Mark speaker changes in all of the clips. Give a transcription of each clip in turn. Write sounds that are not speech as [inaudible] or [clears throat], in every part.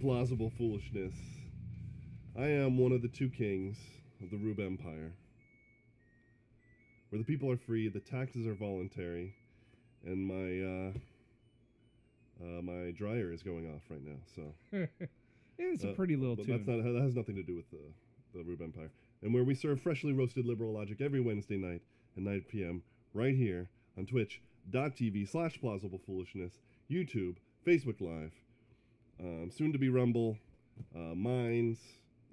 Speaker 1: plausible foolishness. I am one of the two kings of the Rube Empire, where the people are free, the taxes are voluntary, and my uh, uh, my dryer is going off right now. So,
Speaker 2: [laughs] it's a
Speaker 1: Uh,
Speaker 2: pretty little
Speaker 1: but
Speaker 2: tune.
Speaker 1: that's not that has nothing to do with the the Rube Empire, and where we serve freshly roasted liberal logic every Wednesday night at 9 p.m. right here on Twitch.tv slash Plausible Foolishness, YouTube, Facebook Live, um, soon to be Rumble, uh, Minds,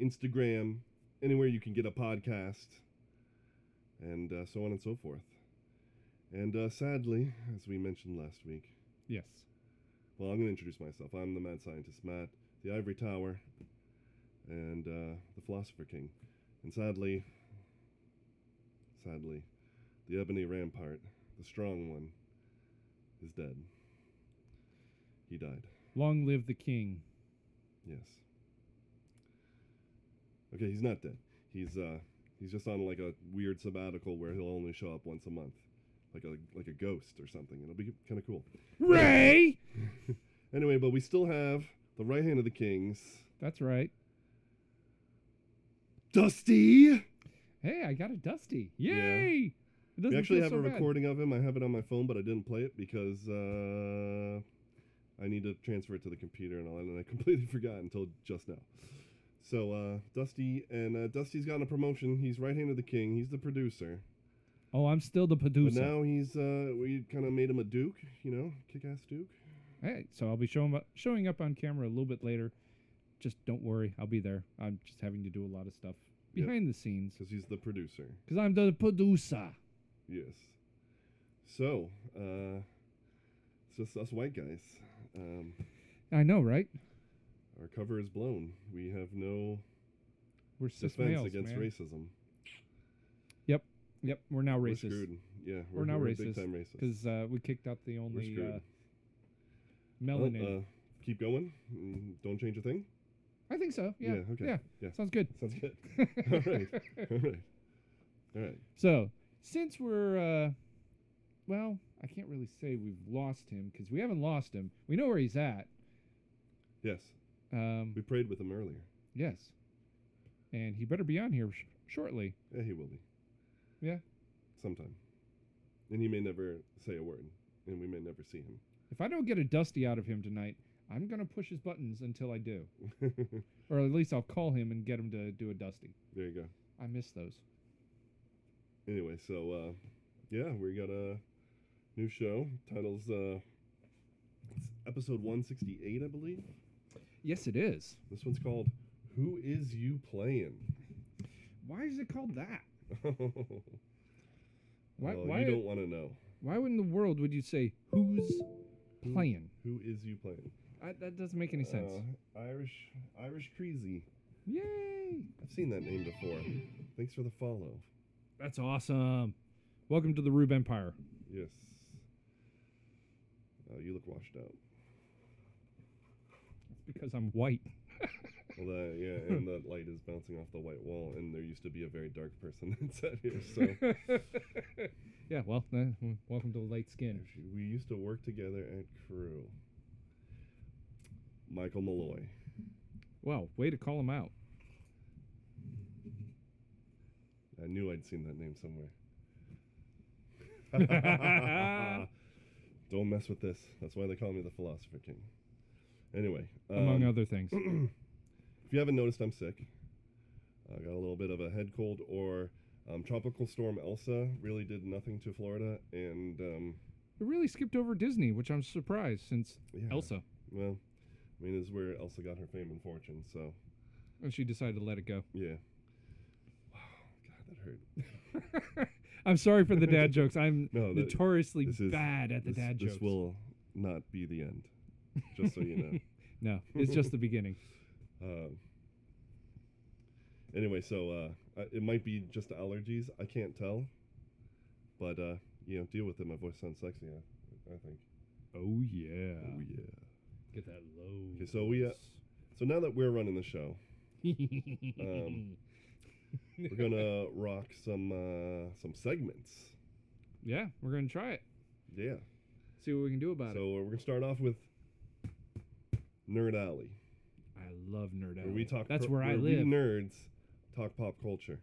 Speaker 1: Instagram, anywhere you can get a podcast, and uh, so on and so forth. And uh, sadly, as we mentioned last week,
Speaker 2: yes.
Speaker 1: well, I'm going to introduce myself. I'm the mad scientist, Matt, the ivory tower, and uh, the philosopher king. And sadly, sadly, the ebony rampart, the strong one, is dead. He died.
Speaker 2: Long live the king.
Speaker 1: Yes. Okay, he's not dead. He's uh he's just on like a weird sabbatical where he'll only show up once a month, like a like a ghost or something. It'll be kind of cool.
Speaker 2: Ray!
Speaker 1: Anyway, but we still have the right hand of the kings.
Speaker 2: That's right.
Speaker 1: Dusty.
Speaker 2: Hey, I got a Dusty.
Speaker 1: Yeah.
Speaker 2: Yay! It doesn't
Speaker 1: we actually
Speaker 2: feel
Speaker 1: have
Speaker 2: so
Speaker 1: a
Speaker 2: bad.
Speaker 1: recording of him. I have it on my phone, but I didn't play it because uh, I need to transfer it to the computer and all that, and I [laughs] completely forgot until just now. So uh, Dusty and uh, Dusty's gotten a promotion. He's right hand of the king. He's the producer,
Speaker 2: Oh, I'm still the
Speaker 1: but
Speaker 2: producer.
Speaker 1: now he's uh, we kind of made him a duke, you know, kick-ass duke.
Speaker 2: Hey, so I'll be showing up, showing up on camera a little bit later. Just don't worry, I'll be there. I'm just having to do a lot of stuff
Speaker 1: Yep.
Speaker 2: behind the scenes
Speaker 1: because he's the producer.
Speaker 2: because I'm the producer.
Speaker 1: Yes. So uh, it's just us white guys. Um,
Speaker 2: I know, right?
Speaker 1: our cover is blown. We have no
Speaker 2: We're cis
Speaker 1: defense
Speaker 2: males,
Speaker 1: against
Speaker 2: man.
Speaker 1: racism.
Speaker 2: Yep, we're now
Speaker 1: We're
Speaker 2: racist
Speaker 1: screwed. Yeah,
Speaker 2: We're not
Speaker 1: Big
Speaker 2: racist,
Speaker 1: time racist.
Speaker 2: because uh, we kicked out the
Speaker 1: we're
Speaker 2: only
Speaker 1: screwed.
Speaker 2: uh,
Speaker 1: Well,
Speaker 2: melanated.
Speaker 1: uh, keep going. Mm, Don't change a
Speaker 2: [laughs]
Speaker 1: thing.
Speaker 2: I think so. Yeah.
Speaker 1: yeah, okay.
Speaker 2: Yeah.
Speaker 1: Yeah.
Speaker 2: Sounds good.
Speaker 1: Sounds
Speaker 2: [laughs]
Speaker 1: good. All right. [laughs] All right. All right.
Speaker 2: So, since we're, uh, well, I can't really say we've lost him because we haven't lost him. We know where he's at.
Speaker 1: Yes,
Speaker 2: Um,
Speaker 1: we prayed with him earlier.
Speaker 2: yes. And he better be on here sh- shortly.
Speaker 1: Yeah, he will be.
Speaker 2: Yeah.
Speaker 1: Sometime. And he may never say a word, and we may never see him.
Speaker 2: If I don't get a dusty out of him tonight, I'm going to push his buttons until I do. Or at least I'll call him and get him to do a dusty.
Speaker 1: [laughs] there you go.
Speaker 2: I miss those.
Speaker 1: Anyway, so uh, yeah, we got a new show. Title's uh, it's episode 168, I believe.
Speaker 2: Yes, it is.
Speaker 1: This one's called "Who Is You Playing." [laughs]
Speaker 2: Why is it called that? Why,
Speaker 1: Well,
Speaker 2: why,
Speaker 1: you don't want to know.
Speaker 2: why in the world would you say who's
Speaker 1: Who-
Speaker 2: playing?
Speaker 1: Who is you playing?
Speaker 2: I, that doesn't make any sense.
Speaker 1: Uh, Irish, Irish Creasy.
Speaker 2: Yay!
Speaker 1: I've seen that name before. Thanks for the follow.
Speaker 2: That's awesome. Welcome to the Rube Empire.
Speaker 1: Yes. Oh, you look washed out.
Speaker 2: Because I'm white.
Speaker 1: Well, that, [laughs] yeah, and that light is bouncing off the white wall, and there used to be a very dark person [laughs] that sat here. So
Speaker 2: [laughs] yeah, well, uh, w- welcome to light skin.
Speaker 1: we used to work together at Crew. Michael Malloy.
Speaker 2: Wow, way to call him out.
Speaker 1: I knew I'd seen that name
Speaker 2: [laughs]
Speaker 1: somewhere. Don't mess with this. That's why they call me the Philosopher King. Anyway,
Speaker 2: among
Speaker 1: um,
Speaker 2: other things.
Speaker 1: [clears throat] if you haven't noticed, I'm sick. I got a little bit of a head cold, or um, Tropical Storm Elsa really did nothing to Florida, and um,
Speaker 2: We really skipped over Disney, which I'm surprised since
Speaker 1: yeah,
Speaker 2: Elsa,
Speaker 1: Well, I mean, this is where Elsa got her fame and fortune. So
Speaker 2: and she decided to let it go. [laughs]
Speaker 1: yeah. Wow, God, that hurt.
Speaker 2: I'm sorry for the
Speaker 1: [laughs]
Speaker 2: dad jokes. I'm
Speaker 1: No, that-
Speaker 2: notoriously
Speaker 1: this is-
Speaker 2: bad at the
Speaker 1: this,
Speaker 2: dad
Speaker 1: this
Speaker 2: jokes.
Speaker 1: will not be the end. Just so you know.
Speaker 2: no, it's just the beginning.
Speaker 1: Um, anyway, so uh, I- it might be just allergies. I can't tell, but uh, you know, deal with it. My voice sounds sexy. I, I think.
Speaker 2: Oh yeah.
Speaker 1: [laughs] Oh yeah.
Speaker 2: Get that low.
Speaker 1: Okay, so we, uh, So now that we're running the show,
Speaker 2: [laughs] um,
Speaker 1: we're gonna [laughs] rock some uh, some segments.
Speaker 2: yeah, we're gonna try it.
Speaker 1: Yeah.
Speaker 2: See what we can do about
Speaker 1: So we're gonna start off with Nerd Alley.
Speaker 2: it. I I love nerd
Speaker 1: Where
Speaker 2: out.
Speaker 1: we talk.
Speaker 2: That's
Speaker 1: cul-
Speaker 2: where I
Speaker 1: We
Speaker 2: live.
Speaker 1: nerds talk pop culture.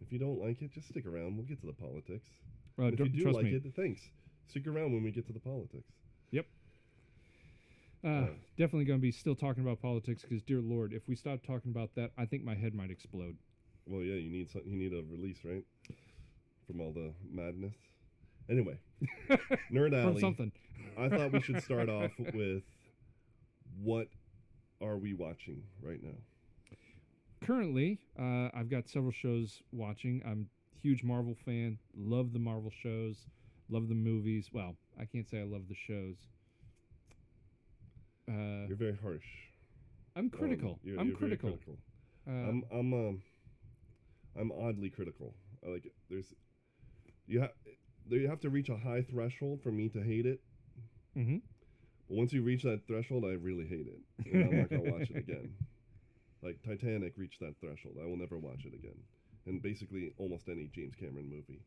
Speaker 1: If you don't like it, just stick around. We'll get to the politics.
Speaker 2: Uh,
Speaker 1: And
Speaker 2: dr-
Speaker 1: if you do
Speaker 2: trust
Speaker 1: like
Speaker 2: me.
Speaker 1: it, thanks. Stick around when we get to the politics.
Speaker 2: Uh,
Speaker 1: Uh,
Speaker 2: definitely going to be still talking about politics because, dear Lord, if we stop talking about that, I think my head might explode.
Speaker 1: Well, yeah, you need some, you need a release, right? From all the madness.
Speaker 2: [laughs]
Speaker 1: Anyway, Nerd
Speaker 2: From
Speaker 1: Alley.
Speaker 2: something.
Speaker 1: I thought we should
Speaker 2: [laughs]
Speaker 1: start off with what are we watching right now?
Speaker 2: Currently, uh, I've got several shows watching. I'm a huge Marvel fan. Love the Marvel shows. Love the movies. Well, I can't say I love the shows. Uh,
Speaker 1: You're very harsh.
Speaker 2: I'm
Speaker 1: on-
Speaker 2: critical.
Speaker 1: you're-
Speaker 2: I'm
Speaker 1: you're very
Speaker 2: critical. Uh,
Speaker 1: I'm I'm um I'm oddly critical. I like it. There's you have there you have to reach a high threshold for me to hate it.
Speaker 2: mhm.
Speaker 1: But once you reach that threshold, I really hate it, and I'm not gonna watch it again. Like Titanic reached that threshold. I will never watch it again. And basically, almost any James Cameron movie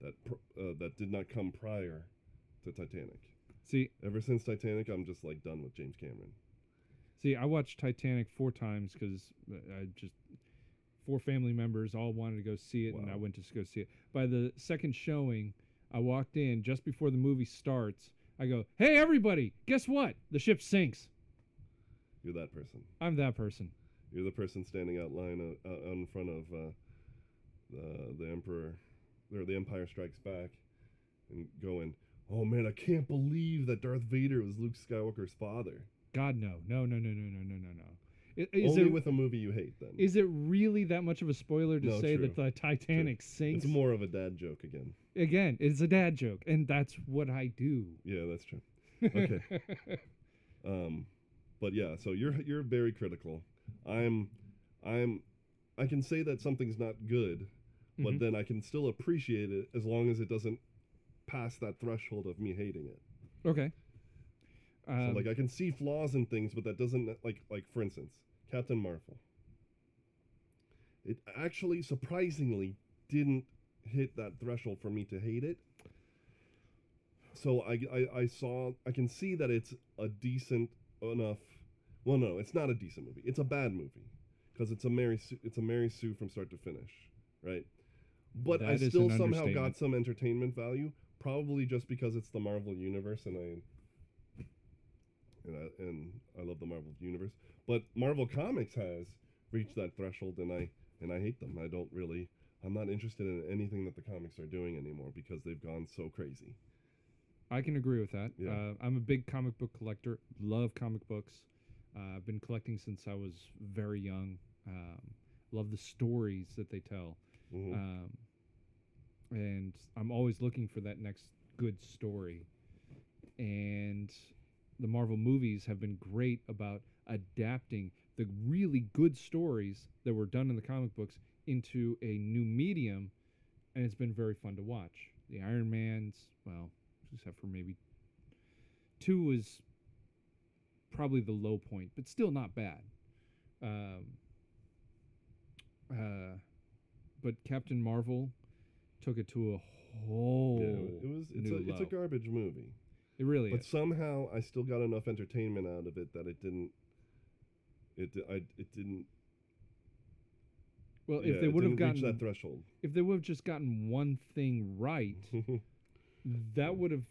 Speaker 1: that pr- uh, that did not come prior to Titanic.
Speaker 2: See,
Speaker 1: Ever since Titanic, I'm just like done with James Cameron.
Speaker 2: See, I watched Titanic four times because I just four family members all wanted to go see it, and I
Speaker 1: Wow.
Speaker 2: went to s- go see it. By the second showing, I walked in just before the movie starts. I go, "Hey, everybody! Guess what? The ship sinks."
Speaker 1: You're that person.
Speaker 2: I'm that person.
Speaker 1: You're the person standing out line uh, uh, in front of uh, the the Emperor or the Empire Strikes Back, and going, "Oh man, I can't believe that Darth Vader was Luke Skywalker's father."
Speaker 2: God, no, no, no, no, no, no, no, no, no. I- Is
Speaker 1: Only
Speaker 2: it
Speaker 1: with a movie you hate, then.
Speaker 2: is it really that much of a spoiler to
Speaker 1: No,
Speaker 2: say
Speaker 1: true.
Speaker 2: that the Titanic sinks?
Speaker 1: It's more of a dad joke again.
Speaker 2: Again, it's a dad joke, and that's what I do.
Speaker 1: Yeah, that's true. Okay. Um, but yeah, so you're you're very critical. I'm I'm I can say that something's not good, but
Speaker 2: Mhm.
Speaker 1: then I can still appreciate it as long as it doesn't pass that threshold of me hating it.
Speaker 2: [laughs] okay. Um,
Speaker 1: so like I can see flaws in things, but that doesn't like like for instance, Captain Marvel. It actually surprisingly didn't hit that threshold for me to hate it. So I I, I saw I can see that it's a decent enough. Well, no, it's not a decent movie. It's a bad movie because it's a Mary Sue, it's a Mary Sue from start to finish, right? But I
Speaker 2: That is an
Speaker 1: still somehow
Speaker 2: understatement.
Speaker 1: got some entertainment value, probably just because it's the Marvel universe, and I and I, and I love the Marvel universe. But Marvel Comics has reached that threshold, and I and I hate them. I don't really. I'm not interested in anything that the comics are doing anymore because they've gone so crazy.
Speaker 2: I can agree with that.
Speaker 1: Yeah.
Speaker 2: Uh, I'm a big comic book collector. Love comic books. Uh, I've been collecting since I was very young. Um, love the stories that they tell,
Speaker 1: Mhm.
Speaker 2: um, and I'm always looking for that next good story. And the Marvel movies have been great about adapting the really good stories that were done in the comic books into a new medium, and it's been very fun to watch. The Iron Man's, well, except for maybe two was probably the low point, but still not bad. Um, uh, but Captain Marvel took it to a whole.
Speaker 1: yeah, it was it's
Speaker 2: oh, new
Speaker 1: a, it's a
Speaker 2: low.
Speaker 1: garbage movie,
Speaker 2: It really
Speaker 1: but
Speaker 2: is.
Speaker 1: somehow I still got enough entertainment out of it that it didn't. It di- I, it didn't.
Speaker 2: Well,
Speaker 1: yeah,
Speaker 2: if they
Speaker 1: it
Speaker 2: would have
Speaker 1: didn't reach
Speaker 2: gotten,
Speaker 1: that threshold, [laughs]
Speaker 2: if they would have just gotten one thing right, that would have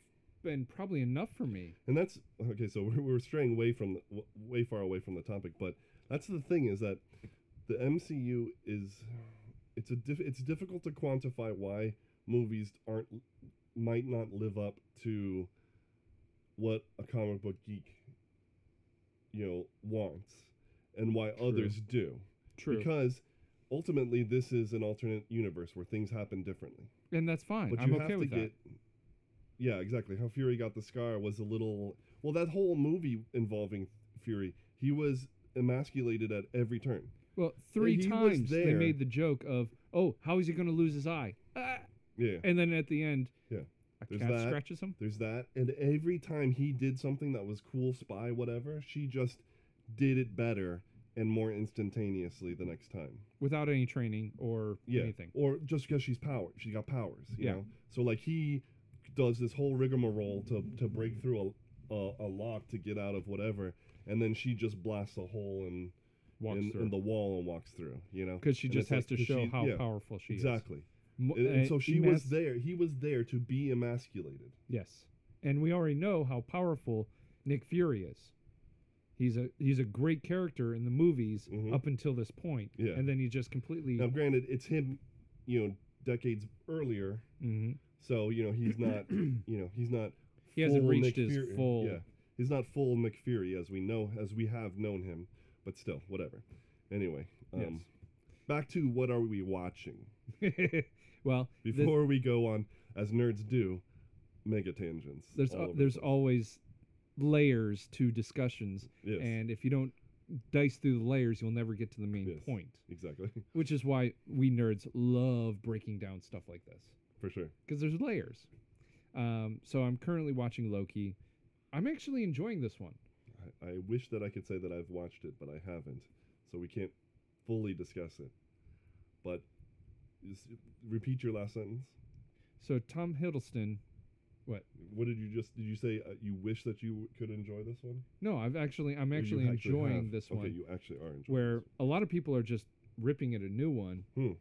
Speaker 2: been probably enough for me.
Speaker 1: and that's okay. So we're, we're straying way from the, w- way far away from the topic, but that's the thing is that the MCU is it's a diff, it's difficult to quantify why movies aren't might not live up to what a comic book geek you know wants and why
Speaker 2: True.
Speaker 1: others do because ultimately this is an alternate universe where things happen differently
Speaker 2: and that's fine.
Speaker 1: but
Speaker 2: I'm
Speaker 1: you
Speaker 2: okay
Speaker 1: have to
Speaker 2: with that.
Speaker 1: get. Yeah, exactly. How Fury got the scar was a little. Well, that whole movie involving Fury, he was emasculated at every turn.
Speaker 2: Well, three
Speaker 1: he was
Speaker 2: times they
Speaker 1: there-
Speaker 2: made the joke of, "Oh, how is he going to lose his eye?" Ah!
Speaker 1: Yeah,
Speaker 2: And then at the end,
Speaker 1: Yeah.
Speaker 2: a
Speaker 1: There's
Speaker 2: cat
Speaker 1: that.
Speaker 2: scratches him.
Speaker 1: there's that. And every time he did something that was cool, spy, whatever, she just did it better and more instantaneously the next time.
Speaker 2: without any training or
Speaker 1: yeah.
Speaker 2: anything.
Speaker 1: Or just because she's power, she got powers. You
Speaker 2: Yeah.
Speaker 1: Know? So like he does this whole rigmarole to to break through a, a a lock to get out of whatever, and then she just blasts a hole in
Speaker 2: walks
Speaker 1: and,
Speaker 2: through [laughs]
Speaker 1: and the wall and walks through. You know,
Speaker 2: because she
Speaker 1: and it's
Speaker 2: just
Speaker 1: like-
Speaker 2: has to
Speaker 1: 'cause
Speaker 2: show
Speaker 1: she-
Speaker 2: how
Speaker 1: yeah,
Speaker 2: powerful she
Speaker 1: exactly.
Speaker 2: is. Mo-
Speaker 1: And, and
Speaker 2: uh,
Speaker 1: so she was
Speaker 2: emas-
Speaker 1: there. He was there to be emasculated.
Speaker 2: Yes, and we already know how powerful Nick Fury is. He's a he's a great character in the movies
Speaker 1: Mhm.
Speaker 2: up until this point,
Speaker 1: Yeah.
Speaker 2: and then he just completely.
Speaker 1: Now, granted, it's him. You know, decades earlier.
Speaker 2: Mhm.
Speaker 1: So you know he's not.
Speaker 2: [clears throat]
Speaker 1: you know he's not.
Speaker 2: He hasn't
Speaker 1: full
Speaker 2: reached
Speaker 1: Nick
Speaker 2: his
Speaker 1: Fury-
Speaker 2: full.
Speaker 1: Yeah, he's not full Nick Fury as we know as we have known him, but still, whatever. Anyway, um,
Speaker 2: Yes.
Speaker 1: back to what are we watching
Speaker 2: [laughs] well, the-
Speaker 1: before we go on as nerds do, mega tangents.
Speaker 2: there's
Speaker 1: all
Speaker 2: al-
Speaker 1: over the
Speaker 2: there's
Speaker 1: place.
Speaker 2: always layers to discussions,
Speaker 1: Yes,
Speaker 2: and if you don't dice through the layers, you'll never get to the main
Speaker 1: Yes.
Speaker 2: point.
Speaker 1: exactly [laughs]
Speaker 2: Which is why we nerds love breaking down stuff like this
Speaker 1: for sure.
Speaker 2: because there's layers. Um, so I'm currently watching Loki. I'm actually enjoying this one.
Speaker 1: I, I wish that I could say that I've watched it, but I haven't, so we can't fully discuss it. But is, repeat your last sentence.
Speaker 2: So Tom Hiddleston.
Speaker 1: What did you just? Did you say uh, you wish that you w- could enjoy this one?
Speaker 2: No, I've actually I'm
Speaker 1: Or you
Speaker 2: actually enjoying
Speaker 1: have-
Speaker 2: this
Speaker 1: okay,
Speaker 2: one.
Speaker 1: you actually are enjoying.
Speaker 2: where
Speaker 1: this
Speaker 2: a lot of people are just ripping at a new one,
Speaker 1: Hmm.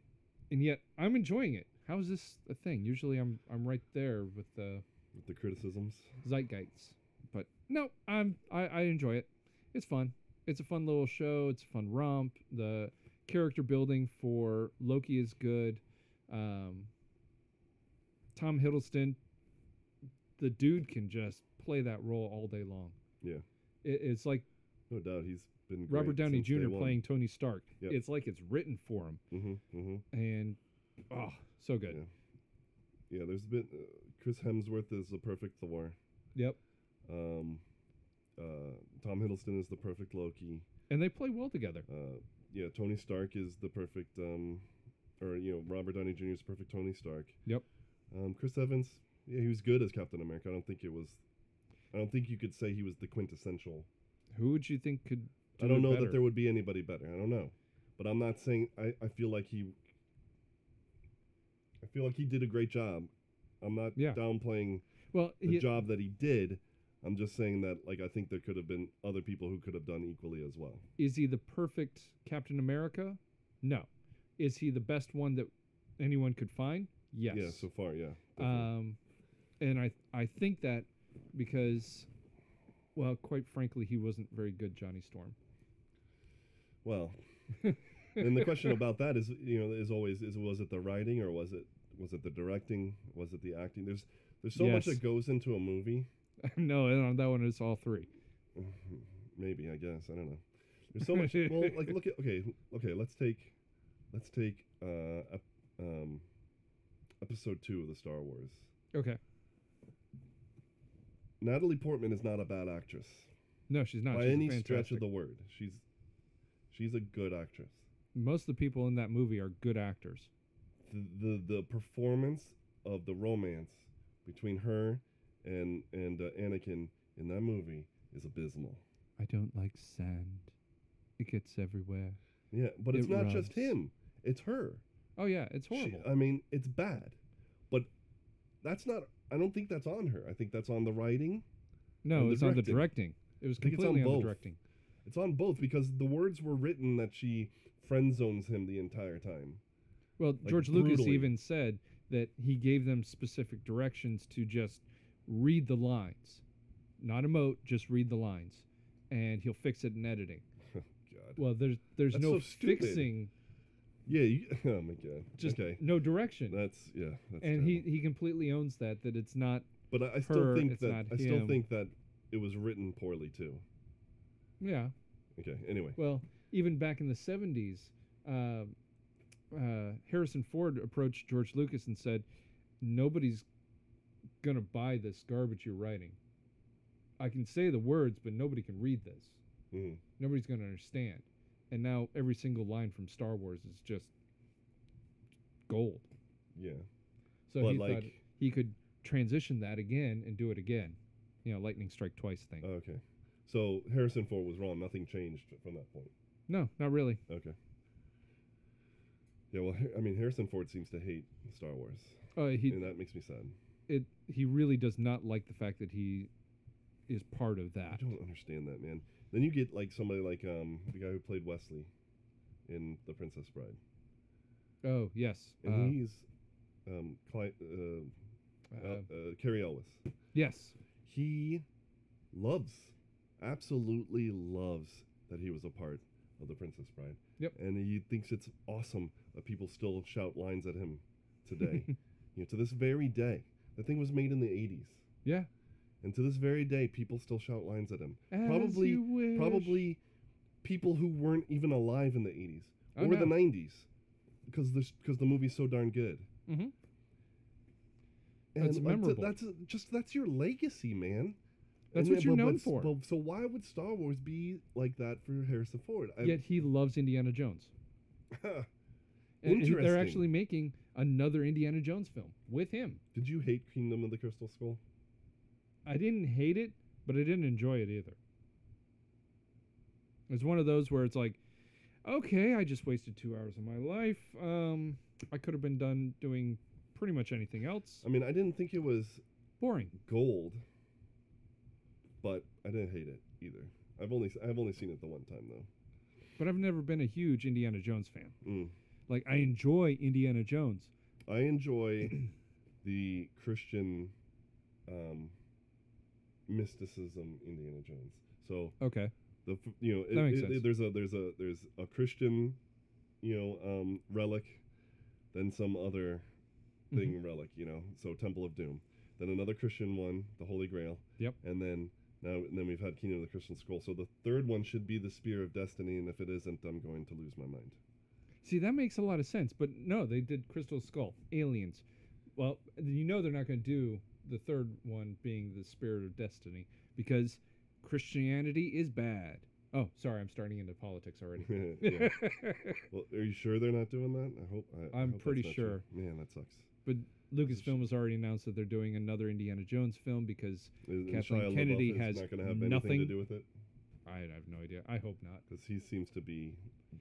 Speaker 2: and yet I'm enjoying it. How is this a thing? Usually I'm I'm right there with the
Speaker 1: one. with the criticisms.
Speaker 2: zeitgeists, but no, I'm I, I enjoy it. It's fun. It's a fun little show. It's a fun romp. The character building for Loki is good. Um, Tom Hiddleston, the dude can just play that role all day long.
Speaker 1: Yeah.
Speaker 2: It, it's like
Speaker 1: No doubt, he's been great
Speaker 2: Robert Downey
Speaker 1: since day
Speaker 2: Jr.
Speaker 1: one.
Speaker 2: playing Tony Stark.
Speaker 1: Yep.
Speaker 2: It's like it's written for him,
Speaker 1: Mhm, mhm.
Speaker 2: and oh, so good.
Speaker 1: Yeah, there's been uh, Chris Hemsworth is the perfect Thor.
Speaker 2: Yep.
Speaker 1: Um, uh, Tom Hiddleston is the perfect Loki.
Speaker 2: And they play well together.
Speaker 1: Uh, yeah, Tony Stark is the perfect, um, or you know, Robert Downey Jr. is perfect Tony Stark.
Speaker 2: Yep.
Speaker 1: Um, Chris Evans, yeah, he was good as Captain America. I don't think it was, I don't think you could say he was the quintessential.
Speaker 2: Who would you think could? Do
Speaker 1: I don't
Speaker 2: it
Speaker 1: know
Speaker 2: better?
Speaker 1: that there would be anybody better. I don't know, but I'm not saying I. I feel like he. I feel like he did a great job. I'm not
Speaker 2: Yeah.
Speaker 1: downplaying
Speaker 2: Well,
Speaker 1: the
Speaker 2: he-
Speaker 1: job that he did. I'm just saying that like I think there could have been other people who could have done equally as well.
Speaker 2: is he the perfect Captain America? No. Is he the best one that anyone could find? Yes.
Speaker 1: Yeah, so far, yeah. definitely.
Speaker 2: um, and I I think that because, well, quite frankly, he wasn't very good, Johnny Storm. [laughs]
Speaker 1: well, and the question about that is, you know, is always is was it the writing or was it was it the directing? Was it the acting? There's there's so much
Speaker 2: Yes.
Speaker 1: that goes into a movie.
Speaker 2: no, on that one it's all three.
Speaker 1: [laughs] Maybe I guess I don't know. There's so much. well, like look at okay, okay. Let's take, let's take uh, ep- um, episode two of the Star Wars.
Speaker 2: Okay.
Speaker 1: Natalie Portman is not a bad actress
Speaker 2: No, she's not.
Speaker 1: by
Speaker 2: she's
Speaker 1: any
Speaker 2: fantastic.
Speaker 1: stretch of the word. She's, she's a good actress.
Speaker 2: Most of the people in that movie are good actors.
Speaker 1: The the, the performance of the romance between her and and uh, Anakin in that movie is abysmal.
Speaker 2: I don't like sand. It gets everywhere.
Speaker 1: Yeah, but it's
Speaker 2: It
Speaker 1: not just
Speaker 2: rubs.
Speaker 1: him; it's her.
Speaker 2: Oh yeah, it's
Speaker 1: She-
Speaker 2: horrible.
Speaker 1: I mean, it's bad, but that's not. I don't think that's on her. I think that's on the writing.
Speaker 2: no,
Speaker 1: and the
Speaker 2: it's on the directing. It was
Speaker 1: I think it's on
Speaker 2: completely on,
Speaker 1: both.
Speaker 2: the directing.
Speaker 1: It's on both because the words were written that she friend zones him the entire time.
Speaker 2: Well, George Lucas
Speaker 1: brutally.
Speaker 2: even said that he gave them specific directions to just read the lines, not emote, just read the lines, and he'll fix it in editing.
Speaker 1: God.
Speaker 2: Well, there's there's
Speaker 1: That's
Speaker 2: no
Speaker 1: so stupid.
Speaker 2: fixing,
Speaker 1: Yeah. You, [laughs] oh my God.
Speaker 2: just
Speaker 1: okay.
Speaker 2: no direction,
Speaker 1: That's yeah. That's
Speaker 2: and he
Speaker 1: terrible.
Speaker 2: he completely owns that that it's not.
Speaker 1: But I, I still
Speaker 2: her,
Speaker 1: think
Speaker 2: it's
Speaker 1: that
Speaker 2: not
Speaker 1: I still
Speaker 2: him.
Speaker 1: think that it was written poorly too.
Speaker 2: Yeah,
Speaker 1: Okay. Anyway.
Speaker 2: well, even back in the '70s, uh, uh, Harrison Ford approached George Lucas and said, "Nobody's gonna buy this garbage you're writing. I can say the words, but nobody can read this."
Speaker 1: Mhm.
Speaker 2: nobody's going to understand. And now every single line from Star Wars is just gold.
Speaker 1: Yeah.
Speaker 2: So
Speaker 1: but
Speaker 2: he
Speaker 1: like.
Speaker 2: thought he could transition that again and do it again. You know, lightning strike twice thing.
Speaker 1: oh, okay. So Harrison Ford was wrong. Nothing changed from that point.
Speaker 2: no, not really.
Speaker 1: Okay. Yeah, well, Har- I mean, Harrison Ford seems to hate Star Wars,
Speaker 2: Uh, he
Speaker 1: and that makes me sad.
Speaker 2: it he really does not like the fact that he is part of
Speaker 1: I
Speaker 2: that.
Speaker 1: don't understand that, man. Then you get like somebody like um the guy who played Wesley in The Princess Bride,
Speaker 2: Oh yes.
Speaker 1: and
Speaker 2: uh,
Speaker 1: he's um Cli- uh,
Speaker 2: uh,
Speaker 1: El- uh, Carrie Elwes.
Speaker 2: yes.
Speaker 1: He loves, absolutely loves that he was a part of The Princess Bride.
Speaker 2: Yep.
Speaker 1: And he thinks it's awesome that people still shout lines at him
Speaker 2: [laughs]
Speaker 1: today. you know, to this very day. The thing was made in the 80s.
Speaker 2: Yeah.
Speaker 1: And to this very day, people still shout lines at him.
Speaker 2: As
Speaker 1: Probably-
Speaker 2: you wish.
Speaker 1: Probably people who weren't even alive in the 80s
Speaker 2: Oh,
Speaker 1: or the
Speaker 2: no.
Speaker 1: 90s because because the movie's so darn good.
Speaker 2: Mhm.
Speaker 1: And like,
Speaker 2: That's
Speaker 1: th-
Speaker 2: memorable.
Speaker 1: that's a- just that's your legacy, man. And
Speaker 2: That's what
Speaker 1: then-
Speaker 2: you're
Speaker 1: but-
Speaker 2: known
Speaker 1: but-
Speaker 2: for.
Speaker 1: but- so why would Star Wars be like that for Harrison Ford? I-
Speaker 2: Yet he loves Indiana Jones. And, and
Speaker 1: Interesting.
Speaker 2: they're actually making another Indiana Jones film with him.
Speaker 1: [laughs] Did you hate Kingdom of the Crystal Skull?
Speaker 2: I didn't hate it, but I didn't enjoy it either. It's one of those where it's like, okay, I just wasted two hours of my life. Um, I could have been done doing pretty much anything else.
Speaker 1: I mean, I didn't think it was
Speaker 2: Boring.
Speaker 1: gold, but I didn't hate it either. I've only s- I've only seen it the one time though.
Speaker 2: But I've never been a huge Indiana Jones fan.
Speaker 1: Mm.
Speaker 2: Like I enjoy Indiana Jones.
Speaker 1: I enjoy the Christian um, mysticism Indiana Jones. So
Speaker 2: Okay.
Speaker 1: the f- you know it,
Speaker 2: That makes
Speaker 1: it- it-
Speaker 2: sense.
Speaker 1: there's a there's a there's a Christian you know um, relic, then some other
Speaker 2: Mm-hmm.
Speaker 1: thing relic you know so Temple of Doom, then another Christian one the Holy Grail.
Speaker 2: Yep.
Speaker 1: And then now and then we've had Kingdom of the Christian Scroll. So the third one should be the Spear of Destiny, and if it isn't, I'm going to lose my mind. [laughs]
Speaker 2: See, that makes a lot of sense. But no, they did Crystal Skull, Aliens. Well, you know they're not going to do the third one being the Spirit of Destiny because Christianity is bad. Oh, sorry, I'm starting into politics already.
Speaker 1: [laughs] Yeah. Well, are you sure they're not doing that? I hope. I, I
Speaker 2: I'm
Speaker 1: hope that's
Speaker 2: pretty
Speaker 1: not true. Man, that sucks.
Speaker 2: [laughs] but Lucasfilm has already announced that they're doing another Indiana Jones film because
Speaker 1: And
Speaker 2: Kathleen
Speaker 1: Shia
Speaker 2: Kennedy
Speaker 1: LaBeouf is
Speaker 2: has
Speaker 1: not going to have anything to
Speaker 2: nothing-
Speaker 1: do with it
Speaker 2: I have no idea. I hope not.
Speaker 1: because he seems to be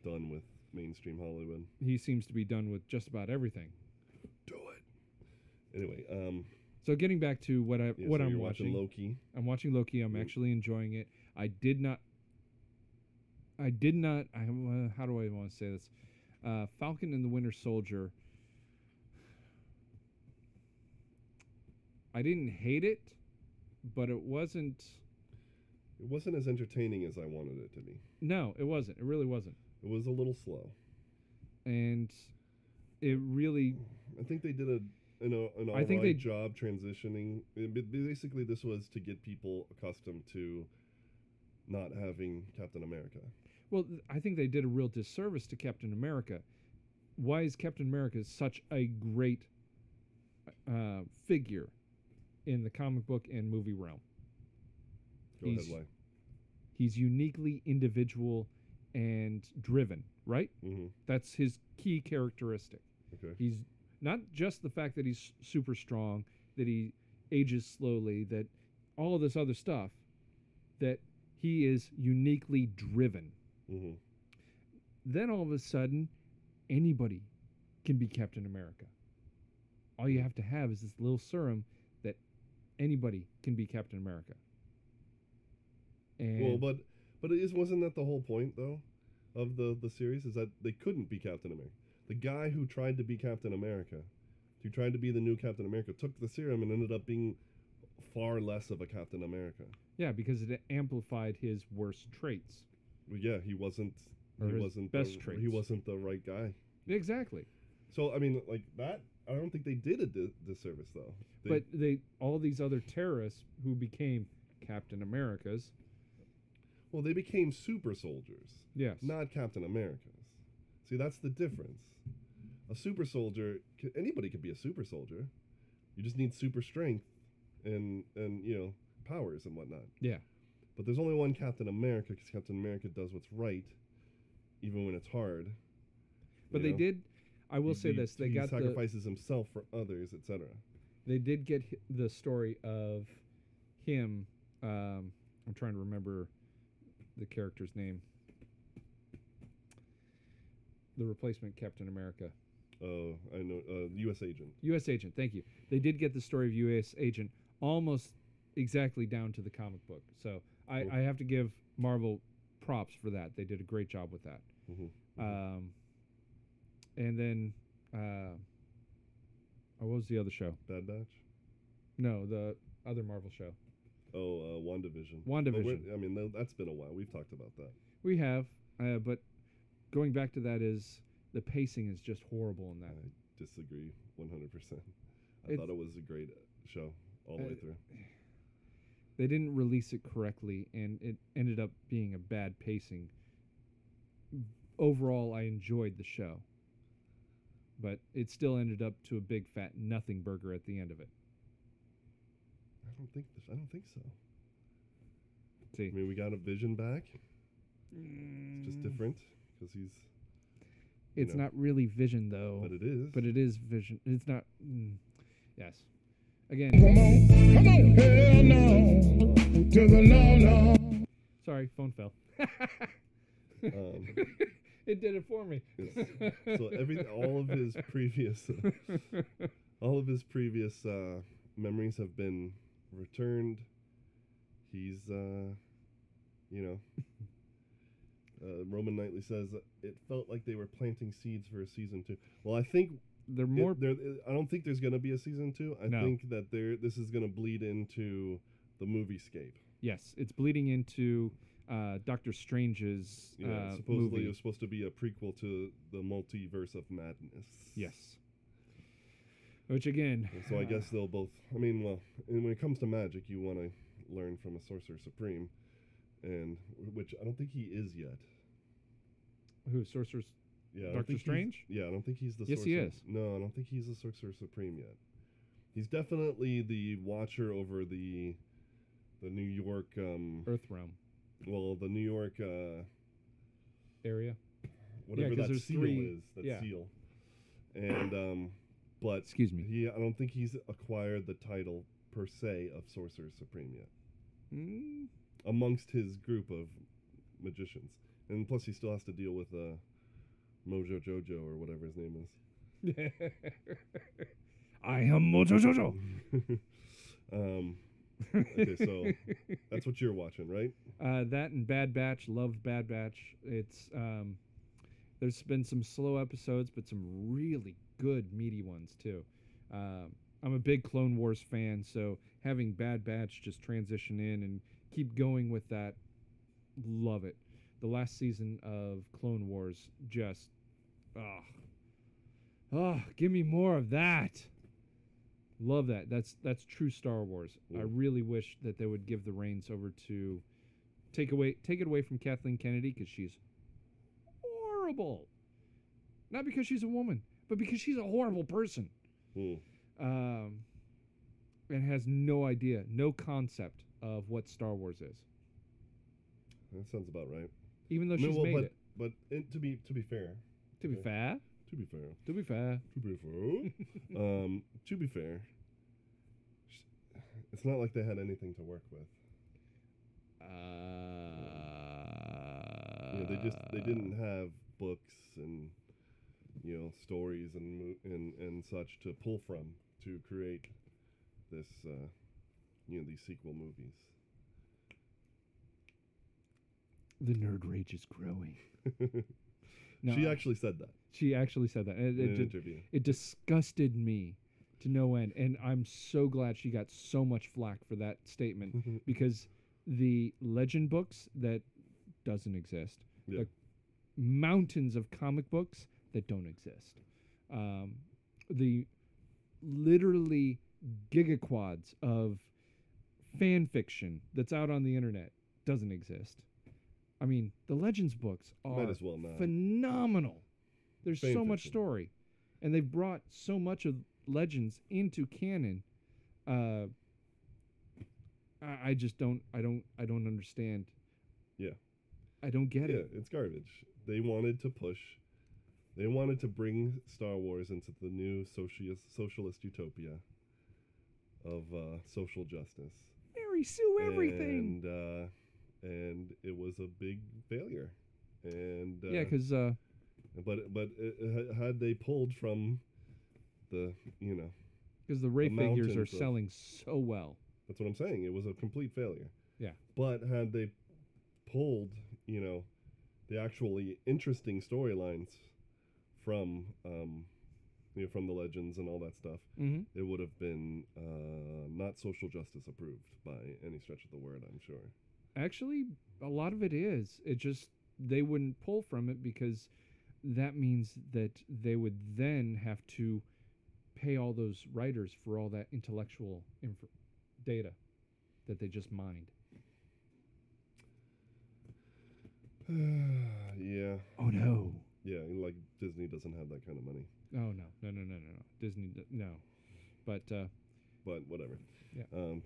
Speaker 1: done with mainstream Hollywood.
Speaker 2: He seems to be done with just about everything.
Speaker 1: Do it. Anyway, um,
Speaker 2: So getting back to what I
Speaker 1: yeah,
Speaker 2: what
Speaker 1: so
Speaker 2: I'm
Speaker 1: you're watching
Speaker 2: watching,
Speaker 1: Loki.
Speaker 2: I'm watching Loki. I'm
Speaker 1: Mm.
Speaker 2: actually enjoying it. I did not. I did not. I uh, how do I want to say this? Uh, Falcon and the Winter Soldier. I didn't hate it, but it wasn't.
Speaker 1: It wasn't as entertaining as I wanted it to be.
Speaker 2: No, it wasn't. It really wasn't.
Speaker 1: It was a little slow.
Speaker 2: And it really
Speaker 1: I think they did a an, a- an all
Speaker 2: I think
Speaker 1: right
Speaker 2: they-
Speaker 1: job transitioning. Uh, ba- Basically, this was to get people accustomed to not having Captain America.
Speaker 2: Well, th- I think they did a real disservice to Captain America. Why is Captain America such a great uh, figure in the comic book and movie realm?
Speaker 1: Go
Speaker 2: He's-
Speaker 1: ahead,
Speaker 2: He's uniquely individual and driven, right?
Speaker 1: why? hmm
Speaker 2: That's his key characteristic.
Speaker 1: Okay.
Speaker 2: He's not just the fact that he's super strong, that he ages slowly, that all of this other stuff, that he is uniquely driven.
Speaker 1: hmm
Speaker 2: then all of a sudden anybody can be captain america all you have to have is this little serum that anybody can be captain america and
Speaker 1: Well, but but it is wasn't that the whole point though of the the series is that they couldn't be Captain America. The guy who tried to be Captain America, who tried to be the new Captain America, took the serum and ended up being far less of a Captain America.
Speaker 2: yeah because it amplified his worst traits
Speaker 1: Well, yeah, he wasn't.
Speaker 2: Or
Speaker 1: he
Speaker 2: his
Speaker 1: wasn't
Speaker 2: best
Speaker 1: the, He
Speaker 2: traits.
Speaker 1: wasn't the right guy.
Speaker 2: exactly
Speaker 1: So I mean, like that. I don't think they did a di- disservice though. They,
Speaker 2: but they all these other terrorists who became captain americas
Speaker 1: well, they became super soldiers,
Speaker 2: yes
Speaker 1: not Captain Americas. See, that's the difference. A super soldier, c- anybody could be a super soldier. You just need super strength, and and you know powers and whatnot.
Speaker 2: Yeah.
Speaker 1: But there's only one Captain America because Captain America does what's right, even when it's hard.
Speaker 2: but
Speaker 1: you
Speaker 2: they
Speaker 1: know?
Speaker 2: did i will
Speaker 1: He-
Speaker 2: say
Speaker 1: he-
Speaker 2: this they
Speaker 1: he
Speaker 2: got the,
Speaker 1: sacrifices himself for others, etc.
Speaker 2: they did get hi- the story of him. Um, I'm trying to remember the character's name. The replacement Captain America,
Speaker 1: Oh, I know. Uh, U.S. agent.
Speaker 2: U.S. Agent. Thank you. They did get the story of U.S. Agent almost exactly down to the comic book. So I,
Speaker 1: Cool.
Speaker 2: I have to give Marvel props for that. They did a great job with that.
Speaker 1: Mhm.
Speaker 2: Um, and then, uh, oh, what was the other show?
Speaker 1: Bad Batch.
Speaker 2: No, the other Marvel show,
Speaker 1: Oh, uh, WandaVision. But we're-
Speaker 2: WandaVision.
Speaker 1: I mean, tho- that's been a while. We've talked about that.
Speaker 2: We have, uh, but going back to that is the pacing is just horrible in that.
Speaker 1: I disagree 100%. I
Speaker 2: It's-
Speaker 1: thought it was a great show all the way
Speaker 2: Uh,
Speaker 1: through.
Speaker 2: They didn't release it correctly, and it ended up being a bad pacing. Overall, I enjoyed the show, but it still ended up to a big fat nothing burger at the end of it.
Speaker 1: I don't think this, I don't think so. I
Speaker 2: See,
Speaker 1: mean, we got a Vision back. It's
Speaker 2: Mm.
Speaker 1: just different because he's you
Speaker 2: It's
Speaker 1: know.
Speaker 2: not really Vision though.
Speaker 1: but it is.
Speaker 2: but it is vision. It's not. Mm, yes. Again,
Speaker 3: Come on, come on, hell no, to the no, no.
Speaker 2: sorry, phone fell. [laughs]
Speaker 1: um,
Speaker 2: it did it for me.
Speaker 1: Yes. so every all of his previous all of his previous uh, memories have been returned. He's uh, you
Speaker 2: [laughs]
Speaker 1: know uh, Roman Knightley says it felt like they were planting seeds for a season two. Well, I think
Speaker 2: [laughs] They're
Speaker 1: it-
Speaker 2: more.
Speaker 1: there, I don't think there's going to be a season two. I
Speaker 2: No.
Speaker 1: think that there this is going to bleed into the movie scape.
Speaker 2: yes, it's bleeding into uh, Doctor Strange's
Speaker 1: Yeah,
Speaker 2: uh,
Speaker 1: supposedly
Speaker 2: movie.
Speaker 1: it was supposed to be a prequel to the multiverse of madness.
Speaker 2: yes. Which again. uh,
Speaker 1: And So I guess they'll both. I mean, well, and when it comes to magic, you want to learn from a sorcerer supreme, and which I don't think he is yet.
Speaker 2: Who sorcerers?
Speaker 1: Yeah, I don't
Speaker 2: Doctor
Speaker 1: think he's-
Speaker 2: Strange?
Speaker 1: Yeah, I don't think he's the.
Speaker 2: Yes, he
Speaker 1: sorcerer-
Speaker 2: is.
Speaker 1: No, I don't think he's the sorcerer supreme yet. He's definitely the watcher over the, the New York, um,
Speaker 2: Earthrealm
Speaker 1: well, the New York, uh,
Speaker 2: area.
Speaker 1: whatever
Speaker 2: 'cause
Speaker 1: that
Speaker 2: there's
Speaker 1: seal
Speaker 2: three-
Speaker 1: is, that
Speaker 2: yeah.
Speaker 1: seal, and um, but
Speaker 2: Excuse me.
Speaker 1: he, I don't think he's acquired the title per se of sorcerer supreme yet.
Speaker 2: Mm,
Speaker 1: amongst his group of magicians. And plus, he still has to deal with uh, Mojo Jojo or whatever his name is.
Speaker 2: [laughs] I am Mojo Jojo.
Speaker 1: [laughs] um, okay,
Speaker 2: [laughs]
Speaker 1: so that's what you're watching, right?
Speaker 2: Uh, that and Bad Batch. Loved Bad Batch. It's um, there's been some slow episodes, but some really good meaty ones too. Um, I'm a big Clone Wars fan, so having Bad Batch just transition in and keep going with that, love it. The last season of Clone Wars just, ah, ah, give me more of that. Love that. That's that's true Star Wars. I
Speaker 1: Mm.
Speaker 2: really wish that they would give the reins over to take away take it away from Kathleen Kennedy because she's horrible. Not because she's a woman, but because she's a horrible person
Speaker 1: Hmm.
Speaker 2: um, and has no idea, no concept of what Star Wars is,
Speaker 1: That sounds about right.
Speaker 2: even though
Speaker 1: No,
Speaker 2: she's
Speaker 1: well,
Speaker 2: made
Speaker 1: but
Speaker 2: it.
Speaker 1: but it, to be to be fair,
Speaker 2: To be
Speaker 1: yeah.
Speaker 2: fair,
Speaker 1: to be fair,
Speaker 2: to be
Speaker 1: [laughs]
Speaker 2: fair,
Speaker 1: to be fair,
Speaker 2: Mm-hmm.
Speaker 1: um, to be fair, sh- it's not like they had anything to work with.
Speaker 2: uh,
Speaker 1: you know, they just they didn't have books and you know stories and mo- and and such to pull from to create this uh, you know these sequel movies. [laughs]
Speaker 2: The nerd rage is growing. No,
Speaker 1: she
Speaker 2: I-
Speaker 1: actually said that
Speaker 2: she actually said that. and
Speaker 1: in
Speaker 2: It,
Speaker 1: an
Speaker 2: did-
Speaker 1: interview.
Speaker 2: it disgusted me to no end, and I'm so glad she got so much flack for that statement.
Speaker 1: [laughs]
Speaker 2: because the legend books that doesn't exist,
Speaker 1: Yeah.
Speaker 2: the mountains of comic books that don't exist, um, the literally gigaquads of fan fiction that's out on the internet doesn't exist. I mean, the legends books are
Speaker 1: Might as well not.
Speaker 2: phenomenal. There's
Speaker 1: Fan
Speaker 2: so much
Speaker 1: fiction.
Speaker 2: story, and they've brought so much of legends into canon. Uh, I, I just don't, I don't, I don't understand.
Speaker 1: Yeah.
Speaker 2: I don't get
Speaker 1: yeah,
Speaker 2: it.
Speaker 1: it's garbage. They wanted to push. They wanted to bring Star Wars into the new socialist socialist utopia of uh, social justice.
Speaker 2: Mary Sue everything.
Speaker 1: And, uh, and it was a big failure. And uh,
Speaker 2: Yeah, 'cause yeah, because uh,
Speaker 1: but but it, it, ha- had they pulled from the you know
Speaker 2: because the Ray figures
Speaker 1: mountains
Speaker 2: are
Speaker 1: of-
Speaker 2: selling so well.
Speaker 1: that's what I'm saying. It was a complete failure.
Speaker 2: Yeah.
Speaker 1: But had they pulled, you know, the actually interesting storylines from, um, you know, from the legends and all that stuff,
Speaker 2: Mm-hmm.
Speaker 1: it would have been uh, not social justice approved by any stretch of the word. I'm sure. [sighs]
Speaker 2: Actually, a lot of it is. It just they wouldn't pull from it because that means that they would then have to pay all those writers for all that intellectual inf- data that they just mined.
Speaker 1: yeah,
Speaker 2: Oh no.
Speaker 1: yeah. Like Disney doesn't have that kind of money.
Speaker 2: Oh no. No no no no no. Disney d- no. But uh
Speaker 1: but whatever.
Speaker 2: Yeah.
Speaker 1: Um,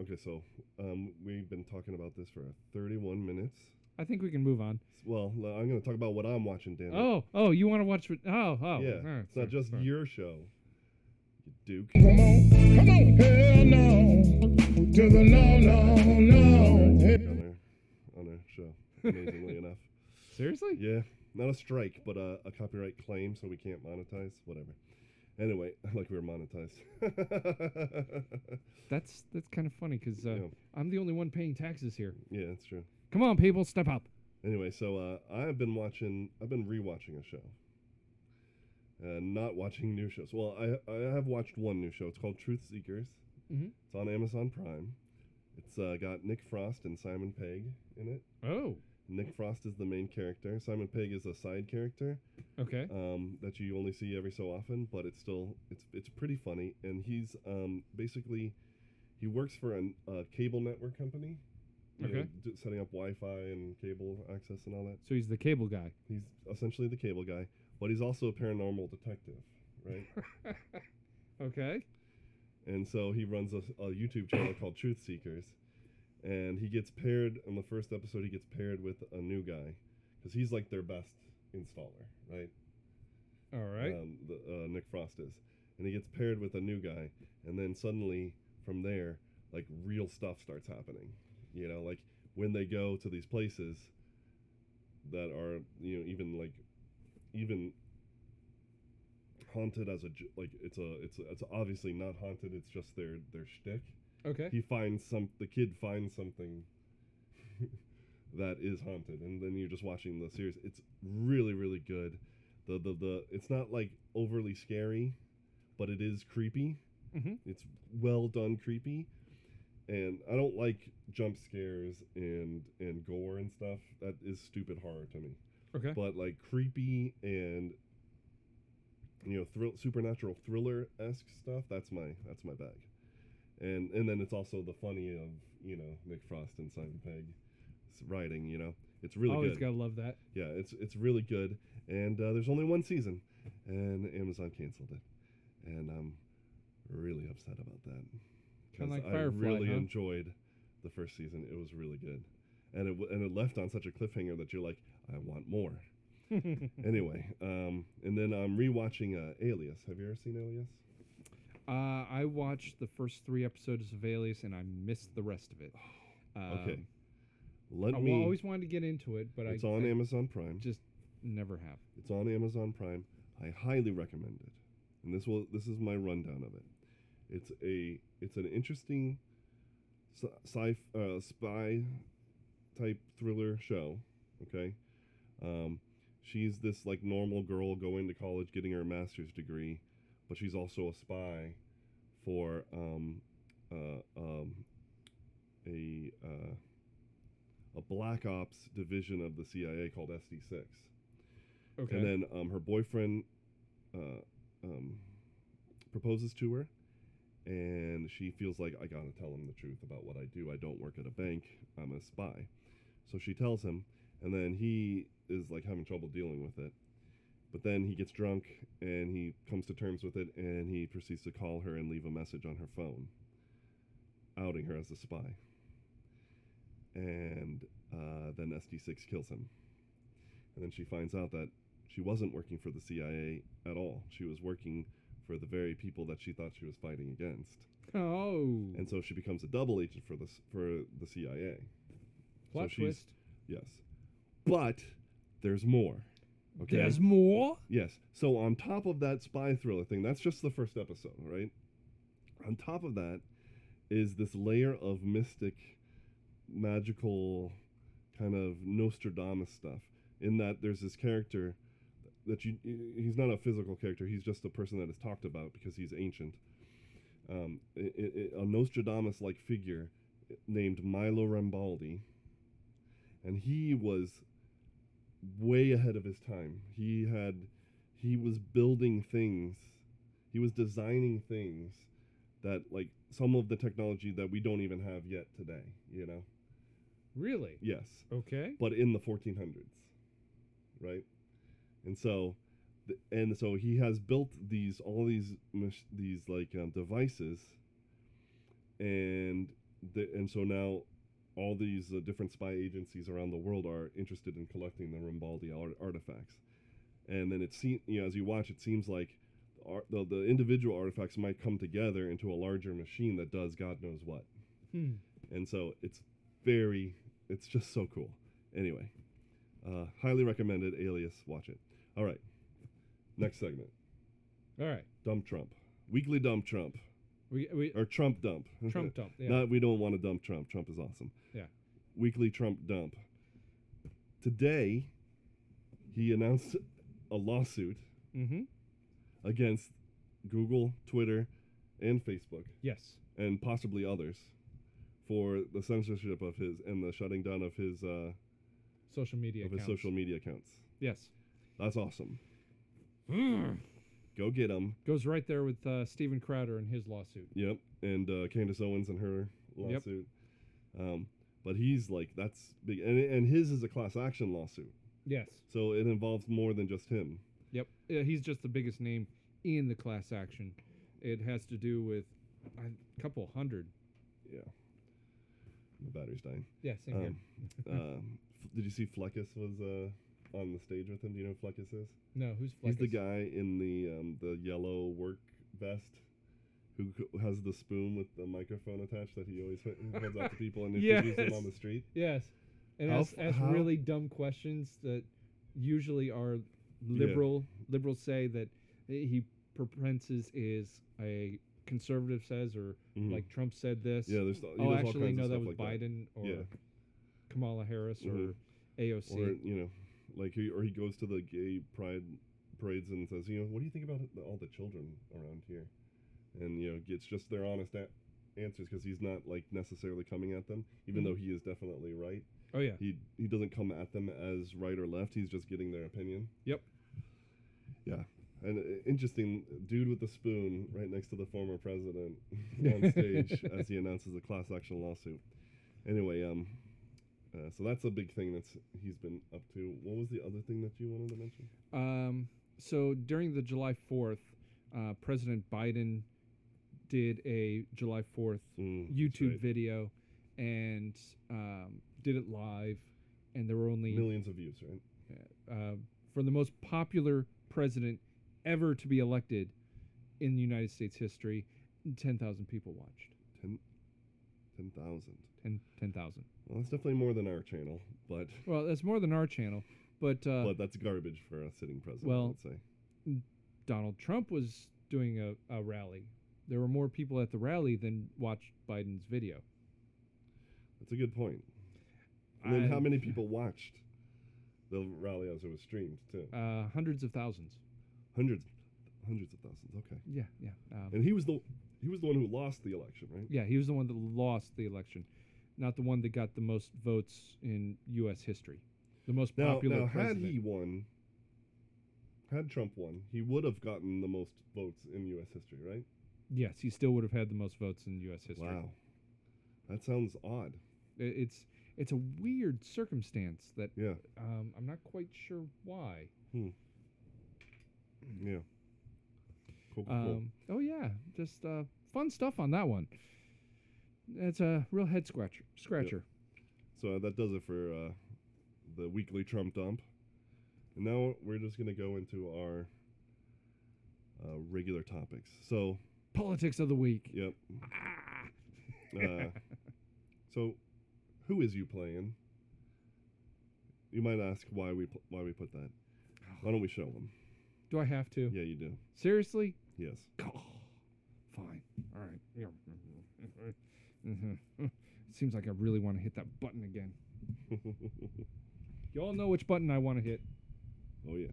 Speaker 1: okay, so um, we've been talking about this for 31 minutes.
Speaker 2: I think we can move on.
Speaker 1: S- Well, l- I'm going to talk about what I'm watching, Dan.
Speaker 2: Oh, oh, you want to watch what- Oh, oh.
Speaker 1: yeah.
Speaker 2: all right,
Speaker 1: it's not
Speaker 2: sorry,
Speaker 1: just
Speaker 2: sorry.
Speaker 1: your show, you Duke.
Speaker 3: Come on, come on, hell no, to the no, no, no. Hell
Speaker 1: on, our, on our show, amazingly enough.
Speaker 2: Seriously?
Speaker 1: Yeah, not a strike, but a, a copyright claim, so we can't monetize. Whatever. Anyway, [laughs] like we were monetized.
Speaker 2: That's that's kind of funny cuz
Speaker 1: [laughs]
Speaker 2: uh,
Speaker 1: Yeah.
Speaker 2: I'm the only one paying taxes here.
Speaker 1: yeah, that's true.
Speaker 2: Come on, people, step up.
Speaker 1: Anyway, so uh, I've been watching. I've been rewatching a show. Uh, not watching new shows. Well, I I have watched one new show. It's called Truth Seekers.
Speaker 2: Mhm.
Speaker 1: It's on Amazon Prime. It's uh, got Nick Frost and Simon Pegg in it.
Speaker 2: Oh,
Speaker 1: Nick Frost is the main character. Simon Pegg is a side character
Speaker 2: okay.
Speaker 1: um, that you only see every so often, but it's still it's it's pretty funny. And he's um, basically he works for an, a cable network company, you know,
Speaker 2: Okay.
Speaker 1: d- setting up Wi-Fi and cable access and all that.
Speaker 2: So he's the cable guy.
Speaker 1: He's essentially the cable guy, but he's also a paranormal detective, right?
Speaker 2: okay.
Speaker 1: and so he runs a, a YouTube channel called Truth Seekers, and he gets paired on the first episode. He gets paired with a new guy because he's like their best installer, right?
Speaker 2: All right.
Speaker 1: Um, the, uh, Nick Frost is, and he gets paired with a new guy, and then suddenly from there, like real stuff starts happening. You know, like when they go to these places that are you know even like even haunted as a j- like it's a it's it's obviously not haunted. It's just their their shtick.
Speaker 2: okay.
Speaker 1: He finds some the kid finds something. [laughs] that is haunted and then you're just watching the series it's really really good the the, the it's not like overly scary but it is creepy
Speaker 2: Mhm.
Speaker 1: it's well done creepy and i don't like jump scares and and gore and stuff that is stupid horror to me
Speaker 2: okay.
Speaker 1: but like creepy and you know thrill supernatural thriller esque stuff that's my that's my bag and and then it's also the funny of you know nick frost and simon pegg writing you know it's really
Speaker 2: Always
Speaker 1: good
Speaker 2: gotta love
Speaker 1: [laughs]
Speaker 2: that.
Speaker 1: yeah it's it's really good and uh, there's only one season and amazon canceled it and i'm really upset about that
Speaker 2: Kinda like
Speaker 1: I
Speaker 2: Firefly,
Speaker 1: really
Speaker 2: huh?
Speaker 1: enjoyed the first season it was really good and it w- and it left on such a cliffhanger that you're like i want more anyway um and then i'm rewatching uh, alias have you ever seen alias
Speaker 2: uh, I watched the first three episodes of Alias and I missed the rest of it.
Speaker 1: okay
Speaker 2: Um,
Speaker 1: let
Speaker 2: I
Speaker 1: me
Speaker 2: wa- always wanted to get into it, but
Speaker 1: it's
Speaker 2: I,
Speaker 1: on
Speaker 2: I
Speaker 1: amazon prime
Speaker 2: just never have.
Speaker 1: It's on Amazon Prime. I highly recommend it. And this will this is my rundown of it. It's a it's an interesting sci sci- uh, spy type thriller show. Okay, um, she's this like normal girl going to college, getting her master's degree, but she's also a spy for um, uh, um, a uh, a black ops division of the CIA called SD six.
Speaker 2: Okay.
Speaker 1: And then um, her boyfriend uh, um, proposes to her, and she feels like, I gotta tell him the truth about what I do. I don't work at a bank, I'm a spy. So she tells him, and then he is like having trouble dealing with it. But then he gets drunk and he comes to terms with it and he proceeds to call her and leave a message on her phone, outing her as a spy. And uh, then SD6 kills him. And then she finds out that she wasn't working for the CIA at all. She was working for the very people that she thought she was fighting against.
Speaker 2: oh,
Speaker 1: And so she becomes a double agent for the s- for the CIA.
Speaker 2: plot
Speaker 1: she's-
Speaker 2: twist.
Speaker 1: Yes. But there's more. Okay.
Speaker 2: There's more.
Speaker 1: Yes. So on top of that spy thriller thing, that's just the first episode, right? On top of that is this layer of mystic, magical kind of Nostradamus stuff. In that there's this character that you he's not a physical character; he's just a person that is talked about because he's ancient. Um, i i i a Nostradamus-like figure named Milo Rambaldi, and he was way ahead of his time. He had he was building things. He was designing things that like some of the technology that we don't even have yet today, you know.
Speaker 2: Really?
Speaker 1: Yes.
Speaker 2: Okay.
Speaker 1: But in the 1400s. Right? And so th- and so he has built these all these mach- these like um, devices and the, and so now all these uh, different spy agencies around the world are interested in collecting the Rambaldi ar- artifacts. And then it seems, you know, as you watch, it seems like the ar- the, the individual artifacts might come together into a larger machine that does God knows what.
Speaker 2: Hmm.
Speaker 1: And so it's very, it's just so cool. Anyway, uh, highly recommended. Alias, watch it. All right, next segment:
Speaker 2: All right.
Speaker 1: Dump Trump, weekly dump Trump
Speaker 2: We
Speaker 1: [laughs]
Speaker 2: we
Speaker 1: or Trump dump. [laughs]
Speaker 2: Trump dump. Yeah.
Speaker 1: Not we don't want to dump Trump. Trump is awesome.
Speaker 2: Yeah.
Speaker 1: Weekly Trump dump. Today, he announced a lawsuit
Speaker 2: mm-hmm.
Speaker 1: against Google, Twitter, and Facebook,
Speaker 2: Yes.
Speaker 1: and possibly others, for the censorship of his and the shutting down of his uh,
Speaker 2: Social media.
Speaker 1: of his
Speaker 2: accounts.
Speaker 1: social media accounts.
Speaker 2: Yes. [sniffs]
Speaker 1: That's awesome. Go get him.
Speaker 2: Goes right there with uh, Steven Crowder and his lawsuit.
Speaker 1: Yep, and uh, Candace Owens and her
Speaker 2: Yep.
Speaker 1: lawsuit. Um, but he's like that's big, and and his is a class action lawsuit,
Speaker 2: Yes.
Speaker 1: so it involves more than just him.
Speaker 2: Yep. Uh, he's just the biggest name in the class action. It has to do with a couple hundred.
Speaker 1: Yeah, the battery's dying.
Speaker 2: Yeah. Same here.
Speaker 1: Um, um, f- [laughs] did you see Fleckus was uh, on the stage with him? Do you know who Fleckus is?
Speaker 2: No. Who's
Speaker 1: He's the
Speaker 2: Fleckus?
Speaker 1: guy in the um, the yellow work vest who c- has the spoon with the microphone attached that he always h- holds out to people
Speaker 2: [laughs]
Speaker 1: and introduces them on
Speaker 2: Yes.
Speaker 1: the street.
Speaker 2: Yes. And
Speaker 1: How
Speaker 2: ask,
Speaker 1: f-
Speaker 2: ask
Speaker 1: how-
Speaker 2: really dumb questions that usually are liberal. Liberals say that he propenses is a conservative says or
Speaker 1: Mhm.
Speaker 2: like Trump said this.
Speaker 1: yeah, there's th-
Speaker 2: oh,
Speaker 1: there's all
Speaker 2: actually,
Speaker 1: kinds
Speaker 2: no,
Speaker 1: of
Speaker 2: that
Speaker 1: stuff
Speaker 2: was
Speaker 1: like that.
Speaker 2: Biden or
Speaker 1: Yeah.
Speaker 2: Kamala Harris
Speaker 1: Mhm.
Speaker 2: or AOC.
Speaker 1: or you know, like he or he goes to the gay pride parades and says, you know, what do you think about the- all the children around here? And you know, gets just their honest a- answers because he's not like necessarily coming at them, even
Speaker 2: Mhm.
Speaker 1: though he is definitely right.
Speaker 2: oh yeah,
Speaker 1: He he doesn't come at them as right or left. He's just getting their opinion.
Speaker 2: Yep.
Speaker 1: Yeah. And uh, interesting dude with the spoon right next to the former
Speaker 2: [laughs]
Speaker 1: president on stage as he announces a class action lawsuit. Anyway, um, uh, so that's a big thing that's he's been up to. What was the other thing that you wanted to mention?
Speaker 2: Um, so during the July 4th, uh, President Biden did a July 4th
Speaker 1: Mm, that's
Speaker 2: YouTube
Speaker 1: right.
Speaker 2: video and um, did it live. And there were only,
Speaker 1: Millions of views, right?
Speaker 2: uh, for the most popular president ever to be elected in the United States history, 10,000 people watched.
Speaker 1: Ten, ten thousand.
Speaker 2: 10 10,000.
Speaker 1: Well, that's definitely more than our channel, but
Speaker 2: well, that's more than our channel, but uh,
Speaker 1: but that's garbage for a sitting president.
Speaker 2: well,
Speaker 1: I'd say.
Speaker 2: Donald Trump was doing a, a rally. There were more people at the rally than watched Biden's video.
Speaker 1: That's a good point. And then how
Speaker 2: I-
Speaker 1: many people watched the rally as it was streamed too?
Speaker 2: Uh, hundreds of thousands.
Speaker 1: Hundreds, hundreds of thousands. Okay.
Speaker 2: Yeah, yeah. Um,
Speaker 1: And he was the he was the one who lost the election, right?
Speaker 2: yeah, he was the one that lost the election, not the one that got the most votes in U.S. history. The most
Speaker 1: Now,
Speaker 2: popular
Speaker 1: now had
Speaker 2: president.
Speaker 1: he won, had Trump won, he would have gotten the most votes in U.S. history, right?
Speaker 2: yes, he still would have had the most votes in U.S. history.
Speaker 1: Wow, that sounds odd.
Speaker 2: I- It's it's a weird circumstance that
Speaker 1: Yeah,
Speaker 2: um, I'm not quite sure why.
Speaker 1: yeah. Cool, cool, cool.
Speaker 2: Um, oh yeah, just uh, fun stuff on that one. That's a real head scratcher. Scratcher.
Speaker 1: So uh, that does it for uh, the weekly Trump dump. And now we're just gonna go into our uh, regular topics. So,
Speaker 2: Politics of the week.
Speaker 1: yep.
Speaker 2: Ah. [laughs]
Speaker 1: Uh, so, who is you playing? You might ask why we pl- why we put that. Why don't we show them?
Speaker 2: [laughs] Do I have to?
Speaker 1: Yeah, you do.
Speaker 2: Seriously?
Speaker 1: Yes. [laughs]
Speaker 2: Fine. All right. Yeah. Mhm. Seems like I really want to hit that button again. Y'all know which button I want to hit.
Speaker 1: oh yeah.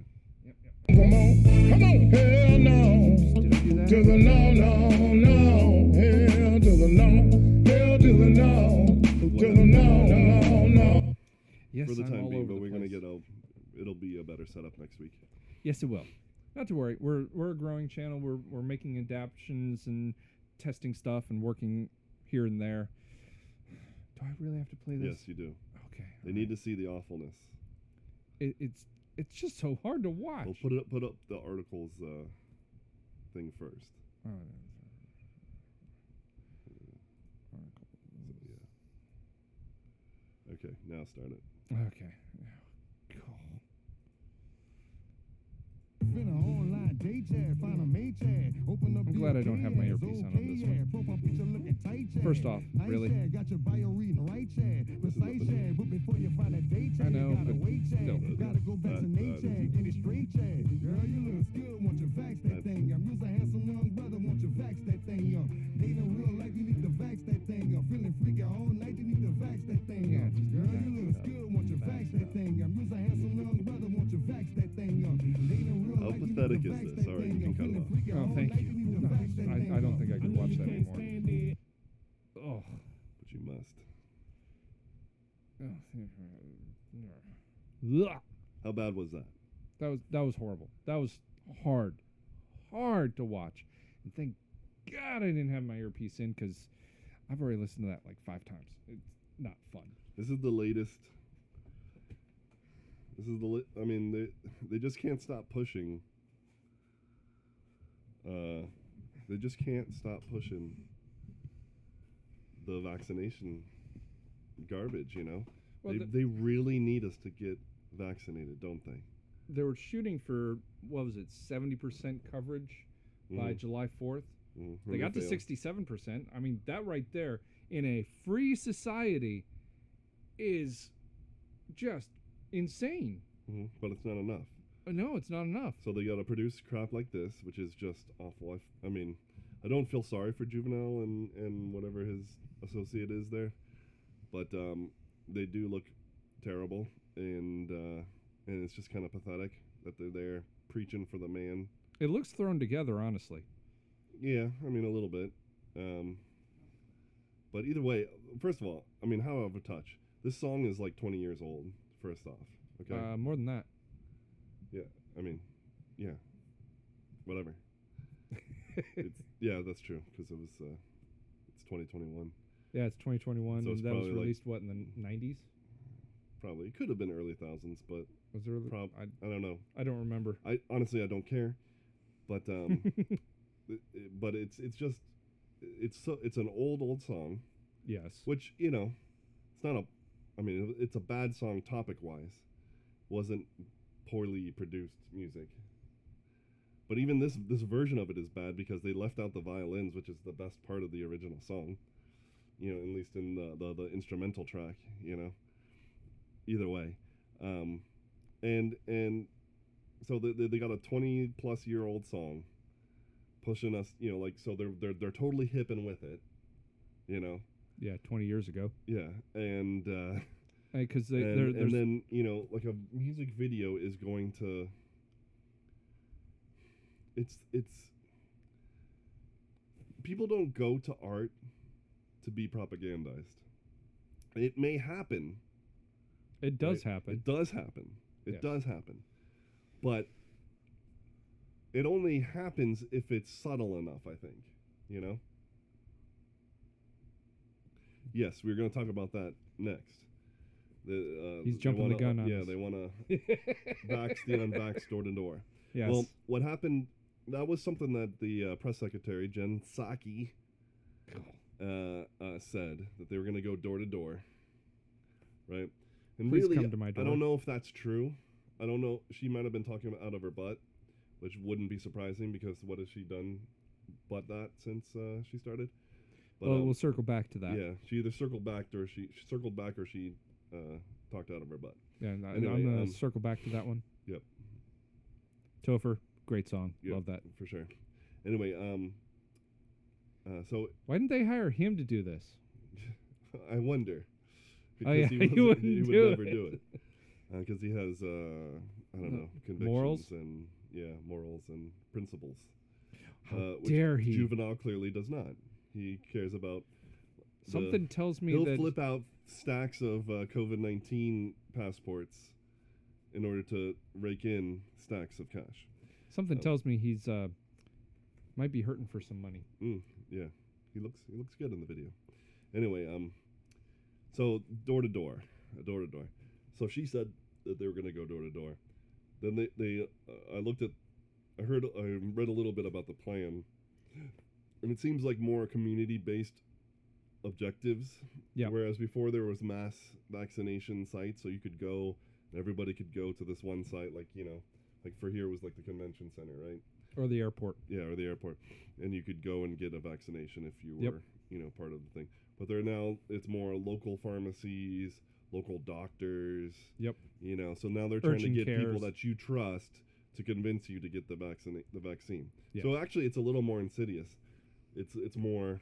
Speaker 2: Yep, yep.
Speaker 3: Come on, come on, hell no.
Speaker 2: Did I do that?
Speaker 3: To the no, no, no, hell to the no, hell to the no, to the no, no, no.
Speaker 2: Yes,
Speaker 1: For the
Speaker 2: I'm
Speaker 1: time
Speaker 2: all
Speaker 1: being,
Speaker 2: over
Speaker 1: but
Speaker 2: the
Speaker 1: we're gonna
Speaker 2: place.
Speaker 1: get a. It'll be a better setup next week.
Speaker 2: Yes, it will. Not to worry. We're we're a growing channel. We're we're making adaptions and testing stuff and working here and there. Do I really have to play this?
Speaker 1: Yes, you do.
Speaker 2: Okay.
Speaker 1: They need to see the awfulness.
Speaker 2: It, it's it's just so hard to watch.
Speaker 1: We'll put it put up the articles uh, thing first.
Speaker 2: Oh,
Speaker 1: So, yeah. Okay, now start it.
Speaker 2: Okay. Cool.
Speaker 4: Been a whole lot, day chair, find a mate chair, open up
Speaker 2: I'm glad I
Speaker 4: your
Speaker 2: don't have my
Speaker 4: key ass,
Speaker 2: earpiece on on this
Speaker 4: okay,
Speaker 2: one.
Speaker 4: yeah, profile picture looking tight, yeah.
Speaker 2: First off,
Speaker 4: Nice,
Speaker 2: really?
Speaker 4: yeah, got your bio reading right, yeah, precise,
Speaker 1: nothing.
Speaker 4: yeah, but before you find a date, yeah, you
Speaker 2: know,
Speaker 4: gotta
Speaker 2: but
Speaker 4: wait, yeah,
Speaker 2: no.
Speaker 4: gotta go back
Speaker 1: That-
Speaker 4: to
Speaker 1: that
Speaker 4: nature,
Speaker 1: is-
Speaker 4: get it straight, yeah. Girl, you look good, want your vax that
Speaker 1: That-
Speaker 4: thing up. You's a handsome young brother, want your vax that thing up. Dating real life, you need to vax that thing up. Feeling freaky all night, you need to vax that thing
Speaker 2: Yeah,
Speaker 4: up.
Speaker 2: just
Speaker 4: Girl,
Speaker 2: vax
Speaker 4: you look good, want your vax that thing up. You's a handsome young brother, want your vax that thing up. Dating real
Speaker 1: How
Speaker 4: life, you need
Speaker 1: pathetic
Speaker 4: to
Speaker 1: is
Speaker 4: vax
Speaker 1: this?
Speaker 4: that
Speaker 1: All right,
Speaker 4: thing
Speaker 1: you can
Speaker 4: up.
Speaker 1: cut it
Speaker 4: Feeling
Speaker 1: off.
Speaker 4: freaky
Speaker 2: No,
Speaker 4: all
Speaker 2: thank
Speaker 4: night,
Speaker 2: you.
Speaker 4: need to
Speaker 2: No,
Speaker 4: vax that
Speaker 2: I-
Speaker 4: thing
Speaker 2: I don't
Speaker 4: up.
Speaker 2: think I could
Speaker 4: know
Speaker 2: watch
Speaker 4: you
Speaker 2: that
Speaker 4: can't
Speaker 2: anymore.
Speaker 4: stand it.
Speaker 2: Oh.
Speaker 1: But you must.
Speaker 2: Oh, Ugh.
Speaker 1: How bad was that?
Speaker 2: That was that was horrible. That was hard, hard to watch. And thank God I didn't have my earpiece in because I've already listened to that like five times. It's not fun.
Speaker 1: This is the latest. This is the. Li- I mean, they they just can't stop pushing. Uh, they just can't stop pushing the vaccination garbage. You know,
Speaker 2: Well,
Speaker 1: they
Speaker 2: the-
Speaker 1: they really need us to get vaccinated, don't they?
Speaker 2: They were shooting for what was it, seventy percent coverage
Speaker 1: Mm-hmm.
Speaker 2: by July fourth.
Speaker 1: Mhm.
Speaker 2: They got to
Speaker 1: fail.
Speaker 2: sixty-seven percent. I mean, that right there in a free society is just insane.
Speaker 1: Mhm. but it's not enough.
Speaker 2: No, it's not enough.
Speaker 1: So they got to produce crap like this, which is just awful. I, f- I mean, I don't feel sorry for Juvenile and, and whatever his associate is there, but um, they do look terrible, and uh, and it's just kind of pathetic that they're there preaching for the man.
Speaker 2: It looks thrown together, honestly.
Speaker 1: Yeah, I mean a little bit, um, but either way, first of all, I mean, how out of touch. This song is like 20 years old. First off, okay.
Speaker 2: Uh, more than that.
Speaker 1: I mean, yeah, whatever. [laughs] it's, yeah, that's true because it was uh, it's 2021.
Speaker 2: Yeah, it's 2021.
Speaker 1: So it's
Speaker 2: that was
Speaker 1: probably like-
Speaker 2: released what in the 90s?
Speaker 1: Probably it could have been early thousands, but
Speaker 2: Was there?
Speaker 1: Prob-
Speaker 2: I,
Speaker 1: I don't know.
Speaker 2: I don't remember.
Speaker 1: I honestly I don't care, but um, [laughs] it, it- but it's it's just it's so it's an old old song,
Speaker 2: [laughs] yes.
Speaker 1: which you know, it's not a, I mean it's a bad song topic wise, wasn't poorly produced music. But even this this version of it is bad because they left out the violins, which is the best part of the original song. You know, at least in the the, the instrumental track. You know, either way, um, and and so they, they, they got a twenty plus year old song pushing us. You know, like so they're they're they're totally hip and with it. You know,
Speaker 2: Yeah, 20 years ago.
Speaker 1: yeah, and. Uh,
Speaker 2: Because [laughs] they,
Speaker 1: and,
Speaker 2: there-
Speaker 1: and
Speaker 2: there's
Speaker 1: then you know like a music video is going to it's it's people don't go to art to be propagandized it may happen
Speaker 2: it does happen.
Speaker 1: it does happen it
Speaker 2: Yes.
Speaker 1: does happen but it only happens if it's subtle enough i think you know yes we're going to talk about that next the, uh,
Speaker 2: He's
Speaker 1: they
Speaker 2: jumping the
Speaker 1: wanna-
Speaker 2: gun on
Speaker 1: yeah
Speaker 2: us.
Speaker 1: they
Speaker 2: [laughs]
Speaker 1: want to vax the unvaxxed door to door.
Speaker 2: yes.
Speaker 1: Well, what happened? That was something that the uh, press secretary Jen Psaki uh, uh, said that they were going to go door to door, right? And
Speaker 2: Please
Speaker 1: really,
Speaker 2: come to my
Speaker 1: I don't
Speaker 2: door.
Speaker 1: know if that's true. I don't know. She might have been talking out of her butt, which wouldn't be surprising because what has she done but that since uh, she started? But,
Speaker 2: well,
Speaker 1: um,
Speaker 2: we'll circle back to that. Yeah.
Speaker 1: yeah, she either circled back or she, she circled back or she uh, talked out of her butt.
Speaker 2: and I-
Speaker 1: anyway,
Speaker 2: I'm going to
Speaker 1: um,
Speaker 2: circle back to that one.
Speaker 1: yep.
Speaker 2: Topher, great song.
Speaker 1: Yep.
Speaker 2: Love that.
Speaker 1: for sure. Anyway, um, uh, so [laughs]
Speaker 2: Why didn't they hire him to do this?
Speaker 1: I wonder. because
Speaker 2: Oh, yeah,
Speaker 1: he,
Speaker 2: he [laughs]
Speaker 1: wasn't-
Speaker 2: wouldn't
Speaker 1: he would
Speaker 2: do
Speaker 1: never
Speaker 2: it.
Speaker 1: do it because he has uh, I don't
Speaker 2: No,
Speaker 1: know convictions
Speaker 2: morals?
Speaker 1: and yeah morals and principles.
Speaker 2: How
Speaker 1: uh, which
Speaker 2: dare he?
Speaker 1: Juvenile clearly does not. He cares about the-
Speaker 2: Something tells me
Speaker 1: He'll
Speaker 2: that
Speaker 1: flip out stacks of uh, COVID nineteen passports in order to rake in stacks of cash.
Speaker 2: something
Speaker 1: oh.
Speaker 2: tells me he's uh might be hurting for some money.
Speaker 1: Mm, yeah, he looks he looks good in the video. Anyway, um, so door to door, uh, door to door. So she said that they were gonna go door to door. Then they they uh, I looked at, I heard I read a little bit about the plan, and it seems like more community based objectives.
Speaker 2: Yeah.
Speaker 1: Whereas before there was mass vaccination sites, so you could go, and everybody could go to this one site, like you know, like for here was like the convention center, right?
Speaker 2: Or the airport.
Speaker 1: Yeah, or the airport, and you could go and get a vaccination if you were,
Speaker 2: Yep.
Speaker 1: you know, part of the thing. But they're now it's more local pharmacies, local doctors.
Speaker 2: Yep.
Speaker 1: You know, so now they're trying
Speaker 2: Urgent
Speaker 1: to get people
Speaker 2: cares.
Speaker 1: that you trust to convince you to get the vaccine, the vaccine.
Speaker 2: Yeah.
Speaker 1: So actually, it's a little more insidious. It's it's more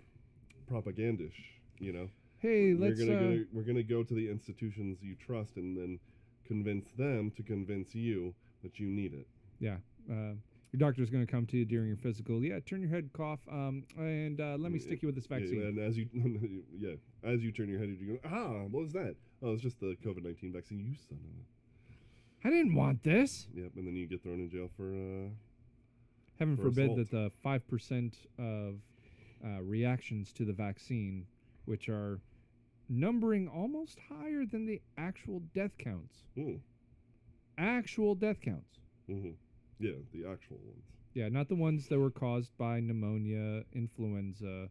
Speaker 1: propagandish. You know,
Speaker 2: Hey,
Speaker 1: we're
Speaker 2: let's
Speaker 1: gonna
Speaker 2: uh,
Speaker 1: go, we're gonna go to the institutions you trust and then convince them to convince you that you need it.
Speaker 2: uh, your doctor's going to come to you during your physical. Yeah, turn your head, cough, um, and uh, let me
Speaker 1: Yeah,
Speaker 2: stick you with this
Speaker 1: Yeah,
Speaker 2: vaccine.
Speaker 1: and as you, [laughs] yeah, as you turn your head, you go, ah, what was that? Oh, it's just the COVID nineteen vaccine. You son of
Speaker 2: I didn't want this.
Speaker 1: a. Yep, and then you get thrown in jail for. Uh,
Speaker 2: Heaven
Speaker 1: For
Speaker 2: forbid
Speaker 1: assault.
Speaker 2: that the five percent of uh, reactions to the vaccine, which are numbering almost higher than the actual death counts,
Speaker 1: mm,
Speaker 2: actual death counts.
Speaker 1: hmm Yeah, the actual ones,
Speaker 2: Yeah, not the ones that were caused by pneumonia, influenza,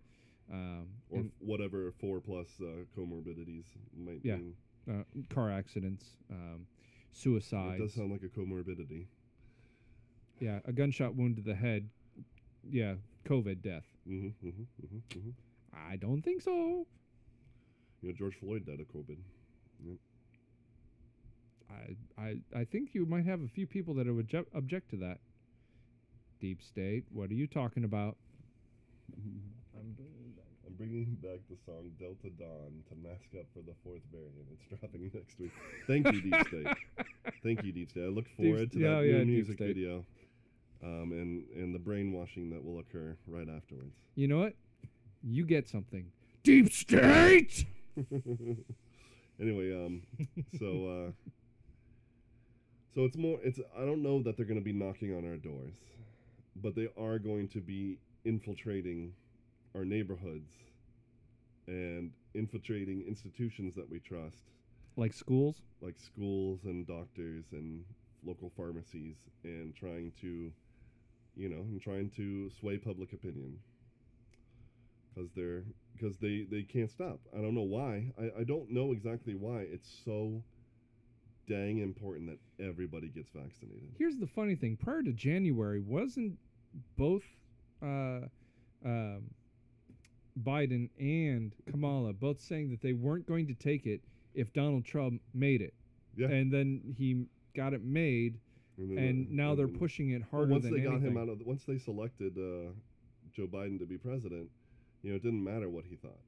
Speaker 2: um,
Speaker 1: or
Speaker 2: and,
Speaker 1: f- whatever four plus uh, comorbidities might
Speaker 2: Yeah,
Speaker 1: mean.
Speaker 2: uh, car accidents, um,
Speaker 1: It does
Speaker 2: suicides.
Speaker 1: sound like a comorbidity.
Speaker 2: Yeah, a gunshot wound to the head. Yeah, COVID death.
Speaker 1: hmm hmm hmm hmm
Speaker 2: I don't think so.
Speaker 1: You know, George Floyd died of COVID.
Speaker 2: I, I, I think you might have a few people that would object, object to that. Deep state, what are you talking about?
Speaker 1: I'm bringing back. I'm bringing back the song Delta Dawn to mask up for the fourth variant. It's [laughs] dropping next week. Thank you, Deep State.
Speaker 2: [laughs]
Speaker 1: Thank you, Deep State. I look forward to
Speaker 2: State-
Speaker 1: that
Speaker 2: oh,
Speaker 1: new
Speaker 2: yeah, Deep
Speaker 1: music
Speaker 2: State.
Speaker 1: video, um, and and the brainwashing that will occur right afterwards.
Speaker 2: You know what? You get something. Deep state.
Speaker 1: [laughs] anyway, um, so uh, so it's more. It's I don't know that they're going to be knocking on our doors, but they are going to be infiltrating our neighborhoods and infiltrating institutions that we trust,
Speaker 2: Like schools.
Speaker 1: like schools and doctors and local pharmacies, and trying to, you know, and trying to sway public opinion. Because they're because they they can't stop. I don't know why. I, I don't know exactly why. It's so dang important that everybody gets vaccinated.
Speaker 2: Here's the funny thing. Prior to January, wasn't both uh, um, Biden and Kamala both saying that they weren't going to take it if Donald Trump made it?
Speaker 1: Yeah.
Speaker 2: And then he got it made,
Speaker 1: then,
Speaker 2: and
Speaker 1: uh,
Speaker 2: now they're
Speaker 1: then-
Speaker 2: pushing it
Speaker 1: Well,
Speaker 2: harder
Speaker 1: once
Speaker 2: than
Speaker 1: they
Speaker 2: anything.
Speaker 1: got him out of once they selected uh, Joe Biden to be president, you know, it didn't matter what he thought.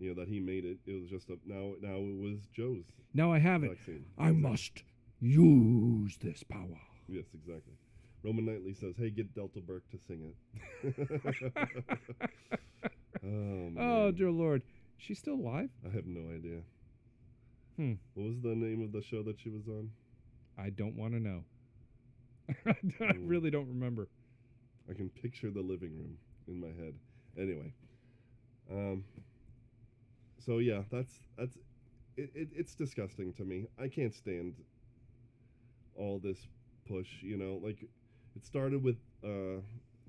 Speaker 1: You know that he made it. It was just a now now it was Joe's
Speaker 2: now I have it.
Speaker 1: vaccine.
Speaker 2: I must use this power.
Speaker 1: Yes, exactly. Roman Knightley says, "Hey, get Delta Burke to sing
Speaker 2: [laughs]
Speaker 1: it." oh,
Speaker 2: Oh,
Speaker 1: man.
Speaker 2: dear Lord. She's still alive?
Speaker 1: I have no idea.
Speaker 2: Hmm.
Speaker 1: What was the name of the show that she was on?
Speaker 2: I don't want to know. [laughs] I really don't remember.
Speaker 1: I can picture the living room in my head. Anyway, um, so yeah, that's that's it, it. It's disgusting to me. I can't stand all this push. You know, like it started with uh,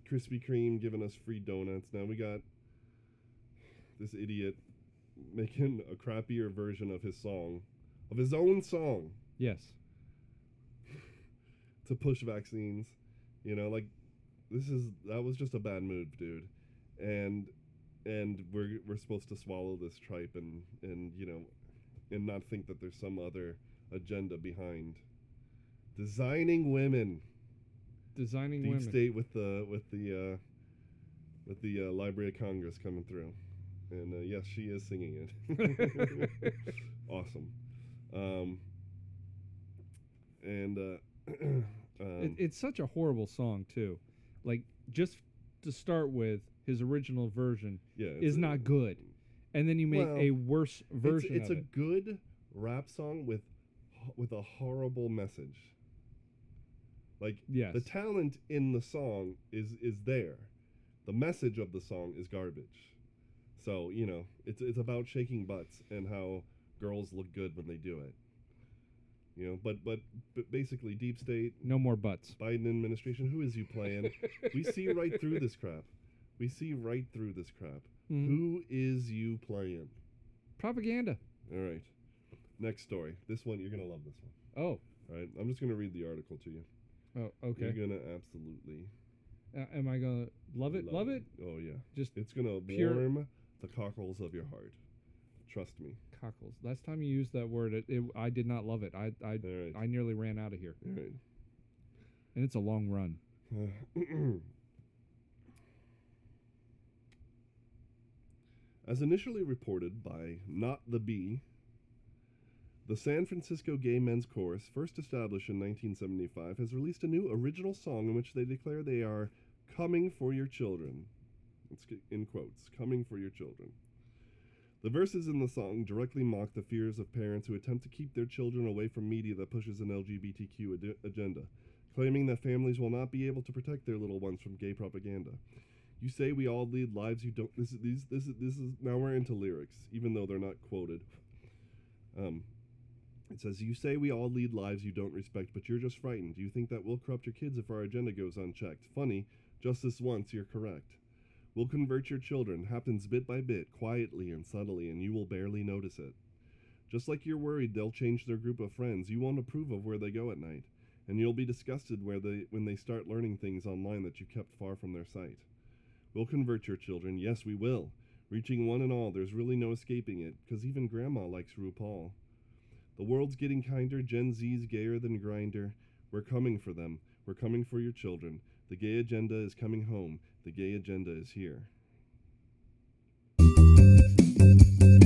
Speaker 1: Krispy Kreme giving us free donuts. Now we got this idiot making a crappier version of his song, of his own song,
Speaker 2: Yes.
Speaker 1: to push vaccines. You know, like this is that was just a bad move, dude. And and we're we're supposed to swallow this tripe and and you know and not think that there's some other agenda behind designing women.
Speaker 2: Designing
Speaker 1: Deep
Speaker 2: women.
Speaker 1: state with the with the uh, with the uh, Library of Congress coming through. And uh, yes, she is singing it.
Speaker 2: [laughs]
Speaker 1: awesome. Um, and uh, [clears throat]
Speaker 2: it,
Speaker 1: um,
Speaker 2: it's such a horrible song too. Like just to start with, his original version
Speaker 1: yeah, it's
Speaker 2: is
Speaker 1: a-
Speaker 2: not good, and then you make
Speaker 1: Well,
Speaker 2: a worse
Speaker 1: It's,
Speaker 2: version
Speaker 1: it's a
Speaker 2: of it.
Speaker 1: good rap song with h- with a horrible message. Like
Speaker 2: Yes,
Speaker 1: the talent in the song is is there. The message of the song is garbage. So, you know, it's it's about shaking butts and how girls look good when they do it. You know, but but, but basically deep state
Speaker 2: no more butts.
Speaker 1: Biden administration, who is you
Speaker 2: [laughs]
Speaker 1: playing? we see right through this crap. We see right through this crap.
Speaker 2: Mhm.
Speaker 1: Who is you playing?
Speaker 2: Propaganda.
Speaker 1: All right. Next story. This one you're going to love this one.
Speaker 2: Oh,
Speaker 1: All right. I'm just going to read the article to you.
Speaker 2: oh, okay.
Speaker 1: You're going to absolutely
Speaker 2: A- am I gonna love it? Love, it?
Speaker 1: Oh yeah.
Speaker 2: Just
Speaker 1: It's gonna
Speaker 2: Pure-
Speaker 1: warm the cockles of your heart. Trust me.
Speaker 2: cockles. Last time you used that word, it, it, I did not love it. I, I,
Speaker 1: All right.
Speaker 2: I nearly ran out of here,
Speaker 1: All right.
Speaker 2: and it's a long run.
Speaker 1: Uh, [clears throat] As initially reported by Not the Bee, the San Francisco Gay Men's Chorus, first established in 1975, has released a new original song in which they declare they are coming for your children. It's c- in quotes, coming for your children. The verses in the song directly mock the fears of parents who attempt to keep their children away from media that pushes an LGBTQ ad- agenda claiming that families will not be able to protect their little ones from gay propaganda. You say we all lead lives you don't. This is these. This is this is now we're into lyrics, even though they're not quoted. Um, it says you say we all lead lives you don't respect, but you're just frightened. You think that we'll corrupt your kids if our agenda goes unchecked. Funny, just this once you're correct. We'll convert your children. Happens bit by bit, quietly and subtly, and you will barely notice it. Just like you're worried they'll change their group of friends, you won't approve of where they go at night and you'll be disgusted where they when they start learning things online that you kept far from their sight. We'll convert your children, yes we will. Reaching one and all, there's really no escaping it, 'cause even grandma likes RuPaul. The world's getting kinder, Gen Z's gayer than grinder. We're coming for them. We're coming for your children. The gay agenda is coming home. The gay agenda is here.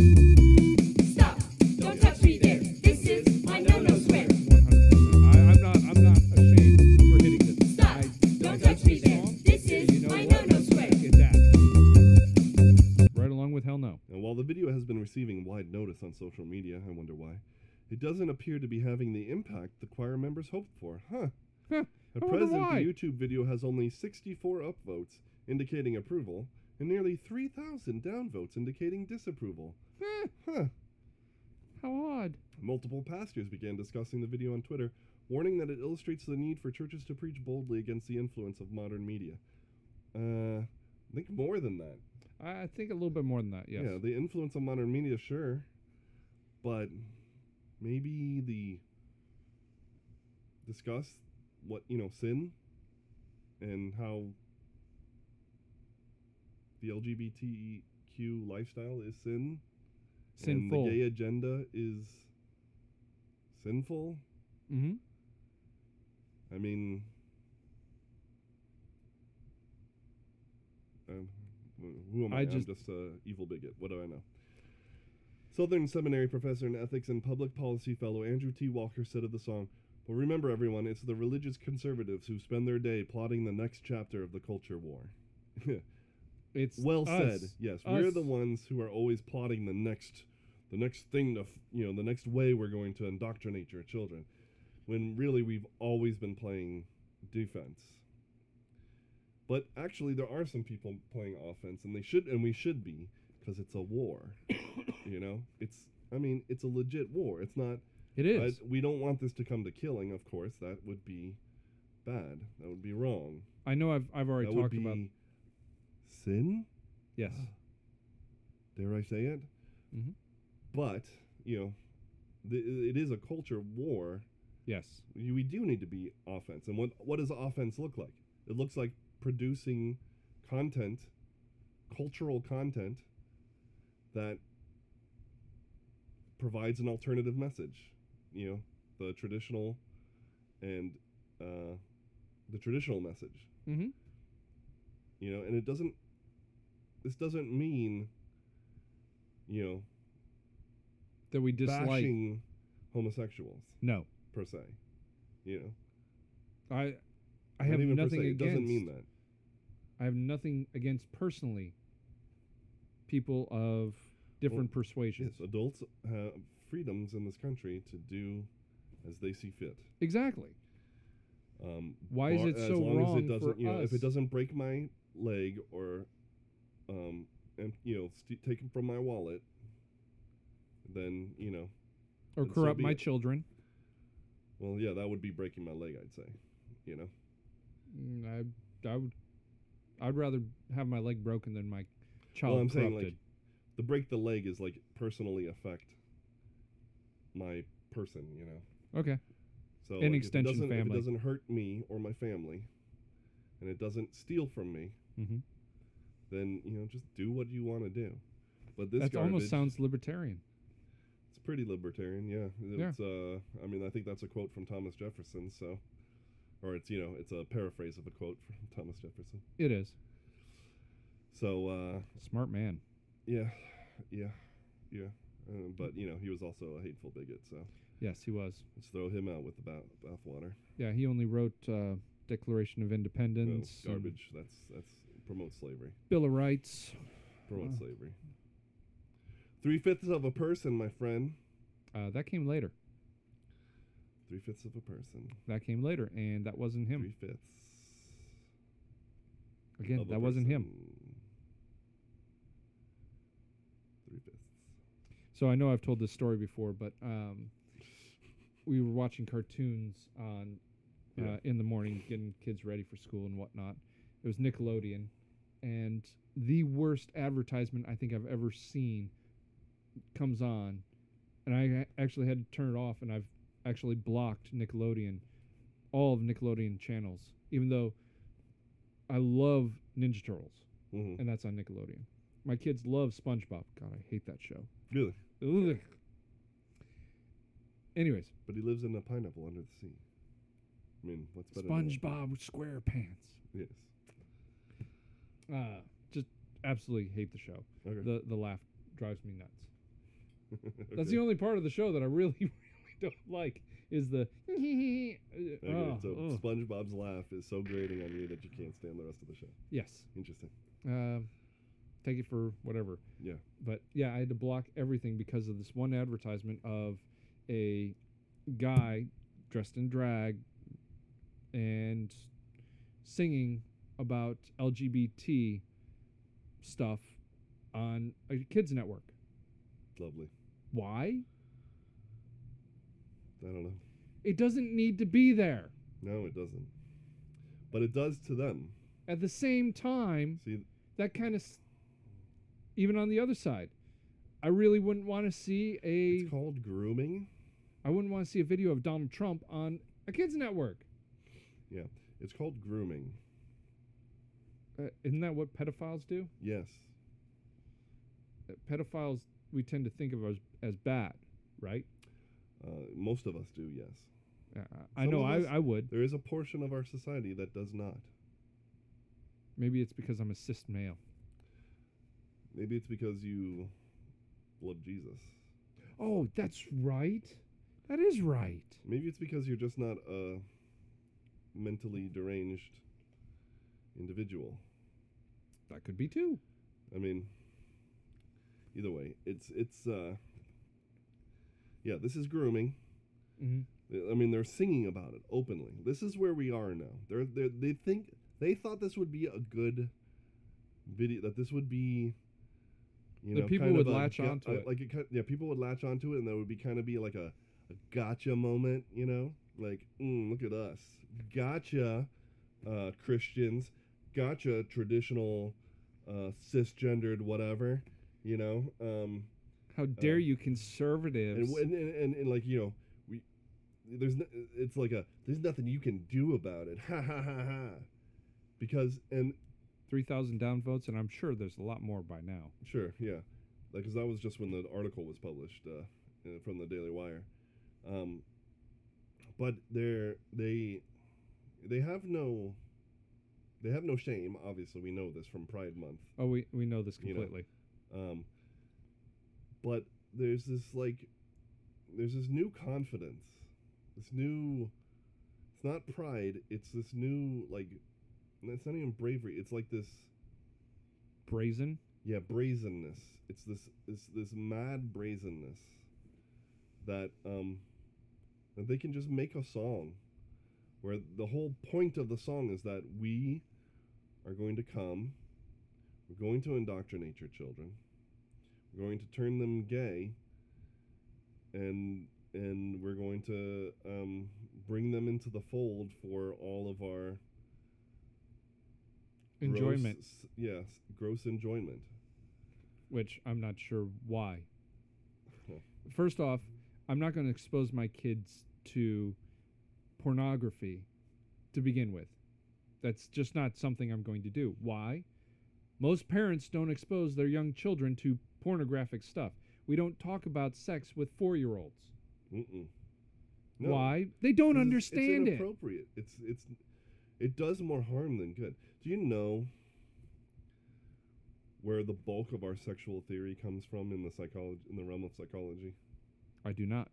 Speaker 5: Stop! Don't touch me there. This is my no-no square.
Speaker 2: 100%. I, I'm not. I'm not ashamed for hitting this.
Speaker 5: Stop.
Speaker 2: I-
Speaker 5: Don't
Speaker 2: I
Speaker 5: touch
Speaker 2: hate
Speaker 5: me
Speaker 2: this
Speaker 5: there.
Speaker 2: song.
Speaker 5: This
Speaker 2: And
Speaker 5: is
Speaker 2: you know
Speaker 5: my
Speaker 2: what?
Speaker 5: no-no square.
Speaker 2: Get that. Right along with hell no.
Speaker 1: And while the video has been receiving wide notice on social media, I wonder why, it doesn't appear to be having the impact the choir members hoped for. Huh.
Speaker 2: Huh,
Speaker 1: At
Speaker 2: I wonder
Speaker 1: present,
Speaker 2: why.
Speaker 1: the YouTube video has only 64 upvotes indicating approval and nearly 3,000 downvotes indicating disapproval.
Speaker 2: Eh,
Speaker 1: Huh.
Speaker 2: how odd.
Speaker 1: Multiple pastors began discussing the video on Twitter, warning that it illustrates the need for churches to preach boldly against the influence of modern media. Uh, I think more than that.
Speaker 2: I, I think a little bit more than that. Yes.
Speaker 1: Yeah, the influence on modern media, sure, but maybe the discuss what you know sin and how the LGBTQ lifestyle is sin
Speaker 2: Sinful.
Speaker 1: and the gay agenda is sinful.
Speaker 2: mm-hmm.
Speaker 1: I mean, um, wh- who am I?
Speaker 2: I
Speaker 1: I
Speaker 2: just-
Speaker 1: am just a evil bigot. What do I know? Southern Seminary professor in ethics and public policy fellow Andrew T. Walker said of the song, "But remember, everyone, it's the religious conservatives who spend their day plotting the next chapter of the culture war."
Speaker 2: It's
Speaker 1: well
Speaker 2: us.
Speaker 1: said. Yes, we're the
Speaker 2: Us.
Speaker 1: ones who are always plotting the next, the next thing to, f- you know, the next way we're going to indoctrinate your children, when really we've always been playing defense. But actually, there are some people playing offense, and they should, and we should be, because it's a war. [coughs] you know, it's. I mean, it's a legit war. It's not.
Speaker 2: It
Speaker 1: I-
Speaker 2: is.
Speaker 1: we don't want this to come to killing. Of course, that would be bad. That would be wrong.
Speaker 2: I know. I've I've already
Speaker 1: that would
Speaker 2: talked
Speaker 1: be
Speaker 2: about.
Speaker 1: sin [sighs]
Speaker 2: Yes.
Speaker 1: dare I say it?
Speaker 2: Mhm.
Speaker 1: But you know, th- it is a culture war.
Speaker 2: Yes.
Speaker 1: You- We do need to be offense. And what what does offense look like? It looks like producing content, cultural content, that provides an alternative message. You know, the traditional and uh, the traditional message
Speaker 2: Mm-hmm.
Speaker 1: you know and it doesn't this doesn't mean you know,
Speaker 2: that we dislike.
Speaker 1: bashing homosexuals
Speaker 2: No,
Speaker 1: per se. You know,
Speaker 2: I, I
Speaker 1: Not
Speaker 2: have
Speaker 1: even per
Speaker 2: nothing
Speaker 1: se,
Speaker 2: against.
Speaker 1: It doesn't mean that.
Speaker 2: I have nothing against personally. People of different persuasions.
Speaker 1: Yes, adults have freedoms in this country to do as they see fit.
Speaker 2: Exactly.
Speaker 1: Um,
Speaker 2: Why is
Speaker 1: bar-
Speaker 2: it
Speaker 1: as
Speaker 2: so
Speaker 1: long as
Speaker 2: wrong
Speaker 1: it doesn't,
Speaker 2: for
Speaker 1: you know, If
Speaker 2: us?
Speaker 1: it doesn't break my leg or, um, and you know, st- taken from my wallet, then you know,
Speaker 2: Or
Speaker 1: And so
Speaker 2: corrupt
Speaker 1: be
Speaker 2: my
Speaker 1: it.
Speaker 2: children.
Speaker 1: well, yeah, that would be breaking my leg. I'd say, you know,
Speaker 2: Mm, I, I would, I'd rather have my leg broken than my child
Speaker 1: well, I'm
Speaker 2: corrupted.
Speaker 1: saying like, the break the leg is like personally affect my person. You know,
Speaker 2: okay,
Speaker 1: So
Speaker 2: An
Speaker 1: like, if it
Speaker 2: extension
Speaker 1: doesn't- If
Speaker 2: family.
Speaker 1: it doesn't hurt me or my family, and it doesn't steal from me,
Speaker 2: Mhm.
Speaker 1: then you know just do what you want to do. But this
Speaker 2: that almost
Speaker 1: garbage,
Speaker 2: sounds libertarian.
Speaker 1: it's pretty libertarian, yeah.
Speaker 2: Yeah.
Speaker 1: It's uh, I mean, I think that's a quote from Thomas Jefferson. So, or it's you know, it's a paraphrase of a quote from [laughs] Thomas Jefferson.
Speaker 2: It is
Speaker 1: So uh,
Speaker 2: smart man.
Speaker 1: yeah, yeah, yeah. Uh, but you know, he was also a hateful bigot. So
Speaker 2: Yes, he was.
Speaker 1: let's throw him out with the bath bathwater.
Speaker 2: Yeah, he only wrote uh, Declaration of
Speaker 1: Well,
Speaker 2: Independence, and
Speaker 1: garbage. That's that's promotes slavery.
Speaker 2: Bill of Rights.
Speaker 1: Promote
Speaker 2: Wow.
Speaker 1: slavery. Three fifths of a person, my friend.
Speaker 2: Uh, that came later.
Speaker 1: Three fifths of a person.
Speaker 2: That came later, and that wasn't him.
Speaker 1: Three fifths.
Speaker 2: Again, that wasn't him.
Speaker 1: Three fifths.
Speaker 2: So I know I've told this story before, but um, we were watching cartoons on uh,
Speaker 1: Yeah.
Speaker 2: in the morning, getting kids ready for school and whatnot. It was Nickelodeon, and the worst advertisement I think I've ever seen comes on, and I a- actually had to turn it off, and I've actually blocked Nickelodeon, all of Nickelodeon channels, even though I love Ninja Turtles,
Speaker 1: hmm
Speaker 2: and that's on Nickelodeon. My kids love SpongeBob. God, I hate that show.
Speaker 1: Really?
Speaker 2: Ugh. Anyways,
Speaker 1: But he lives in a pineapple under the sea. I mean, what's better? than that?
Speaker 2: SpongeBob SquarePants.
Speaker 1: Yes.
Speaker 2: Uh, just absolutely hate the show.
Speaker 1: Okay.
Speaker 2: The the laugh drives me nuts. That's
Speaker 1: [laughs] Okay.
Speaker 2: the only part of the show that I really [laughs] really don't like is the. [laughs] uh,
Speaker 1: Okay,
Speaker 2: oh,
Speaker 1: so
Speaker 2: oh.
Speaker 1: SpongeBob's laugh is so grating on you that you can't stand the rest of the show.
Speaker 2: Yes.
Speaker 1: Interesting.
Speaker 2: Um, take it for whatever.
Speaker 1: Yeah.
Speaker 2: But yeah, I had to block everything because of this one advertisement of a guy dressed in drag and singing about LGBT stuff on a kids network.
Speaker 1: Lovely.
Speaker 2: Why?
Speaker 1: I don't know.
Speaker 2: It doesn't need to be there.
Speaker 1: No, it doesn't. But it does to them.
Speaker 2: At the same time,
Speaker 1: See,
Speaker 2: that kind of s- even on the other side, I really wouldn't want to see a
Speaker 1: it's called grooming.
Speaker 2: I wouldn't want to see a video of Donald Trump on a kids network.
Speaker 1: It's called grooming.
Speaker 2: Uh, isn't that what pedophiles do?
Speaker 1: Yes.
Speaker 2: Uh, pedophiles we tend to think of as as bad, right?
Speaker 1: Uh, most of us do, yes.
Speaker 2: Uh, I
Speaker 1: Some
Speaker 2: know
Speaker 1: of
Speaker 2: I,
Speaker 1: us-
Speaker 2: I would.
Speaker 1: There is a portion of our society that does not.
Speaker 2: Maybe it's because I'm a cis male.
Speaker 1: Maybe it's because you love Jesus.
Speaker 2: Oh, that's right. That is right.
Speaker 1: Maybe it's because you're just not a mentally deranged individual.
Speaker 2: That could be too.
Speaker 1: I mean, either way, it's it's uh yeah, this is grooming.
Speaker 2: Mm-hmm.
Speaker 1: I mean, they're singing about it openly. This is where we are now. They're, they're they think they thought this would be a good video. That this would be, you
Speaker 2: That
Speaker 1: know,
Speaker 2: people
Speaker 1: kind
Speaker 2: would
Speaker 1: of a
Speaker 2: latch
Speaker 1: ga-
Speaker 2: onto
Speaker 1: uh,
Speaker 2: it.
Speaker 1: Like it, kind- yeah, people would latch onto it, and there would be kind of be like a, a gotcha moment. You know, like mm, look at us, gotcha, uh, Christians, gotcha, traditional, uh, cisgendered, whatever. You know, um,
Speaker 2: How dare
Speaker 1: Um,
Speaker 2: you, conservatives?
Speaker 1: and, w- and, and, and, and like you know we there's no, it's like a there's nothing you can do about it [laughs] ha ha ha ha because and
Speaker 2: 3,000 downvotes, and I'm sure there's a lot more by now.
Speaker 1: sure yeah because that was just when the article was published uh, uh, from the daily wire um, but they're they they have no they have no shame obviously we know this from pride month
Speaker 2: Oh, we, we know this
Speaker 1: You know.
Speaker 2: completely.
Speaker 1: um, but there's this like there's this new confidence this new it's not pride it's this new like and it's not even bravery it's like this
Speaker 2: Brazen.
Speaker 1: yeah brazenness it's this this this mad brazenness that um that they can just make a song where the whole point of the song is that we are going to come we're going to indoctrinate your children we're going to turn them gay and and we're going to um, bring them into the fold for all of our gross
Speaker 2: Enjoyment,
Speaker 1: s- yes gross enjoyment
Speaker 2: which I'm not sure why. First off, I'm not going to expose my kids to pornography to begin with. That's just not something I'm going to do. Why? Most parents don't expose their young children to pornographic stuff. We don't talk about sex with four year olds.
Speaker 1: Mm-mm. No.
Speaker 2: Why? They don't
Speaker 1: It's-
Speaker 2: understand
Speaker 1: it's
Speaker 2: it.
Speaker 1: inappropriate. It's it's it does more harm than good. Do you know where the bulk of our sexual theory comes from in the psychology in the realm of psychology?
Speaker 2: I do not.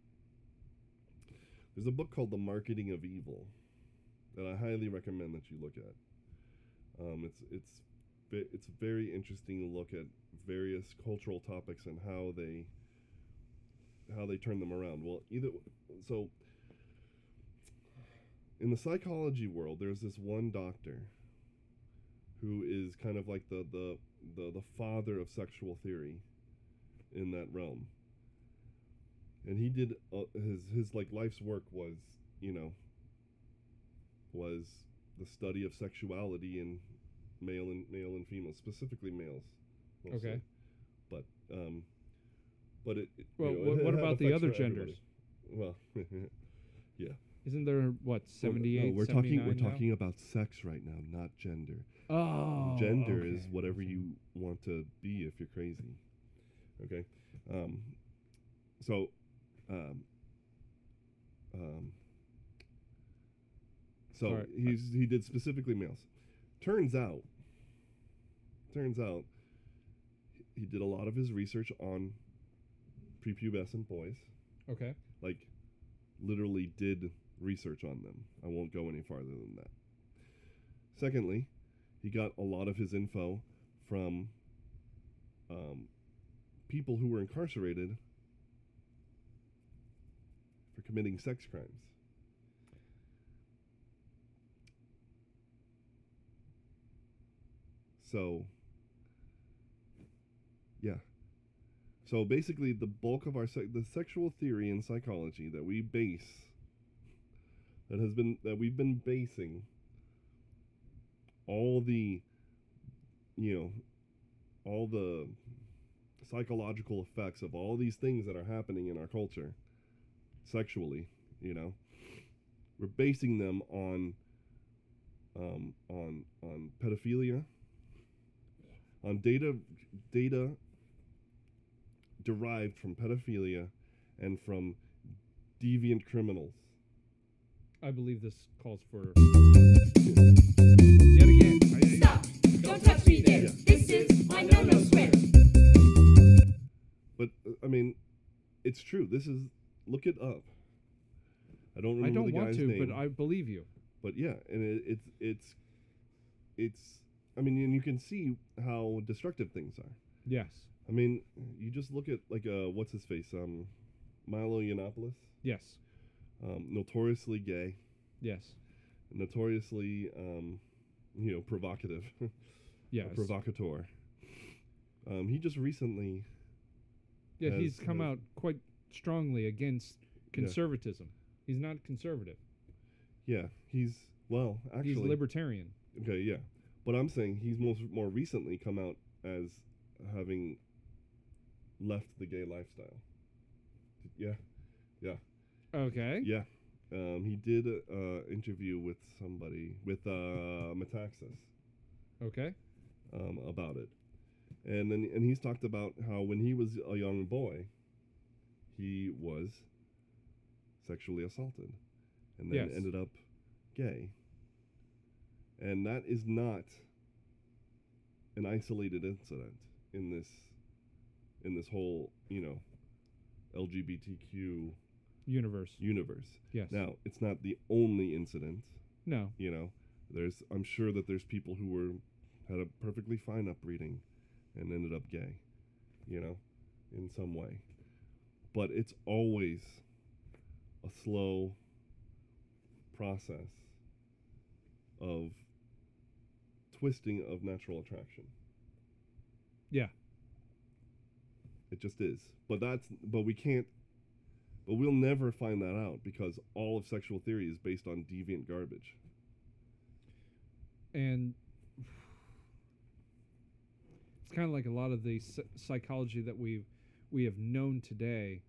Speaker 1: There's a book called The Marketing of Evil that I highly recommend that you look at. Um, it's it's ve- it's a very interesting look at various cultural topics and how they how they turn them around. Well, either so in the psychology world, there's this one doctor who is kind of like the the the, the father of sexual theory in that realm and he did uh, his his like life's work was you know was the study of sexuality in male and male and female specifically males mostly.
Speaker 2: Okay.
Speaker 1: but um but it, it- you
Speaker 2: Well,
Speaker 1: know, it
Speaker 2: what-
Speaker 1: had- [laughs]
Speaker 2: what
Speaker 1: had
Speaker 2: about the
Speaker 1: effects
Speaker 2: other
Speaker 1: for everybody.
Speaker 2: genders?
Speaker 1: well [laughs]
Speaker 2: Isn't there
Speaker 1: Well,
Speaker 2: what seventy eight?
Speaker 1: No, we're talking. We're talking about sex right now, not gender.
Speaker 2: Oh,
Speaker 1: gender
Speaker 2: okay.
Speaker 1: is whatever you want to be if you're crazy. Okay. Um, so, um, um, so
Speaker 2: Sorry, I-
Speaker 1: he's he did specifically males. Turns out, turns out, he did a lot of his research on prepubescent boys
Speaker 2: Okay.
Speaker 1: like literally did research on them. I won't go any farther than that. Secondly, he got a lot of his info from um, people who were incarcerated for committing sex crimes. So, yeah. So basically, the bulk of our se- the sexual theory in psychology that we base that has been that we've been basing all the you know all the psychological effects of all these things that are happening in our culture sexually you know we're basing them on um, on on pedophilia on data data derived from pedophilia and from deviant criminals.
Speaker 2: I believe this calls for. Yet again. I-
Speaker 5: Stop! Don't touch me there.
Speaker 1: Yeah.
Speaker 5: This is my no-no square.
Speaker 1: But uh, I mean, it's true. This is look it up. I don't
Speaker 2: I,
Speaker 1: remember
Speaker 2: don't
Speaker 1: the
Speaker 2: want
Speaker 1: guy's
Speaker 2: to,
Speaker 1: name,
Speaker 2: but I believe you.
Speaker 1: but yeah, and it, it's it's it's. I mean, and you can see how destructive things are.
Speaker 2: Yes.
Speaker 1: I mean, you just look at like uh, what's his face, um, Milo Yiannopoulos,
Speaker 2: Yes.
Speaker 1: um, notoriously gay,
Speaker 2: Yes.
Speaker 1: notoriously, um, you know, provocative. [laughs]
Speaker 2: Yes.
Speaker 1: a provocateur. Um, he just recently,
Speaker 2: yeah,
Speaker 1: has-
Speaker 2: he's come
Speaker 1: has-
Speaker 2: out quite strongly against
Speaker 1: Yeah.
Speaker 2: conservatism. He's not conservative.
Speaker 1: yeah, he's well, actually,
Speaker 2: he's libertarian.
Speaker 1: okay, yeah. But I'm saying he's most more recently come out as having left the gay lifestyle. Yeah,
Speaker 2: Okay.
Speaker 1: yeah. Um, he did an uh, interview with somebody with uh, Metaxas.
Speaker 2: Okay.
Speaker 1: um, about it. And then and he's talked about how when he was a young boy, he was sexually assaulted, and then
Speaker 2: Yes.
Speaker 1: ended up gay. And that is not an isolated incident in this in this whole you know LGBTQ
Speaker 2: universe.
Speaker 1: universe.
Speaker 2: Yes.
Speaker 1: Now it's not the only incident.
Speaker 2: No.
Speaker 1: You know, there's I'm sure that there's people who were had a perfectly fine upbreeding and ended up gay. You know, in some way, but it's always a slow process of twisting of natural attraction.
Speaker 2: Yeah.
Speaker 1: It just is. But that's but we can't but we'll never find that out because all of sexual theory is based on deviant garbage.
Speaker 2: And it's kind of like a lot of the s- psychology that we we have known today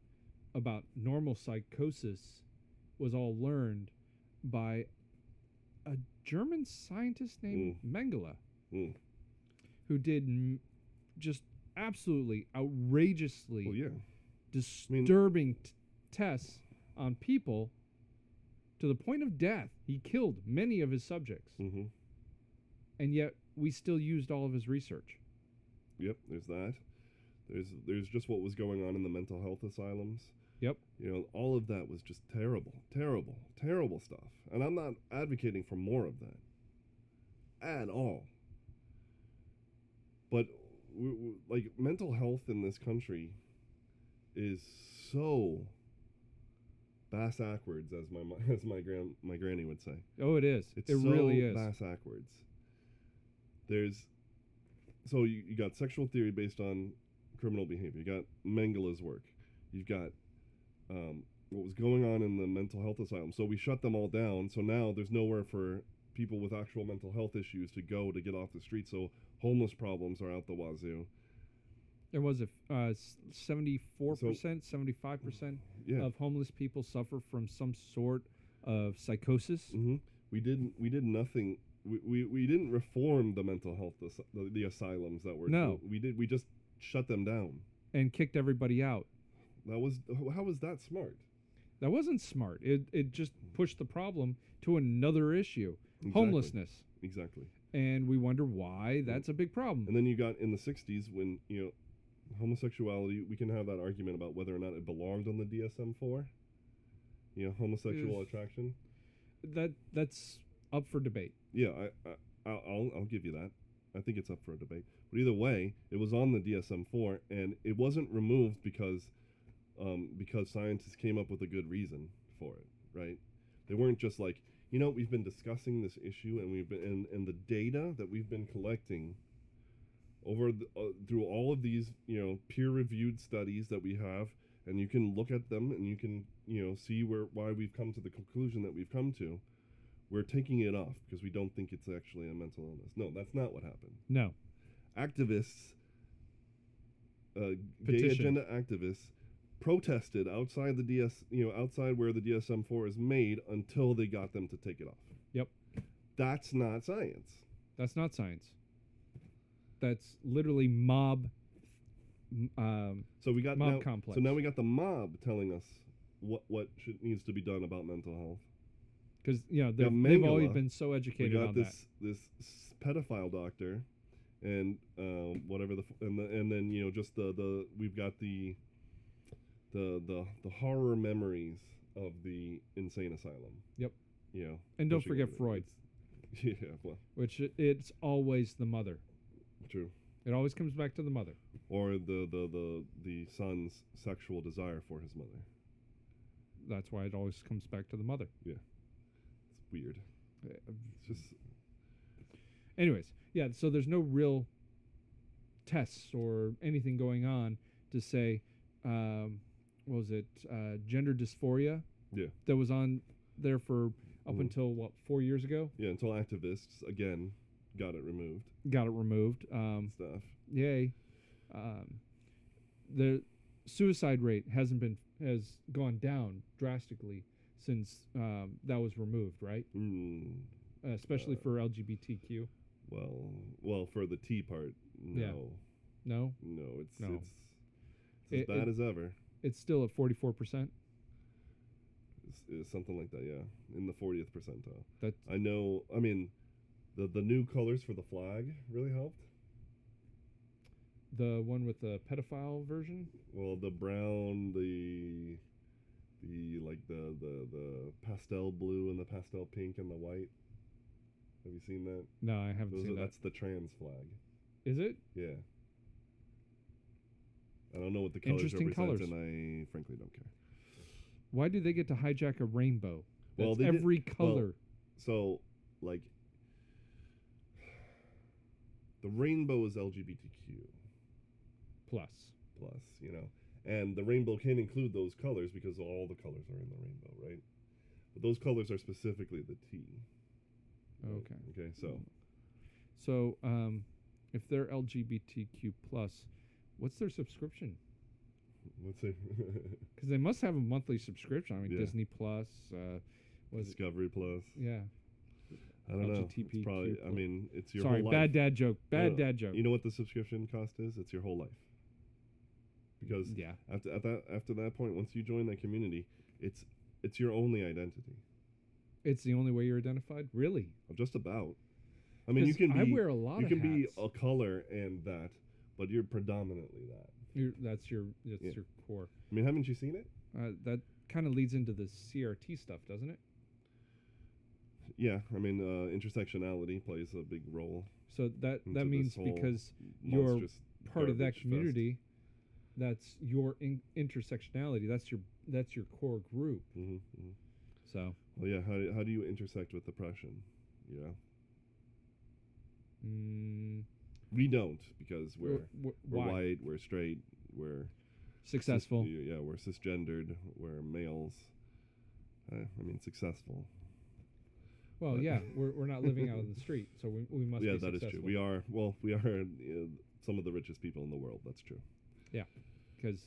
Speaker 2: about normal psychosis was all learned by a German scientist named Mengele.
Speaker 1: Mm.
Speaker 2: who did m- just absolutely outrageously
Speaker 1: Well, yeah.
Speaker 2: disturbing t- tests on people to the point of death. He killed many of his subjects,
Speaker 1: hmm
Speaker 2: and yet we still used all of his research.
Speaker 1: Yep. There's that. There's there's just what was going on in the mental health asylums.
Speaker 2: Yep.
Speaker 1: You know, all of that was just terrible, terrible, terrible stuff. And I'm not advocating for more of that at all. But w w like mental health in this country is so bass backwards, as my [laughs] mo- as my grand my granny would say.
Speaker 2: Oh, it is.
Speaker 1: It's
Speaker 2: it
Speaker 1: so
Speaker 2: really is.
Speaker 1: bass backwards. There's so you, you got sexual theory based on criminal behavior. You got Mengele's work. You've got um, what was going on in the mental health asylum. So we shut them all down. So now there's nowhere for people with actual mental health issues to go to get off the street. So homeless problems are out the wazoo.
Speaker 2: There was a uh, seventy-four percent, seventy-five percent
Speaker 1: Yeah.
Speaker 2: of homeless people suffer from some sort of psychosis.
Speaker 1: hmm We didn't. We did nothing. We, we, we didn't reform the mental health as- the, the asylums that were
Speaker 2: No.
Speaker 1: we did we just shut them down
Speaker 2: and kicked everybody out.
Speaker 1: That was h- how was that smart?
Speaker 2: That wasn't smart. It it just pushed the problem to another issue,
Speaker 1: Exactly.
Speaker 2: homelessness,
Speaker 1: Exactly.
Speaker 2: and we wonder why that's a big problem.
Speaker 1: And then you got in the '60s when you know homosexuality. We can have that argument about whether or not it belonged on the DSM-4. You know, homosexual
Speaker 2: Yes.
Speaker 1: attraction.
Speaker 2: That that's up for debate.
Speaker 1: Yeah, I, I I'll- I'll I'll give you that. I think it's up for a debate. But either way, it was on the DSM-4, and it wasn't removed because um, because scientists came up with a good reason for it, right? They weren't just like, you know, we've been discussing this issue, and we've been and, and the data that we've been collecting over the, uh, through all of these, you know, peer-reviewed studies that we have, and you can look at them, and you can, you know, see where why we've come to the conclusion that we've come to we're taking it off because we don't think it's actually a mental illness. No, that's not what happened.
Speaker 2: No,
Speaker 1: Activists, uh, gay
Speaker 2: Petition.
Speaker 1: agenda activists, protested outside the DS, you know, outside where the DSM-4 is made until they got them to take it off.
Speaker 2: Yep.
Speaker 1: That's not science.
Speaker 2: that's not science. That's literally mob. m- Um,
Speaker 1: So we got
Speaker 2: Mob
Speaker 1: now,
Speaker 2: complex.
Speaker 1: So now we got the mob telling us what what should, needs to be done about mental health.
Speaker 2: because you know they've, they've
Speaker 1: Mengele,
Speaker 2: always been so
Speaker 1: we
Speaker 2: educated
Speaker 1: got
Speaker 2: on
Speaker 1: this this s- pedophile doctor and um, whatever the f- and the, and then you know just the the we've got the the the the horror memories of the insane asylum
Speaker 2: Yep.
Speaker 1: you know
Speaker 2: that. And don't
Speaker 1: pushing on
Speaker 2: forget
Speaker 1: it.
Speaker 2: Freud,
Speaker 1: It's- [laughs] yeah well
Speaker 2: which i- it's always the mother.
Speaker 1: true
Speaker 2: It always comes back to the mother.
Speaker 1: or the the the the son's sexual desire for his mother
Speaker 2: That's why it always comes back to the mother.
Speaker 1: it's weird it's just
Speaker 2: Anyways, yeah, so there's no real tests or anything going on to say, um, what was it, uh, gender dysphoria?
Speaker 1: Yeah.
Speaker 2: That was on there for up
Speaker 1: Mhm.
Speaker 2: until, what, four years ago?
Speaker 1: yeah until activists again got it removed
Speaker 2: Got it removed. Um,
Speaker 1: and stuff
Speaker 2: yay. Um, the suicide rate hasn't been, has gone down drastically since um, that was removed, right?
Speaker 1: mm,
Speaker 2: Uh, especially
Speaker 1: Uh,
Speaker 2: for LGBTQ.
Speaker 1: well well for the t part no
Speaker 2: Yeah. No?
Speaker 1: No, it's
Speaker 2: No.
Speaker 1: it's, it's as
Speaker 2: It-
Speaker 1: bad
Speaker 2: it-
Speaker 1: as ever.
Speaker 2: It's still at 44%.
Speaker 1: It's, it's something like that, yeah, in the 40th percentile.
Speaker 2: That's,
Speaker 1: I know. I mean, the the new colors for the flag really helped.
Speaker 2: The one with the pedophile version.
Speaker 1: Well, the brown, the the like the the the pastel blue and the pastel pink and the white. Have you seen that?
Speaker 2: No, I haven't
Speaker 1: Those are,
Speaker 2: seen that.
Speaker 1: that's the trans flag.
Speaker 2: Is it?
Speaker 1: Yeah. I don't know what the colors
Speaker 2: Interesting
Speaker 1: represent,
Speaker 2: colours.
Speaker 1: and I frankly don't care.
Speaker 2: Why do they get to hijack a rainbow?
Speaker 1: Well,
Speaker 2: That's
Speaker 1: they did-
Speaker 2: every
Speaker 1: well,
Speaker 2: color.
Speaker 1: So, like, the rainbow is LGBTQ
Speaker 2: plus.
Speaker 1: plus, you know, and the rainbow can include those colors because all the colors are in the rainbow, right? But those colors are specifically the T. right?
Speaker 2: Okay.
Speaker 1: Okay. So
Speaker 2: So, um, if they're LGBTQ plus, what's their subscription?
Speaker 1: let's say [laughs]
Speaker 2: Because they must have a monthly subscription. I mean,
Speaker 1: Yeah.
Speaker 2: Disney Plus. Uh, was it?
Speaker 1: Discovery Plus.
Speaker 2: Yeah.
Speaker 1: I don't know. It's
Speaker 2: LGBTQ
Speaker 1: probably. I
Speaker 2: plus.
Speaker 1: mean, it's your
Speaker 2: Sorry,
Speaker 1: whole life.
Speaker 2: bad dad joke. Bad
Speaker 1: no.
Speaker 2: dad joke.
Speaker 1: You know what the subscription cost is? It's your whole life. Because
Speaker 2: yeah.
Speaker 1: after at that after that point, once you join that community, it's it's your only identity.
Speaker 2: It's the only way you're identified, really.
Speaker 1: Just about. I mean, you
Speaker 2: 'Cause
Speaker 1: can be.
Speaker 2: I wear a lot.
Speaker 1: you
Speaker 2: of
Speaker 1: can
Speaker 2: hats.
Speaker 1: be a color and that, but you're predominantly that.
Speaker 2: You're- that's your that's
Speaker 1: Yeah.
Speaker 2: your core.
Speaker 1: I mean, haven't you seen it?
Speaker 2: Uh, that kind of leads into the CRT stuff, doesn't it?
Speaker 1: Yeah, I mean, uh, intersectionality plays a big role.
Speaker 2: So that
Speaker 1: Into
Speaker 2: that
Speaker 1: this
Speaker 2: means
Speaker 1: whole
Speaker 2: because You're
Speaker 1: Monstrous
Speaker 2: part of that
Speaker 1: garbage fest.
Speaker 2: community, that's your in- intersectionality. That's your that's your core group.
Speaker 1: Mhm, mhm.
Speaker 2: So
Speaker 1: Well, yeah. How do, how do you intersect with oppression? Yeah,
Speaker 2: mm,
Speaker 1: we don't because
Speaker 2: wh-
Speaker 1: we're
Speaker 2: wh-
Speaker 1: we're
Speaker 2: why
Speaker 1: white, we're straight, we're cis-
Speaker 2: successful?
Speaker 1: yeah, we're cisgendered, we're males. Uh, I mean, successful.
Speaker 2: Well,
Speaker 1: but-
Speaker 2: yeah, we're, we're not living out on
Speaker 1: [laughs]
Speaker 2: the street, so we, we must
Speaker 1: yeah,
Speaker 2: be
Speaker 1: that is
Speaker 2: successful.
Speaker 1: true. We are well, we are uh, some of the richest people in the world. That's true.
Speaker 2: because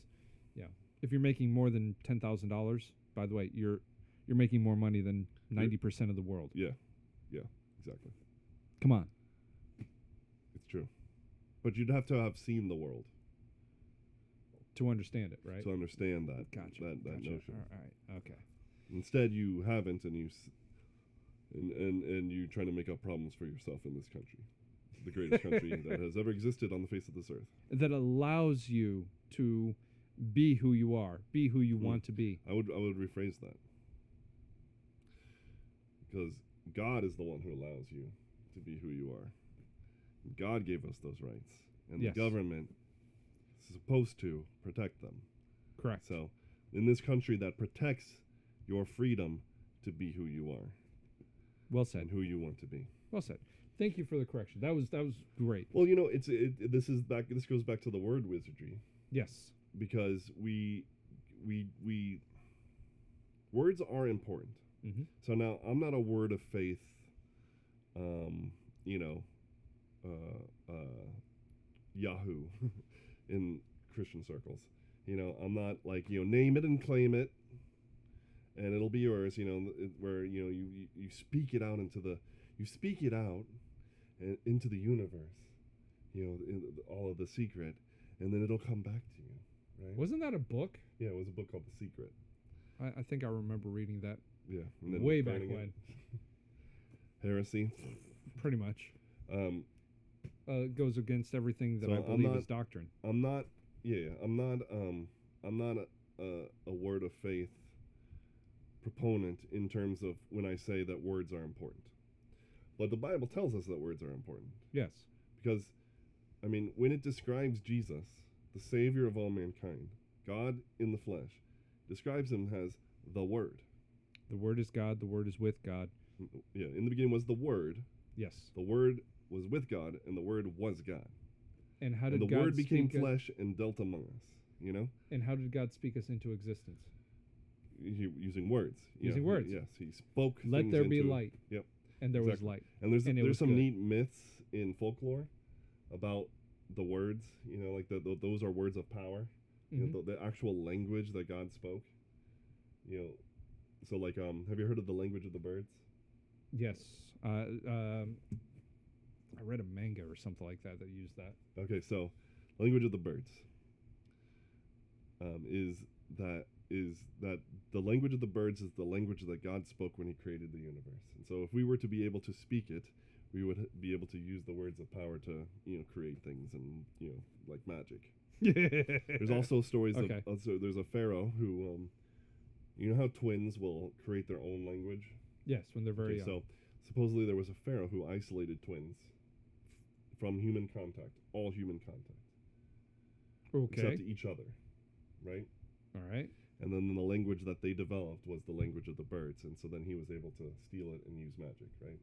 Speaker 2: yeah, if you're making more than ten thousand dollars, by the way, you're you're making more money than
Speaker 1: You're-
Speaker 2: ninety percent of the world.
Speaker 1: Exactly,
Speaker 2: Come on,
Speaker 1: it's true. But you'd have to have seen the world
Speaker 2: to understand it, right?
Speaker 1: to understand that
Speaker 2: gotcha.
Speaker 1: that, that
Speaker 2: gotcha.
Speaker 1: notion.
Speaker 2: All right. Okay.
Speaker 1: Instead, you haven't, and you s- and, and and you trying to make up problems for yourself in this country, the greatest country
Speaker 2: [laughs]
Speaker 1: that has ever existed on the face of this earth.
Speaker 2: That allows you to be who you are, be who you
Speaker 1: Hmm.
Speaker 2: want to be.
Speaker 1: I would I would rephrase that because God is the one who allows you to be who you are. God gave us those rights, and
Speaker 2: Yes.
Speaker 1: the government is supposed to protect them.
Speaker 2: Correct.
Speaker 1: So, in this country that protects your freedom to be who you are
Speaker 2: Well
Speaker 1: and
Speaker 2: said.
Speaker 1: who you want to be.
Speaker 2: Well said. Thank you for the correction. That was that was great.
Speaker 1: Well, you know, it's it, it- this is back. This goes back to the word wizardry
Speaker 2: Yes.
Speaker 1: because we we we words are important.
Speaker 2: Mhm.
Speaker 1: So now I'm not a word of faith, um, you know, uh, uh, Yahoo [laughs] in Christian circles. You know, I'm not like you know, name it and claim it, and it'll be yours. You know, it- where you know you you- you speak it out into the you speak it out and into the universe. You know, in the- all of the secret, and then it'll come back to you. Right?
Speaker 2: Wasn't that a book?
Speaker 1: Yeah, it was a book called The Secret.
Speaker 2: I, I think I remember reading that
Speaker 1: Yeah, and then
Speaker 2: way back
Speaker 1: burning it.
Speaker 2: when.
Speaker 1: heresy.
Speaker 2: Pretty much.
Speaker 1: Um,
Speaker 2: Uh, it goes against everything that
Speaker 1: So
Speaker 2: I
Speaker 1: I'm
Speaker 2: believe
Speaker 1: not-
Speaker 2: is doctrine.
Speaker 1: I'm not. Yeah, yeah, I'm not. Um, I'm not a, a, a word of faith proponent in terms of when I say that words are important. But the Bible tells us that words are important
Speaker 2: Yes.
Speaker 1: because, I mean, when it describes Jesus, the Savior of all mankind, God in the flesh, describes him as the Word. Mm,
Speaker 2: The word is God. The word is with God.
Speaker 1: Yeah, in the beginning was the Word.
Speaker 2: Yes.
Speaker 1: The Word was with God, and the Word was God.
Speaker 2: And how
Speaker 1: And
Speaker 2: did
Speaker 1: the
Speaker 2: God
Speaker 1: Word became
Speaker 2: speak us-
Speaker 1: flesh and dealt among us. You know.
Speaker 2: and how did God speak us into existence?
Speaker 1: u- using words. Yeah,
Speaker 2: Using
Speaker 1: he-
Speaker 2: words.
Speaker 1: Yes, he spoke.
Speaker 2: Let
Speaker 1: things
Speaker 2: there be
Speaker 1: into-
Speaker 2: light.
Speaker 1: Yep.
Speaker 2: And there
Speaker 1: Exactly.
Speaker 2: was light.
Speaker 1: And there's
Speaker 2: and it
Speaker 1: there's
Speaker 2: was
Speaker 1: some
Speaker 2: good.
Speaker 1: neat myths in folklore about the words. You know, like the, tho- those are words of power. You
Speaker 2: Mm-hmm.
Speaker 1: know, the, the actual language that God spoke. You know, so like, um, have you heard of the language of the birds?
Speaker 2: Yes. Uh, um, I read a manga or something like that that used that.
Speaker 1: Okay, so language of the birds um, is that is that the language of the birds is the language that God spoke when He created the universe. And so, if we were to be able to speak it, we would be able to use the words of power to you know create things and you know like magic. [laughs] There's also stories
Speaker 2: Okay.
Speaker 1: of also there's a pharaoh who um, you know how twins will create their own language.
Speaker 2: yes, when they're very
Speaker 1: Okay,
Speaker 2: young.
Speaker 1: so supposedly there was a pharaoh who isolated twins from human contact, all human contact,
Speaker 2: okay,
Speaker 1: except each other, right?
Speaker 2: all right.
Speaker 1: And then the language that they developed was the language of the birds, and so then he was able to steal it and use magic, right?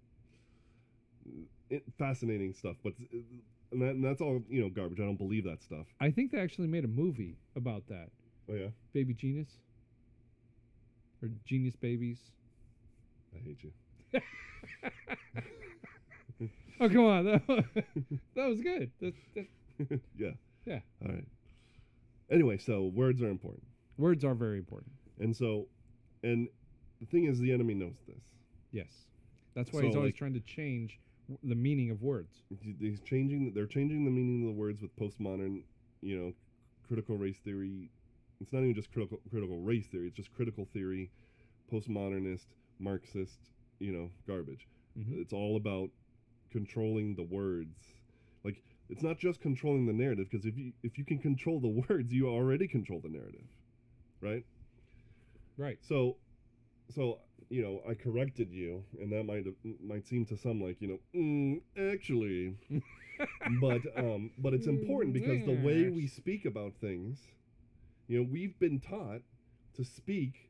Speaker 1: Mm, It, fascinating stuff, but s- and, that, and that's all you know, garbage. I don't believe that stuff.
Speaker 2: I think they actually made a movie about that.
Speaker 1: Oh yeah,
Speaker 2: Baby Genius, or Genius Babies.
Speaker 1: I hate you. [laughs]
Speaker 2: Oh come on, [laughs] that was, that was good. That, that,
Speaker 1: yeah.
Speaker 2: Yeah.
Speaker 1: All right. Anyway, so words are important.
Speaker 2: words are very important.
Speaker 1: And so, and the thing is, the enemy knows this.
Speaker 2: Yes, that's why he's
Speaker 1: So,
Speaker 2: always
Speaker 1: like-
Speaker 2: trying to change w- the meaning of words.
Speaker 1: He's changing. They're changing the meaning of the words with postmodern, you know, critical race theory. It's not even just critical critical race theory. It's just critical theory, postmodernist, Marxist, you know, garbage.
Speaker 2: Mhm.
Speaker 1: It's all about controlling the words. Like it's not just controlling the narrative because if you if you can control the [laughs] words, you already control the narrative, right?
Speaker 2: Right.
Speaker 1: So, so you know, I corrected you, and that might might seem to some like you know, mm, actually, but um, but it's important because the way we
Speaker 2: Yes.
Speaker 1: speak about things, you know, we've been taught to speak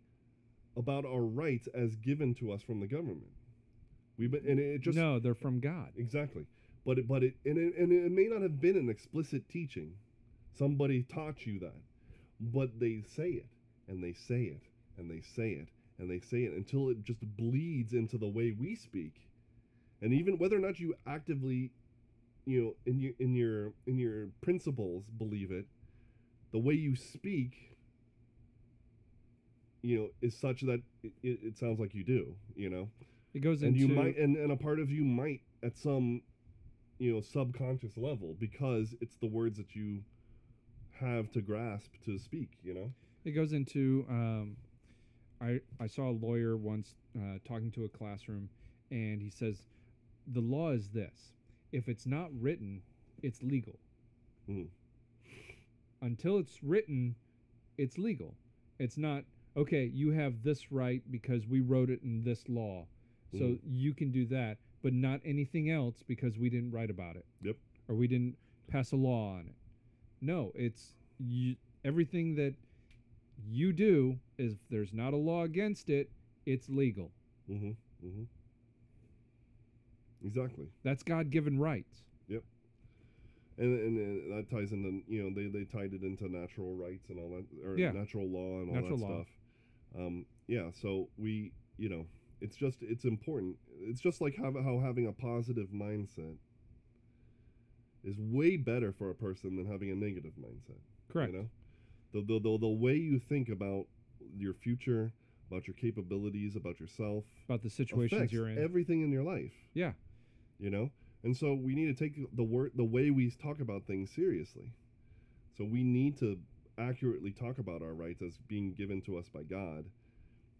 Speaker 1: about our rights as given to us from the government. We've been, and it just
Speaker 2: no, they're from God.
Speaker 1: Exactly. But it, but it, and it, and it may not have been an explicit teaching. Somebody taught you that. But they say it, and they say it, and they say it, and they say it until it just bleeds into the way we speak. And even whether or not you actively, you know, in your in your in your principles believe it, the way you speak, you know, is such that it, it, it sounds like you do, you know
Speaker 2: It goes
Speaker 1: and
Speaker 2: into
Speaker 1: you might and, and a part of you might at some you know subconscious level because it's the words that you have to grasp to speak you know
Speaker 2: It goes into um, I I saw a lawyer once uh, talking to a classroom, and he says, "The law is this: if it's not written, it's legal.
Speaker 1: Mm.
Speaker 2: Until it's written, it's legal. It's not okay. You have this right because we wrote it in this law, so
Speaker 1: Mhm.
Speaker 2: you can do that, but not anything else because we didn't write about it.
Speaker 1: Yep.
Speaker 2: Or we didn't pass a law on it. No, it's you. Everything that you do is if there's not a law against it, it's legal.
Speaker 1: mm-hmm mm-hmm exactly
Speaker 2: That's God given rights.
Speaker 1: and, and and that ties into you know they they tied it into natural rights and all that or
Speaker 2: Yeah.
Speaker 1: natural law and all
Speaker 2: Natural
Speaker 1: that
Speaker 2: law.
Speaker 1: stuff um yeah so we you know it's just it's important it's just like how, how having a positive mindset is way better for a person than having a negative mindset
Speaker 2: Correct.
Speaker 1: You know, the, the the the way you think about your future, about your capabilities, about yourself,
Speaker 2: About the situations
Speaker 1: affects
Speaker 2: you're in.
Speaker 1: everything in your life.
Speaker 2: Yeah.
Speaker 1: You know, and so we need to take the word the way we talk about things seriously. So we need to accurately talk about our rights as being given to us by God,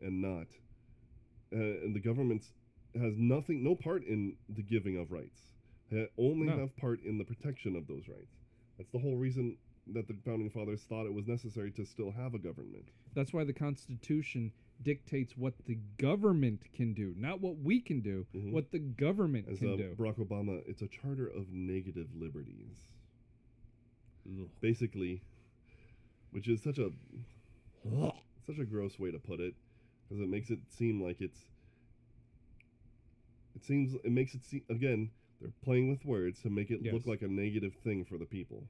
Speaker 1: and not, uh, and the government has nothing, no part in the giving of rights. They only
Speaker 2: No.
Speaker 1: have part in the protection of those rights. That's the whole reason that the founding fathers thought it was necessary to still have a government.
Speaker 2: That's why the Constitution dictates what the government can do, not what we can do,
Speaker 1: Mhm.
Speaker 2: what the government
Speaker 1: As
Speaker 2: can
Speaker 1: uh,
Speaker 2: do.
Speaker 1: Barack Obama, it's a charter of negative liberties, basically, which is such a such a gross way to put it, because it makes it seem like it's. It seems it makes it seem again they're playing with words to make it
Speaker 2: Yes.
Speaker 1: look like a negative thing for the people,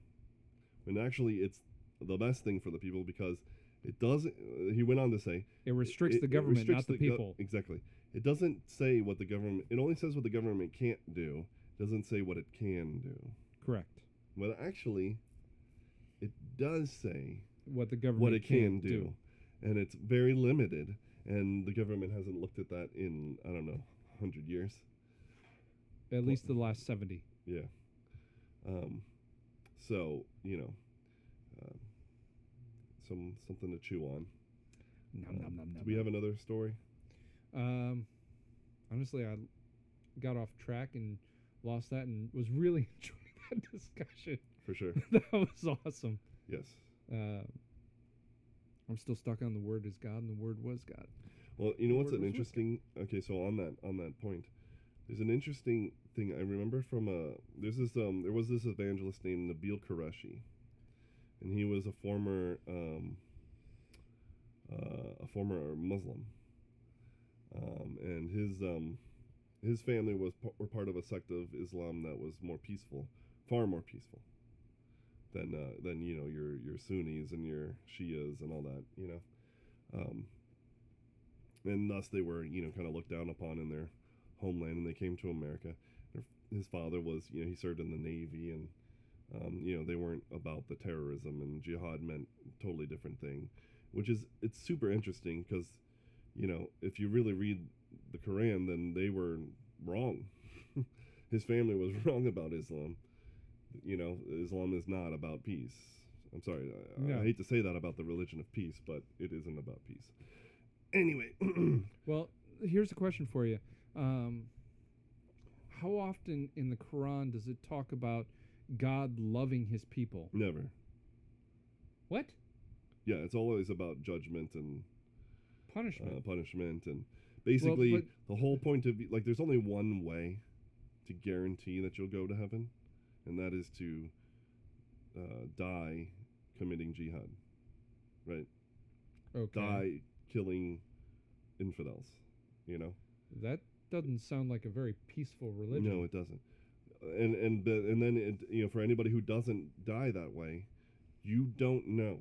Speaker 1: when actually it's the best thing for the people because it doesn't. Uh, he went on to say
Speaker 2: It restricts
Speaker 1: it-
Speaker 2: the
Speaker 1: it
Speaker 2: government,
Speaker 1: restricts
Speaker 2: not the,
Speaker 1: gov-
Speaker 2: people.
Speaker 1: exactly. It doesn't say what the government. It only says what the government can't do. It doesn't say what it can do.
Speaker 2: Correct.
Speaker 1: Well, actually, it does say
Speaker 2: What the government
Speaker 1: what it can
Speaker 2: can
Speaker 1: do, and it's very limited. And the government hasn't looked at that in I don't know, hundred years.
Speaker 2: At least the last 70.
Speaker 1: Yeah. Um, so you know, um, some something to chew on.
Speaker 2: Nom,
Speaker 1: Um,
Speaker 2: nom, nom,
Speaker 1: Do
Speaker 2: nom,
Speaker 1: we
Speaker 2: nom.
Speaker 1: have another story?
Speaker 2: Um, honestly, I got off track and lost that and was really [laughs] enjoying that discussion. [laughs]
Speaker 1: for sure.
Speaker 2: that was awesome.
Speaker 1: Yes.
Speaker 2: Uh, I'm still stuck on the Word is God and the Word was God.
Speaker 1: Well, you know what's an
Speaker 2: Word was
Speaker 1: interesting? Okay, so on that on that point, there's an interesting thing I remember from a there's this um there was this evangelist named Nabil Qureshi, and he was a former um uh, a former Muslim, um, and his um his family was p- were part of a sect of Islam that was more peaceful, far more peaceful than uh, than you know your your Sunnis and your Shias and all that you know. Um, and thus they were you know kind of looked down upon in their homeland and they came to america Their- his father was you know he served in the navy and um, you know they weren't about the terrorism and jihad meant a totally different thing which is it's super interesting because you know if you really read the quran then they were wrong [laughs] his family was [laughs] wrong about islam you know islam is not about peace i'm sorry I,
Speaker 2: No.
Speaker 1: I hate to say that about the religion of peace but it isn't about peace anyway [clears throat]
Speaker 2: Well, here's a question for you. Um, how often in the Quran does it talk about God loving his people?
Speaker 1: Never.
Speaker 2: What?
Speaker 1: Yeah, it's always about judgment and
Speaker 2: Punishment.
Speaker 1: uh, punishment and basically
Speaker 2: but-
Speaker 1: the whole point of like there's only one way to guarantee that you'll go to heaven, and that is to uh, die committing jihad, right?
Speaker 2: okay.
Speaker 1: Uh, Die killing infidels. You know?
Speaker 2: That doesn't sound like a very peaceful religion.
Speaker 1: No, it doesn't. And and the, and then it, you know for anybody who doesn't die that way, you don't know.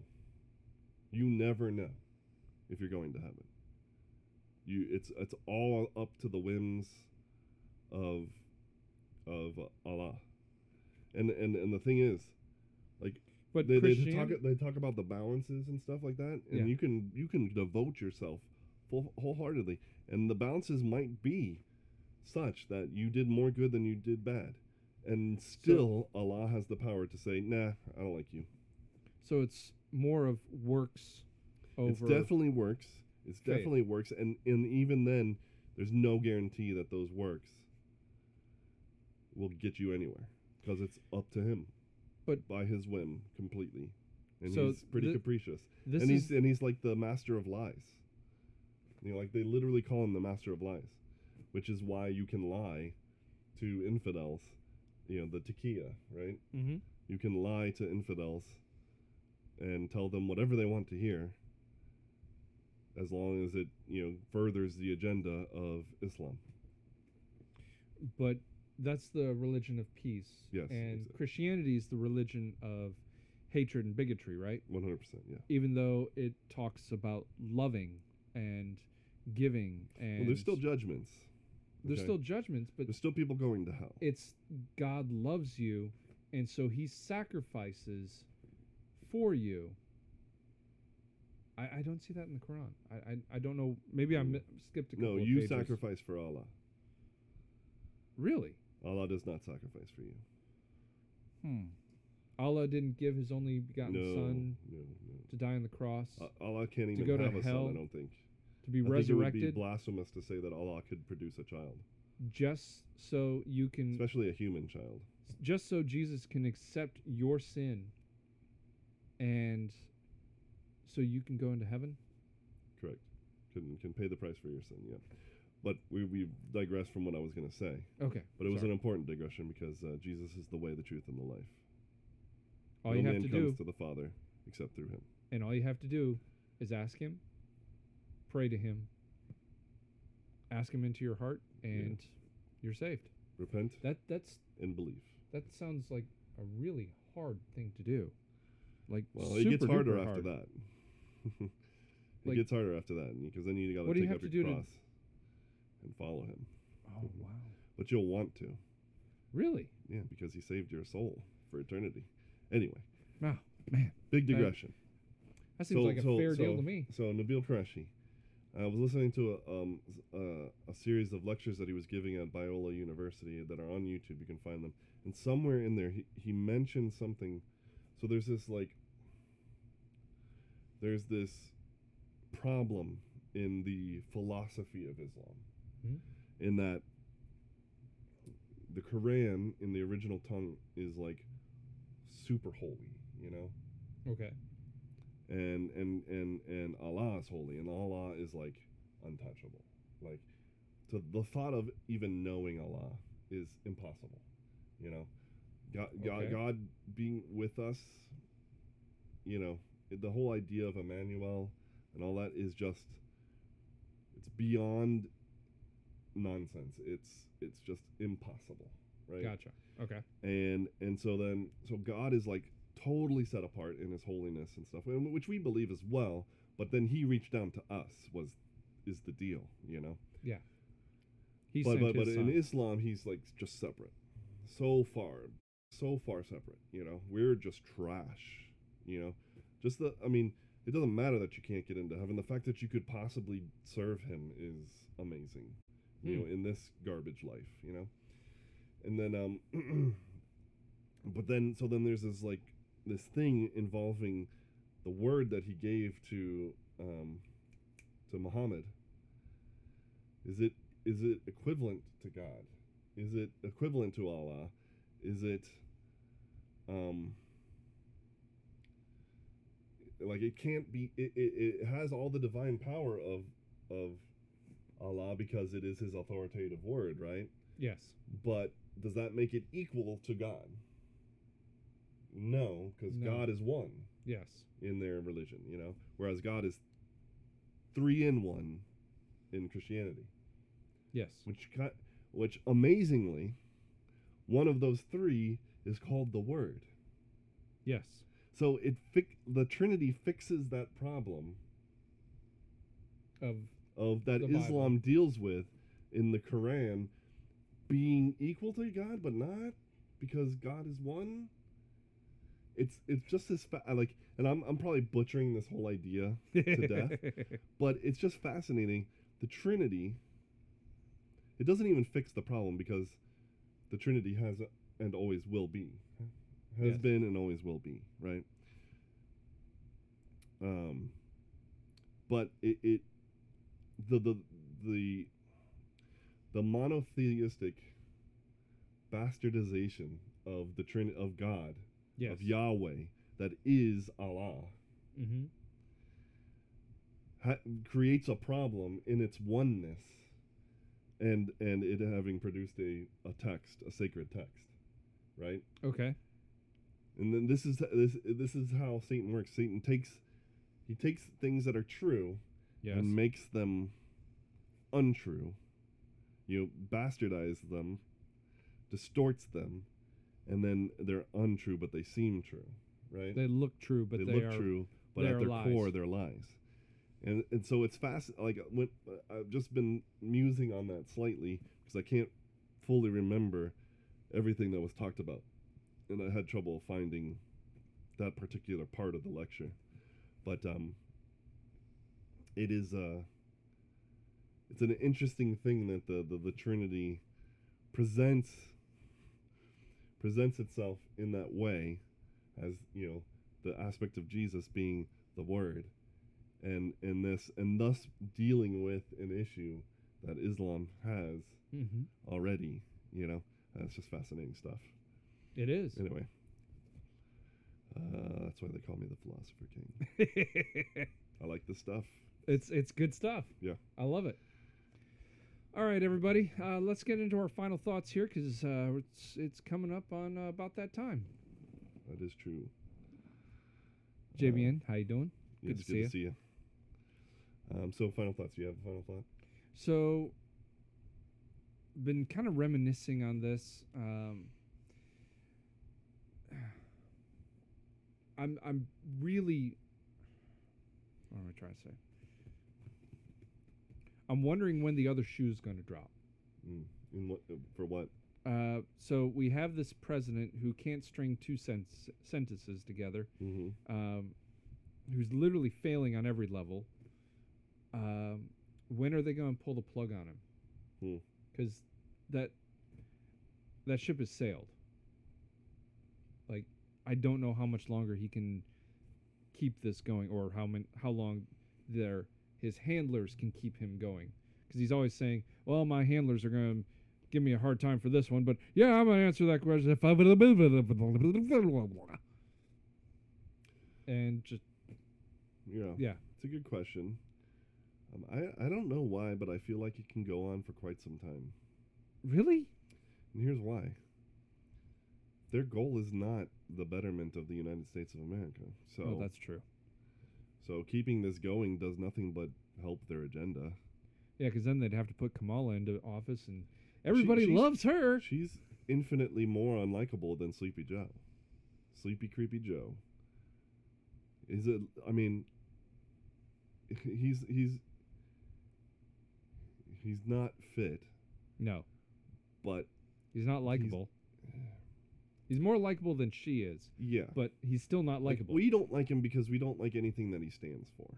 Speaker 1: You never know if you're going to heaven. You it's it's all up to the whims of of Allah. And and and the thing is,
Speaker 2: but
Speaker 1: they, they
Speaker 2: Christian-
Speaker 1: talk they talk about the balances and stuff like that, and
Speaker 2: Yeah.
Speaker 1: you can you can devote yourself full, wholeheartedly, and the balances might be such that you did more good than you did bad, and still Allah has the power to say, nah, I don't like you.
Speaker 2: so it's more of works over.
Speaker 1: It definitely works. It's
Speaker 2: faith.
Speaker 1: definitely works, and and even then, there's no guarantee that those works will get you anywhere because it's up to him,
Speaker 2: But-
Speaker 1: by his whim completely, and
Speaker 2: So
Speaker 1: he's pretty
Speaker 2: thi-
Speaker 1: capricious.
Speaker 2: this
Speaker 1: and
Speaker 2: is
Speaker 1: he's and he's like the master of lies. You know, like they literally call him the master of lies, which is why you can lie to infidels. You know, the takia, right?
Speaker 2: Mhm.
Speaker 1: You can lie to infidels and tell them whatever they want to hear, as long as it you know furthers the agenda of Islam.
Speaker 2: but that's the religion of peace.
Speaker 1: Yes,
Speaker 2: And
Speaker 1: exactly.
Speaker 2: Christianity is the religion of hatred and bigotry, right?
Speaker 1: One hundred percent, yeah.
Speaker 2: Even though it talks about loving and giving and
Speaker 1: Well, there's still judgments.
Speaker 2: there's
Speaker 1: okay?
Speaker 2: still judgments, but
Speaker 1: there's still people going to hell.
Speaker 2: it's God loves you and so he sacrifices for you. I, I don't see that in the Quran. I I, I don't know. Maybe I mi- skipped a couple
Speaker 1: No,
Speaker 2: of
Speaker 1: you
Speaker 2: pages.
Speaker 1: sacrifice for Allah.
Speaker 2: Really?
Speaker 1: Allah does not sacrifice for you.
Speaker 2: Hmm. Allah didn't give his only begotten
Speaker 1: no,
Speaker 2: son
Speaker 1: no, no.
Speaker 2: to die on the cross,
Speaker 1: Uh, Allah can't
Speaker 2: to
Speaker 1: even
Speaker 2: go to
Speaker 1: have a
Speaker 2: hell,
Speaker 1: son. I don't think.
Speaker 2: to be
Speaker 1: I think it would be
Speaker 2: resurrected,
Speaker 1: blasphemous to say that Allah could produce a child,
Speaker 2: just so you can,
Speaker 1: especially a human child.
Speaker 2: just so Jesus can accept your sin, and so you can go into heaven.
Speaker 1: Correct. Can can pay the price for your sin. Yeah. But we we digressed from what I was going to say.
Speaker 2: Okay,
Speaker 1: But it was
Speaker 2: sorry.
Speaker 1: an important digression because uh, Jesus is the way, the truth, and the life.
Speaker 2: all
Speaker 1: no
Speaker 2: you have
Speaker 1: man
Speaker 2: to do,
Speaker 1: comes to the Father except through Him.
Speaker 2: and all you have to do, is ask Him, pray to Him, ask Him into your heart, and you're saved.
Speaker 1: Repent
Speaker 2: That that's
Speaker 1: and believe.
Speaker 2: that sounds like a really hard thing to do. Like
Speaker 1: Well,
Speaker 2: super
Speaker 1: it gets harder
Speaker 2: duper
Speaker 1: after
Speaker 2: hard.
Speaker 1: that. [laughs] it
Speaker 2: Like-
Speaker 1: gets harder after that because then you got to
Speaker 2: What do you
Speaker 1: take
Speaker 2: have
Speaker 1: up
Speaker 2: to
Speaker 1: your
Speaker 2: do to-
Speaker 1: cross and follow Him.
Speaker 2: Oh wow!
Speaker 1: But you'll want to.
Speaker 2: Really?
Speaker 1: Yeah, because he saved your soul for eternity. Anyway,
Speaker 2: Wow, man,
Speaker 1: big
Speaker 2: Right.
Speaker 1: digression.
Speaker 2: that seems like a fair deal to me.
Speaker 1: So Nabil Qureshi, I was listening to a, um, s- uh, a series of lectures that he was giving at Biola University that are on YouTube. You can find them. And somewhere in there, he, he mentioned something. So there's this like, there's this problem in the philosophy of Islam,
Speaker 2: Hmm?
Speaker 1: in that the Quran in the original tongue is like super holy, you know,
Speaker 2: Okay.
Speaker 1: and and and and Allah is holy, and Allah is like untouchable. Like, so the thought of even knowing Allah is impossible, you know. God, God,
Speaker 2: Okay.
Speaker 1: God being with us, you know, the whole idea of Emmanuel and all that is just it's beyond nonsense. It's it's just impossible, right?
Speaker 2: Gotcha. Okay.
Speaker 1: and and so then so god is like totally set apart in his holiness and stuff and- which we believe as well but then he reached down to us was is the deal you know
Speaker 2: He
Speaker 1: but
Speaker 2: sent
Speaker 1: but, but
Speaker 2: his
Speaker 1: in
Speaker 2: son.
Speaker 1: islam he's like just separate so far so far separate you know we're just trash you know just the i mean it doesn't matter that you can't get into heaven the fact that you could possibly serve him is amazing you know
Speaker 2: Hmm.
Speaker 1: in this garbage life you know and then um [clears throat] but then so then there's this like this thing involving the word that he gave to um to muhammad is it is it equivalent to god is it equivalent to allah is it um like it can't be it, it, it has all the divine power of of allah because it is his authoritative word right
Speaker 2: yes.
Speaker 1: but does that make it equal to God? No, because
Speaker 2: No.
Speaker 1: God is one
Speaker 2: Yes.
Speaker 1: in their religion, you know, whereas God is three in one in Christianity,
Speaker 2: Yes.
Speaker 1: which ki- which amazingly, one of those three is called the Word.
Speaker 2: Yes.
Speaker 1: So it fi- the Trinity fixes that problem
Speaker 2: Of
Speaker 1: of that
Speaker 2: The Bible.
Speaker 1: Islam deals with in the Quran being equal to God but not because God is one. It's it's just this fa- I like and I'm I'm probably butchering this whole idea, [laughs] To death. but it's just fascinating the Trinity it doesn't even fix the problem because the Trinity has and always will be has
Speaker 2: Yes.
Speaker 1: been and always will be, right? Um but it, it the the the the monotheistic bastardization of the trin of God
Speaker 2: [laughs] yes.
Speaker 1: of Yahweh that is Allah
Speaker 2: Mm-hmm.
Speaker 1: ha- creates a problem in its oneness and and it having produced a, a text a sacred text right
Speaker 2: Okay.
Speaker 1: and then this is this this is how Satan works Satan takes he takes things that are true
Speaker 2: Yes.
Speaker 1: and makes them untrue. You know, bastardize them, distorts them, and then they're untrue, but they seem true, right?
Speaker 2: they look true, but
Speaker 1: They
Speaker 2: they,
Speaker 1: look
Speaker 2: are
Speaker 1: true, but
Speaker 2: they
Speaker 1: at
Speaker 2: are
Speaker 1: their
Speaker 2: lies.
Speaker 1: core, they're lies. And and so it's fast. Like when uh, I've just been musing on that slightly because I can't fully remember everything that was talked about, and I had trouble finding that particular part of the lecture. But um, it is uh, it's an interesting thing that the the, the Trinity presents presents itself in that way as you know the aspect of Jesus being the Word, and and this and thus dealing with an issue that Islam has
Speaker 2: Mhm.
Speaker 1: already. You know, that's just fascinating stuff.
Speaker 2: It is. [laughs]
Speaker 1: Anyway, uh, that's why they call me the Philosopher King. I like this stuff.
Speaker 2: it's it's good stuff.
Speaker 1: Yeah.
Speaker 2: I love it. All right, everybody. Uh, let's get into our final thoughts here because uh, it's it's coming up on uh, about that time.
Speaker 1: That is true.
Speaker 2: JBN, how you doing? Good
Speaker 1: It's
Speaker 2: to see ya.
Speaker 1: see you. Um, so, final thoughts. Do you have a final thought?
Speaker 2: So, been kind of reminiscing on this. Um, I'm I'm really. What am I trying to say? I'm wondering when the other shoe's going to drop.
Speaker 1: Mm. In what, for what?
Speaker 2: Uh, so we have this president who can't string two sens- sentences together
Speaker 1: hmm
Speaker 2: um, who's literally failing on every level. Um, when are they going to pull the plug on
Speaker 1: Hmm.
Speaker 2: him? Because that that ship has sailed. Like I don't know how much longer he can keep this going, or how many, how long their his handlers can keep him going. Because he's always saying, "Well, my handlers are going to give me a hard time for this one, but yeah, I'm gonna answer that question. If I would- and just
Speaker 1: Yeah.
Speaker 2: yeah,
Speaker 1: It's a good question. Um, I, I don't know why, but I feel like it can go on for quite some time.
Speaker 2: really,
Speaker 1: And here's why. Their goal is not the betterment of the United States of America. So
Speaker 2: oh, that's true.
Speaker 1: so keeping this going does nothing but help their agenda.
Speaker 2: Yeah, because then they'd have to put Kamala into office, and everybody
Speaker 1: she's-
Speaker 2: loves her.
Speaker 1: She's infinitely more unlikable than Sleepy Joe. Sleepy Creepy Joe. Is it I mean [laughs] he's he's he's not fit,
Speaker 2: No,
Speaker 1: but
Speaker 2: he's not likable. He's more likable than she is,
Speaker 1: yeah.
Speaker 2: but he's still not
Speaker 1: Like,
Speaker 2: likable.
Speaker 1: we don't like him because we don't like anything that he stands for.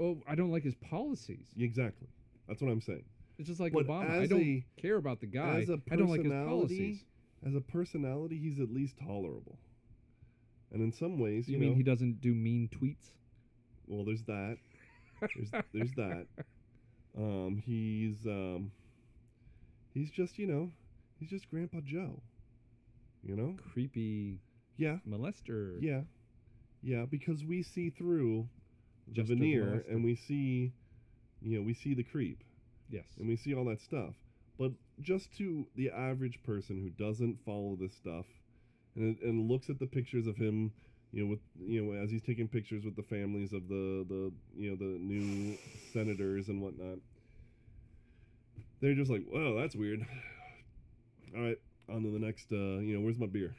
Speaker 2: oh, I don't like his policies.
Speaker 1: Exactly. That's what I'm saying.
Speaker 2: It's just like
Speaker 1: But
Speaker 2: Obama. I
Speaker 1: as
Speaker 2: don't
Speaker 1: a-
Speaker 2: care about the guy.
Speaker 1: as a
Speaker 2: I don't like his
Speaker 1: personality,
Speaker 2: policies.
Speaker 1: As a personality, he's at least tolerable. And in some ways,
Speaker 2: You,
Speaker 1: you,
Speaker 2: mean
Speaker 1: know,
Speaker 2: he doesn't do mean tweets?
Speaker 1: well, there's that. There's, there's that. Um, he's um, he's just you know, he's just Grandpa Joe. You know?
Speaker 2: [laughs] Creepy
Speaker 1: Yeah,
Speaker 2: molester.
Speaker 1: yeah, yeah. Because we see through the
Speaker 2: Just a
Speaker 1: veneer,
Speaker 2: molester.
Speaker 1: and we see, you know, we see the creep.
Speaker 2: Yes.
Speaker 1: and we see all that stuff. But just to the average person who doesn't follow this stuff and, and looks at the pictures of him, you know, with you know, as he's taking pictures with the families of the the you know the new senators and whatnot, they're just like, "Well, that's weird." [sighs] All right, on to the next. Uh, you know, where's my beer,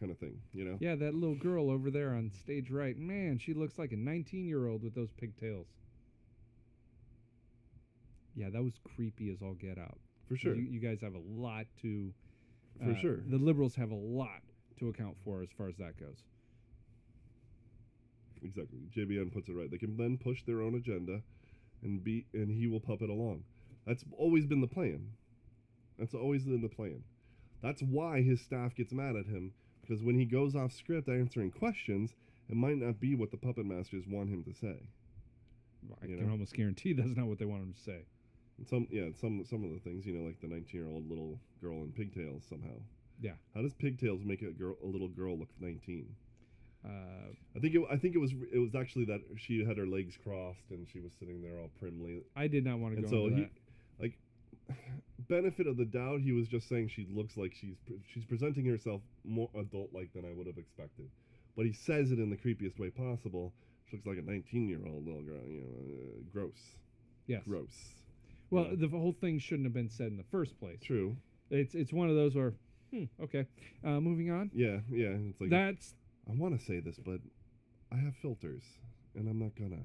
Speaker 1: kind of thing. You know.
Speaker 2: Yeah, that little girl over there on stage right. Man, she looks like a 19-year-old with those pigtails. Yeah, that was creepy as all get out.
Speaker 1: for sure,
Speaker 2: You, you guys have a lot to.
Speaker 1: for
Speaker 2: uh,
Speaker 1: sure.
Speaker 2: The liberals have a lot to account for as far as that goes.
Speaker 1: Exactly. JBN puts it right. They can then push their own agenda and be and he will puppet along. That's always been the plan. That's always been the plan. That's why his staff gets mad at him because when he goes off script answering questions, it might not be what the puppet masters want him to say.
Speaker 2: I
Speaker 1: You
Speaker 2: can
Speaker 1: know?
Speaker 2: almost guarantee [laughs] that's not what they want him to say.
Speaker 1: And some yeah, some some of the things, you know, like the 19-year-old little girl in pigtails somehow.
Speaker 2: Yeah.
Speaker 1: How does pigtails make a girl a little girl look 19?
Speaker 2: Uh,
Speaker 1: I think it, I think it was it was actually that she had her legs crossed and she was sitting there all primly
Speaker 2: I did not want to
Speaker 1: and
Speaker 2: go
Speaker 1: so
Speaker 2: into
Speaker 1: he
Speaker 2: that.
Speaker 1: like [laughs] benefit of the doubt he was just saying she looks like she's pre- she's presenting herself more adult like than i would have expected but he says it in the creepiest way possible she looks like a 19 year old little girl you know uh, gross
Speaker 2: Yes.
Speaker 1: gross
Speaker 2: Well,
Speaker 1: Yeah.
Speaker 2: the whole thing shouldn't have been said in the first place.
Speaker 1: true
Speaker 2: It's it's one of those where, hmm, okay, uh, moving on.
Speaker 1: yeah yeah it's like
Speaker 2: That's
Speaker 1: i want to say this but i have filters and i'm not gonna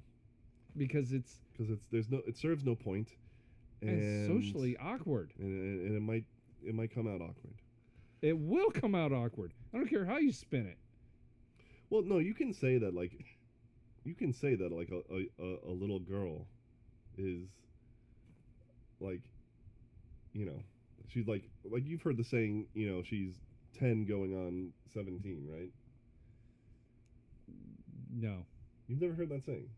Speaker 2: because it's
Speaker 1: because it's there's no it serves no point
Speaker 2: and
Speaker 1: and
Speaker 2: socially awkward.
Speaker 1: and, and, and it might it might come out awkward
Speaker 2: It will come out awkward. I don't care how you spin it.
Speaker 1: Well, no, you can say that like, you can say that like a a, a, a little girl, is, like, you know, she's like like you've heard the saying you know she's ten going on seventeen right?
Speaker 2: No,
Speaker 1: You've never heard that saying?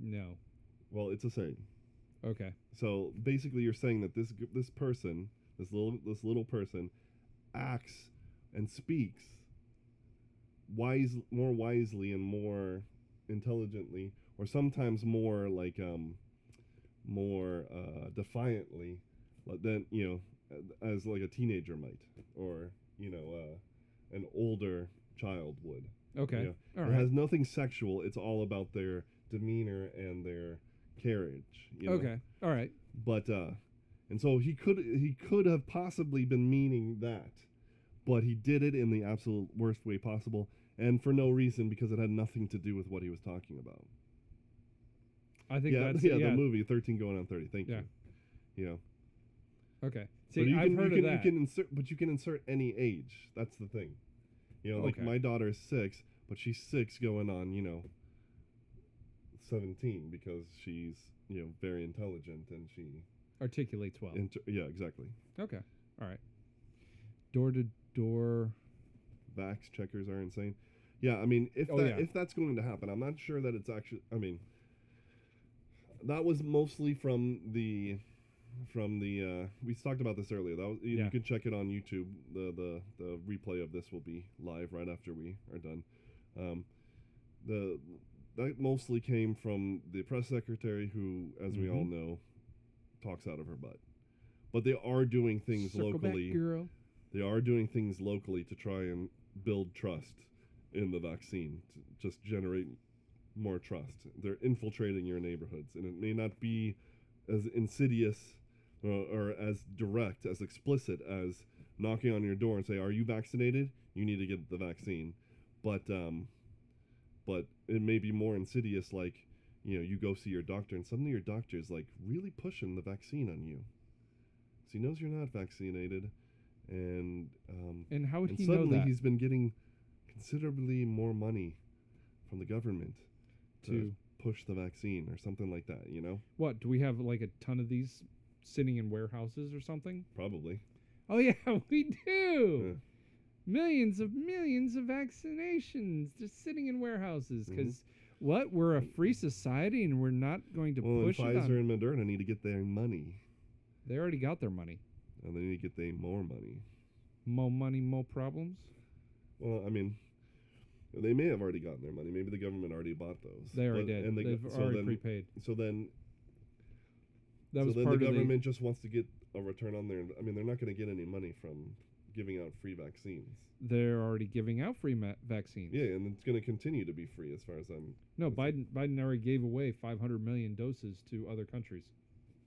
Speaker 2: no.
Speaker 1: Well, it's a saying.
Speaker 2: Okay.
Speaker 1: So basically, you're saying that this g- this person, this little this little person, acts and speaks wise more wisely and more intelligently, or sometimes more like um more uh, defiantly like, than you know as like a teenager might, or you know uh, an older child would.
Speaker 2: Okay.
Speaker 1: Yeah.
Speaker 2: All
Speaker 1: It
Speaker 2: right.
Speaker 1: has nothing sexual. It's all about their demeanor and their carriage. You know?
Speaker 2: Okay. All right.
Speaker 1: but uh and so he could he could have possibly been meaning that but he did it in the absolute worst way possible and for no reason because it had nothing to do with what he was talking about
Speaker 2: I think
Speaker 1: yeah
Speaker 2: that's
Speaker 1: [laughs] yeah,
Speaker 2: yeah.
Speaker 1: the movie 13 going on 30 thank
Speaker 2: Yeah.
Speaker 1: you you know
Speaker 2: Okay.
Speaker 1: but
Speaker 2: See,
Speaker 1: you
Speaker 2: I've
Speaker 1: can,
Speaker 2: heard
Speaker 1: you
Speaker 2: of
Speaker 1: can,
Speaker 2: that.
Speaker 1: you can insert but you can insert any age that's the thing you know like
Speaker 2: Okay.
Speaker 1: my daughter is six but she's six going on you know 17 because she's you know very intelligent and she
Speaker 2: Articulates well.
Speaker 1: inter- yeah exactly
Speaker 2: okay. All right. Door to door.
Speaker 1: vax checkers are insane. Yeah, I mean, if
Speaker 2: Oh,
Speaker 1: that
Speaker 2: yeah.
Speaker 1: if that's going to happen, I'm not sure that it's actually. I mean, that was mostly from the from the uh, we talked about this earlier. That was, you,
Speaker 2: Yeah.
Speaker 1: you can check it on YouTube. The, the the replay of this will be live right after we are done. Um, the that mostly came from the press secretary, who, as we all
Speaker 2: Mm-hmm.
Speaker 1: know, talks out of her butt. But they are doing things
Speaker 2: Circle back,
Speaker 1: locally
Speaker 2: girl.
Speaker 1: they are doing things locally to try and build trust in the vaccine to just generate more trust they're infiltrating your neighborhoods and it may not be as insidious uh, or as direct as explicit as knocking on your door and say are you vaccinated you need to get the vaccine but um but it may be more insidious like you know you go see your doctor and suddenly your doctor is like really pushing the vaccine on you so he knows you're not vaccinated and um,
Speaker 2: And how would
Speaker 1: and
Speaker 2: he know
Speaker 1: suddenly
Speaker 2: that?
Speaker 1: he's been getting considerably more money from the government to,
Speaker 2: To-
Speaker 1: push the vaccine or something like that. You know,
Speaker 2: What do we have? Like a ton of these sitting in warehouses or something?
Speaker 1: probably.
Speaker 2: Oh yeah, [laughs] we do.
Speaker 1: Hmm.
Speaker 2: Millions of millions of vaccinations just sitting in warehouses
Speaker 1: Mhm.
Speaker 2: because what? We're a free society and we're not going to
Speaker 1: Mm-hmm. Well, and
Speaker 2: push it
Speaker 1: Pfizer
Speaker 2: on.
Speaker 1: and Moderna need to get their money,
Speaker 2: They already got their money.
Speaker 1: and they need to get they more money.
Speaker 2: More money, more problems.
Speaker 1: Well, I mean. They may have already gotten their money. Maybe the government already bought those.
Speaker 2: They already
Speaker 1: But-
Speaker 2: did.
Speaker 1: And the, go-
Speaker 2: They've
Speaker 1: so
Speaker 2: already
Speaker 1: then,
Speaker 2: prepaid.
Speaker 1: So then,
Speaker 2: That
Speaker 1: so
Speaker 2: was
Speaker 1: then
Speaker 2: part
Speaker 1: the
Speaker 2: of the
Speaker 1: government just wants to get a return on their. I mean, they're not going to get any money from giving out free vaccines.
Speaker 2: they're already giving out free ma- vaccines.
Speaker 1: Yeah, and it's going to continue to be free as far as I'm
Speaker 2: No, Biden Biden already gave away 500 million doses to other countries.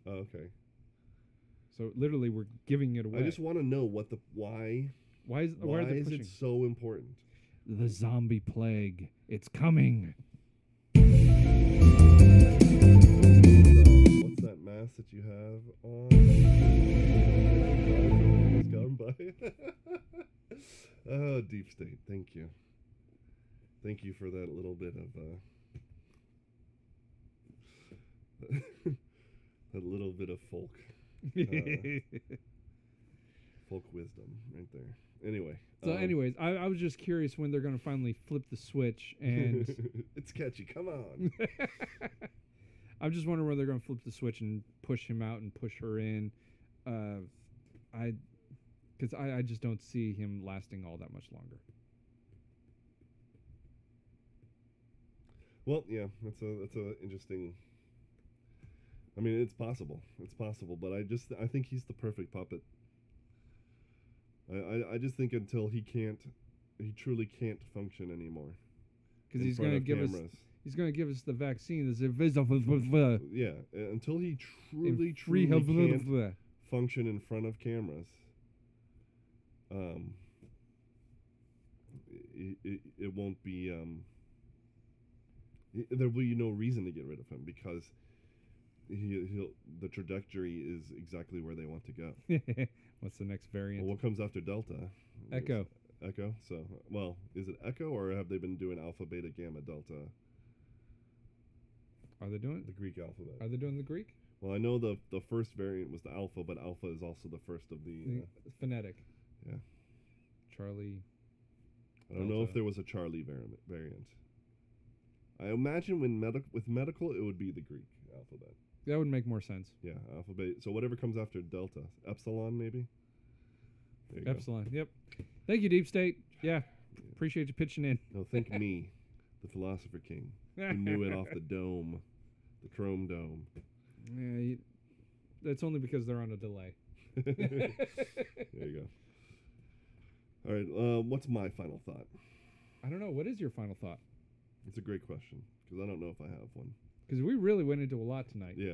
Speaker 1: Oh, okay.
Speaker 2: So literally, we're giving it away.
Speaker 1: I just want to know what the why
Speaker 2: why is Oh, why,
Speaker 1: why
Speaker 2: are they
Speaker 1: is
Speaker 2: pushing?
Speaker 1: it so important?
Speaker 2: The zombie plague. It's coming.
Speaker 1: So, Uh, what's that mask that you have on? It's gone by. [laughs] oh, deep state. Thank you. Thank you for that little bit of uh, [laughs] that little bit of folk
Speaker 2: [laughs]
Speaker 1: folk wisdom right there. Anyway.
Speaker 2: so,
Speaker 1: um,
Speaker 2: anyways, I, I was just curious when they're going to finally flip the switch, and
Speaker 1: [laughs] it's catchy. Come on.
Speaker 2: I'm just wondering whether they're going to flip the switch and push him out and push her in. Uh, I, because I, I just don't see him lasting all that much longer.
Speaker 1: Well, yeah, that's a that's a interesting. I mean, it's possible. It's possible, but I just I think he's the perfect puppet. I I, I just think until he can't, he truly can't function anymore.
Speaker 2: Because
Speaker 1: in
Speaker 2: he's
Speaker 1: front
Speaker 2: going to
Speaker 1: of
Speaker 2: give us
Speaker 1: cameras.
Speaker 2: he's going to give us the vaccine. This is
Speaker 1: Yeah, uh, until he truly
Speaker 2: in free
Speaker 1: truly can't
Speaker 2: health-
Speaker 1: function in front of cameras. Um. It, it, it won't be um. i- There will be no reason to get rid of him because he he'll the trajectory is exactly where they want to go.
Speaker 2: [laughs] What's the next variant?
Speaker 1: Well, what comes after Delta? is
Speaker 2: Echo.
Speaker 1: Echo. So well, is it Echo or have they been doing Alpha, Beta, Gamma, Delta,
Speaker 2: Are they doing?
Speaker 1: the Greek alphabet?
Speaker 2: Are they doing the Greek
Speaker 1: Well, I know the the first variant was the Alpha, but Alpha is also the first of the. uh,
Speaker 2: The phonetic?
Speaker 1: Yeah.
Speaker 2: Charlie.
Speaker 1: I don't know if
Speaker 2: Delta.
Speaker 1: there was a Charlie variant. variant. I imagine when medic with medical, it would be the Greek alphabet.
Speaker 2: That would make more sense.
Speaker 1: Yeah, alphabet. So whatever comes after Delta, Epsilon maybe. There you
Speaker 2: Epsilon. Yep. Thank you, Deep State. Yeah. Appreciate you pitching in.
Speaker 1: go. No, think me, the philosopher king, who knew it off the dome, the Chrome Dome.
Speaker 2: [laughs]
Speaker 1: [laughs]
Speaker 2: Yeah, you, that's only because they're on
Speaker 1: [laughs]
Speaker 2: a delay.
Speaker 1: there you go. All right, uh, what's my final thought?
Speaker 2: I don't know. What is your final thought?
Speaker 1: It's a great question because I don't know if I have one.
Speaker 2: Because we really went into a lot tonight.
Speaker 1: Yeah.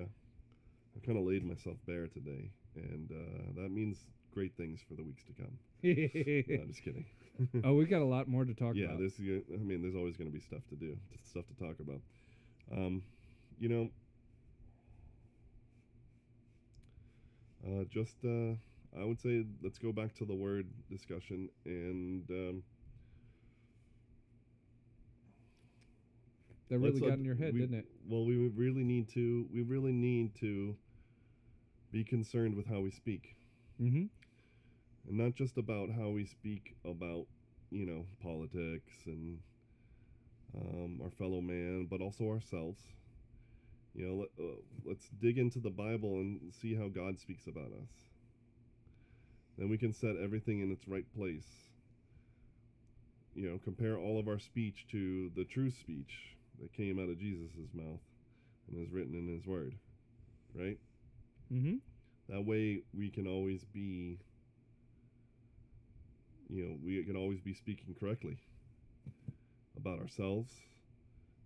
Speaker 1: I kind of laid myself bare today, and uh, that means great things for the weeks to come. No,
Speaker 2: [laughs]
Speaker 1: I'm just kidding. [laughs]
Speaker 2: oh, we got a lot more to talk
Speaker 1: yeah,
Speaker 2: about.
Speaker 1: there's. g- I mean, there's always going to be stuff to do, t- stuff to talk about. Um, you know, uh, just uh, I would say let's go back to the word discussion and um,
Speaker 2: that really
Speaker 1: let's, uh,
Speaker 2: got in your head,
Speaker 1: we-
Speaker 2: didn't it?
Speaker 1: Well, we really need to. We really need to be concerned with how we speak.
Speaker 2: Mm-hmm.
Speaker 1: and not just about how we speak about you know politics and um, our fellow man but also ourselves You know, let, uh, let's dig into the Bible and see how God speaks about us. Then we can set everything in its right place. You know, compare all of our speech to the true speech that came out of Jesus' mouth and is written in his word, right?
Speaker 2: Mm-hmm.
Speaker 1: That way we can always be, you know, we can always be speaking correctly about ourselves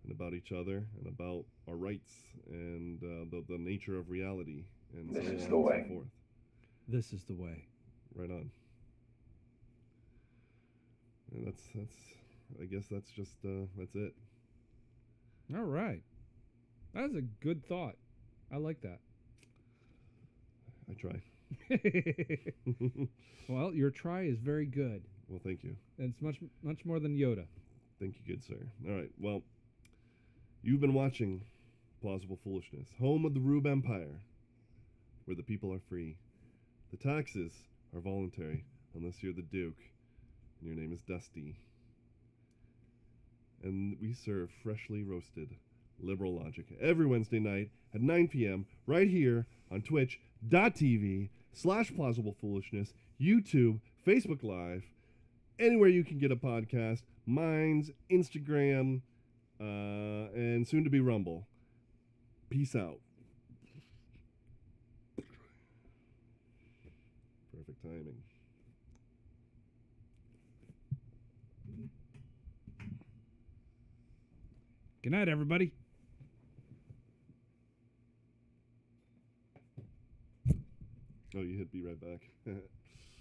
Speaker 1: and about each other and about our rights and uh, the, the nature of reality and
Speaker 6: This
Speaker 1: so
Speaker 6: is
Speaker 1: on
Speaker 6: the
Speaker 1: and so
Speaker 6: way.
Speaker 1: forth.
Speaker 2: This is the way.
Speaker 1: Right on. And that's that's I guess that's just uh, that's it.
Speaker 2: All right. That's a good thought. I like
Speaker 1: I try. [laughs]
Speaker 2: that. [laughs] well, your try is very good.
Speaker 1: well, thank you.
Speaker 2: And it's much much more than Yoda.
Speaker 1: Thank you, good sir. All right. Well, you've been watching Plausible Foolishness, home of the Rube Empire, where the people are free. The taxes are voluntary, unless you're the Duke and your name is Dusty. And we serve freshly roasted liberal logic every Wednesday night at 9 p.m. right here on twitch.tv slash plausible foolishness, YouTube, Facebook Live, anywhere you can get a podcast. Minds, Instagram, uh, and soon to be Rumble. Peace out. Perfect timing.
Speaker 2: Good night, everybody.
Speaker 1: Oh, you hit be right back. [laughs]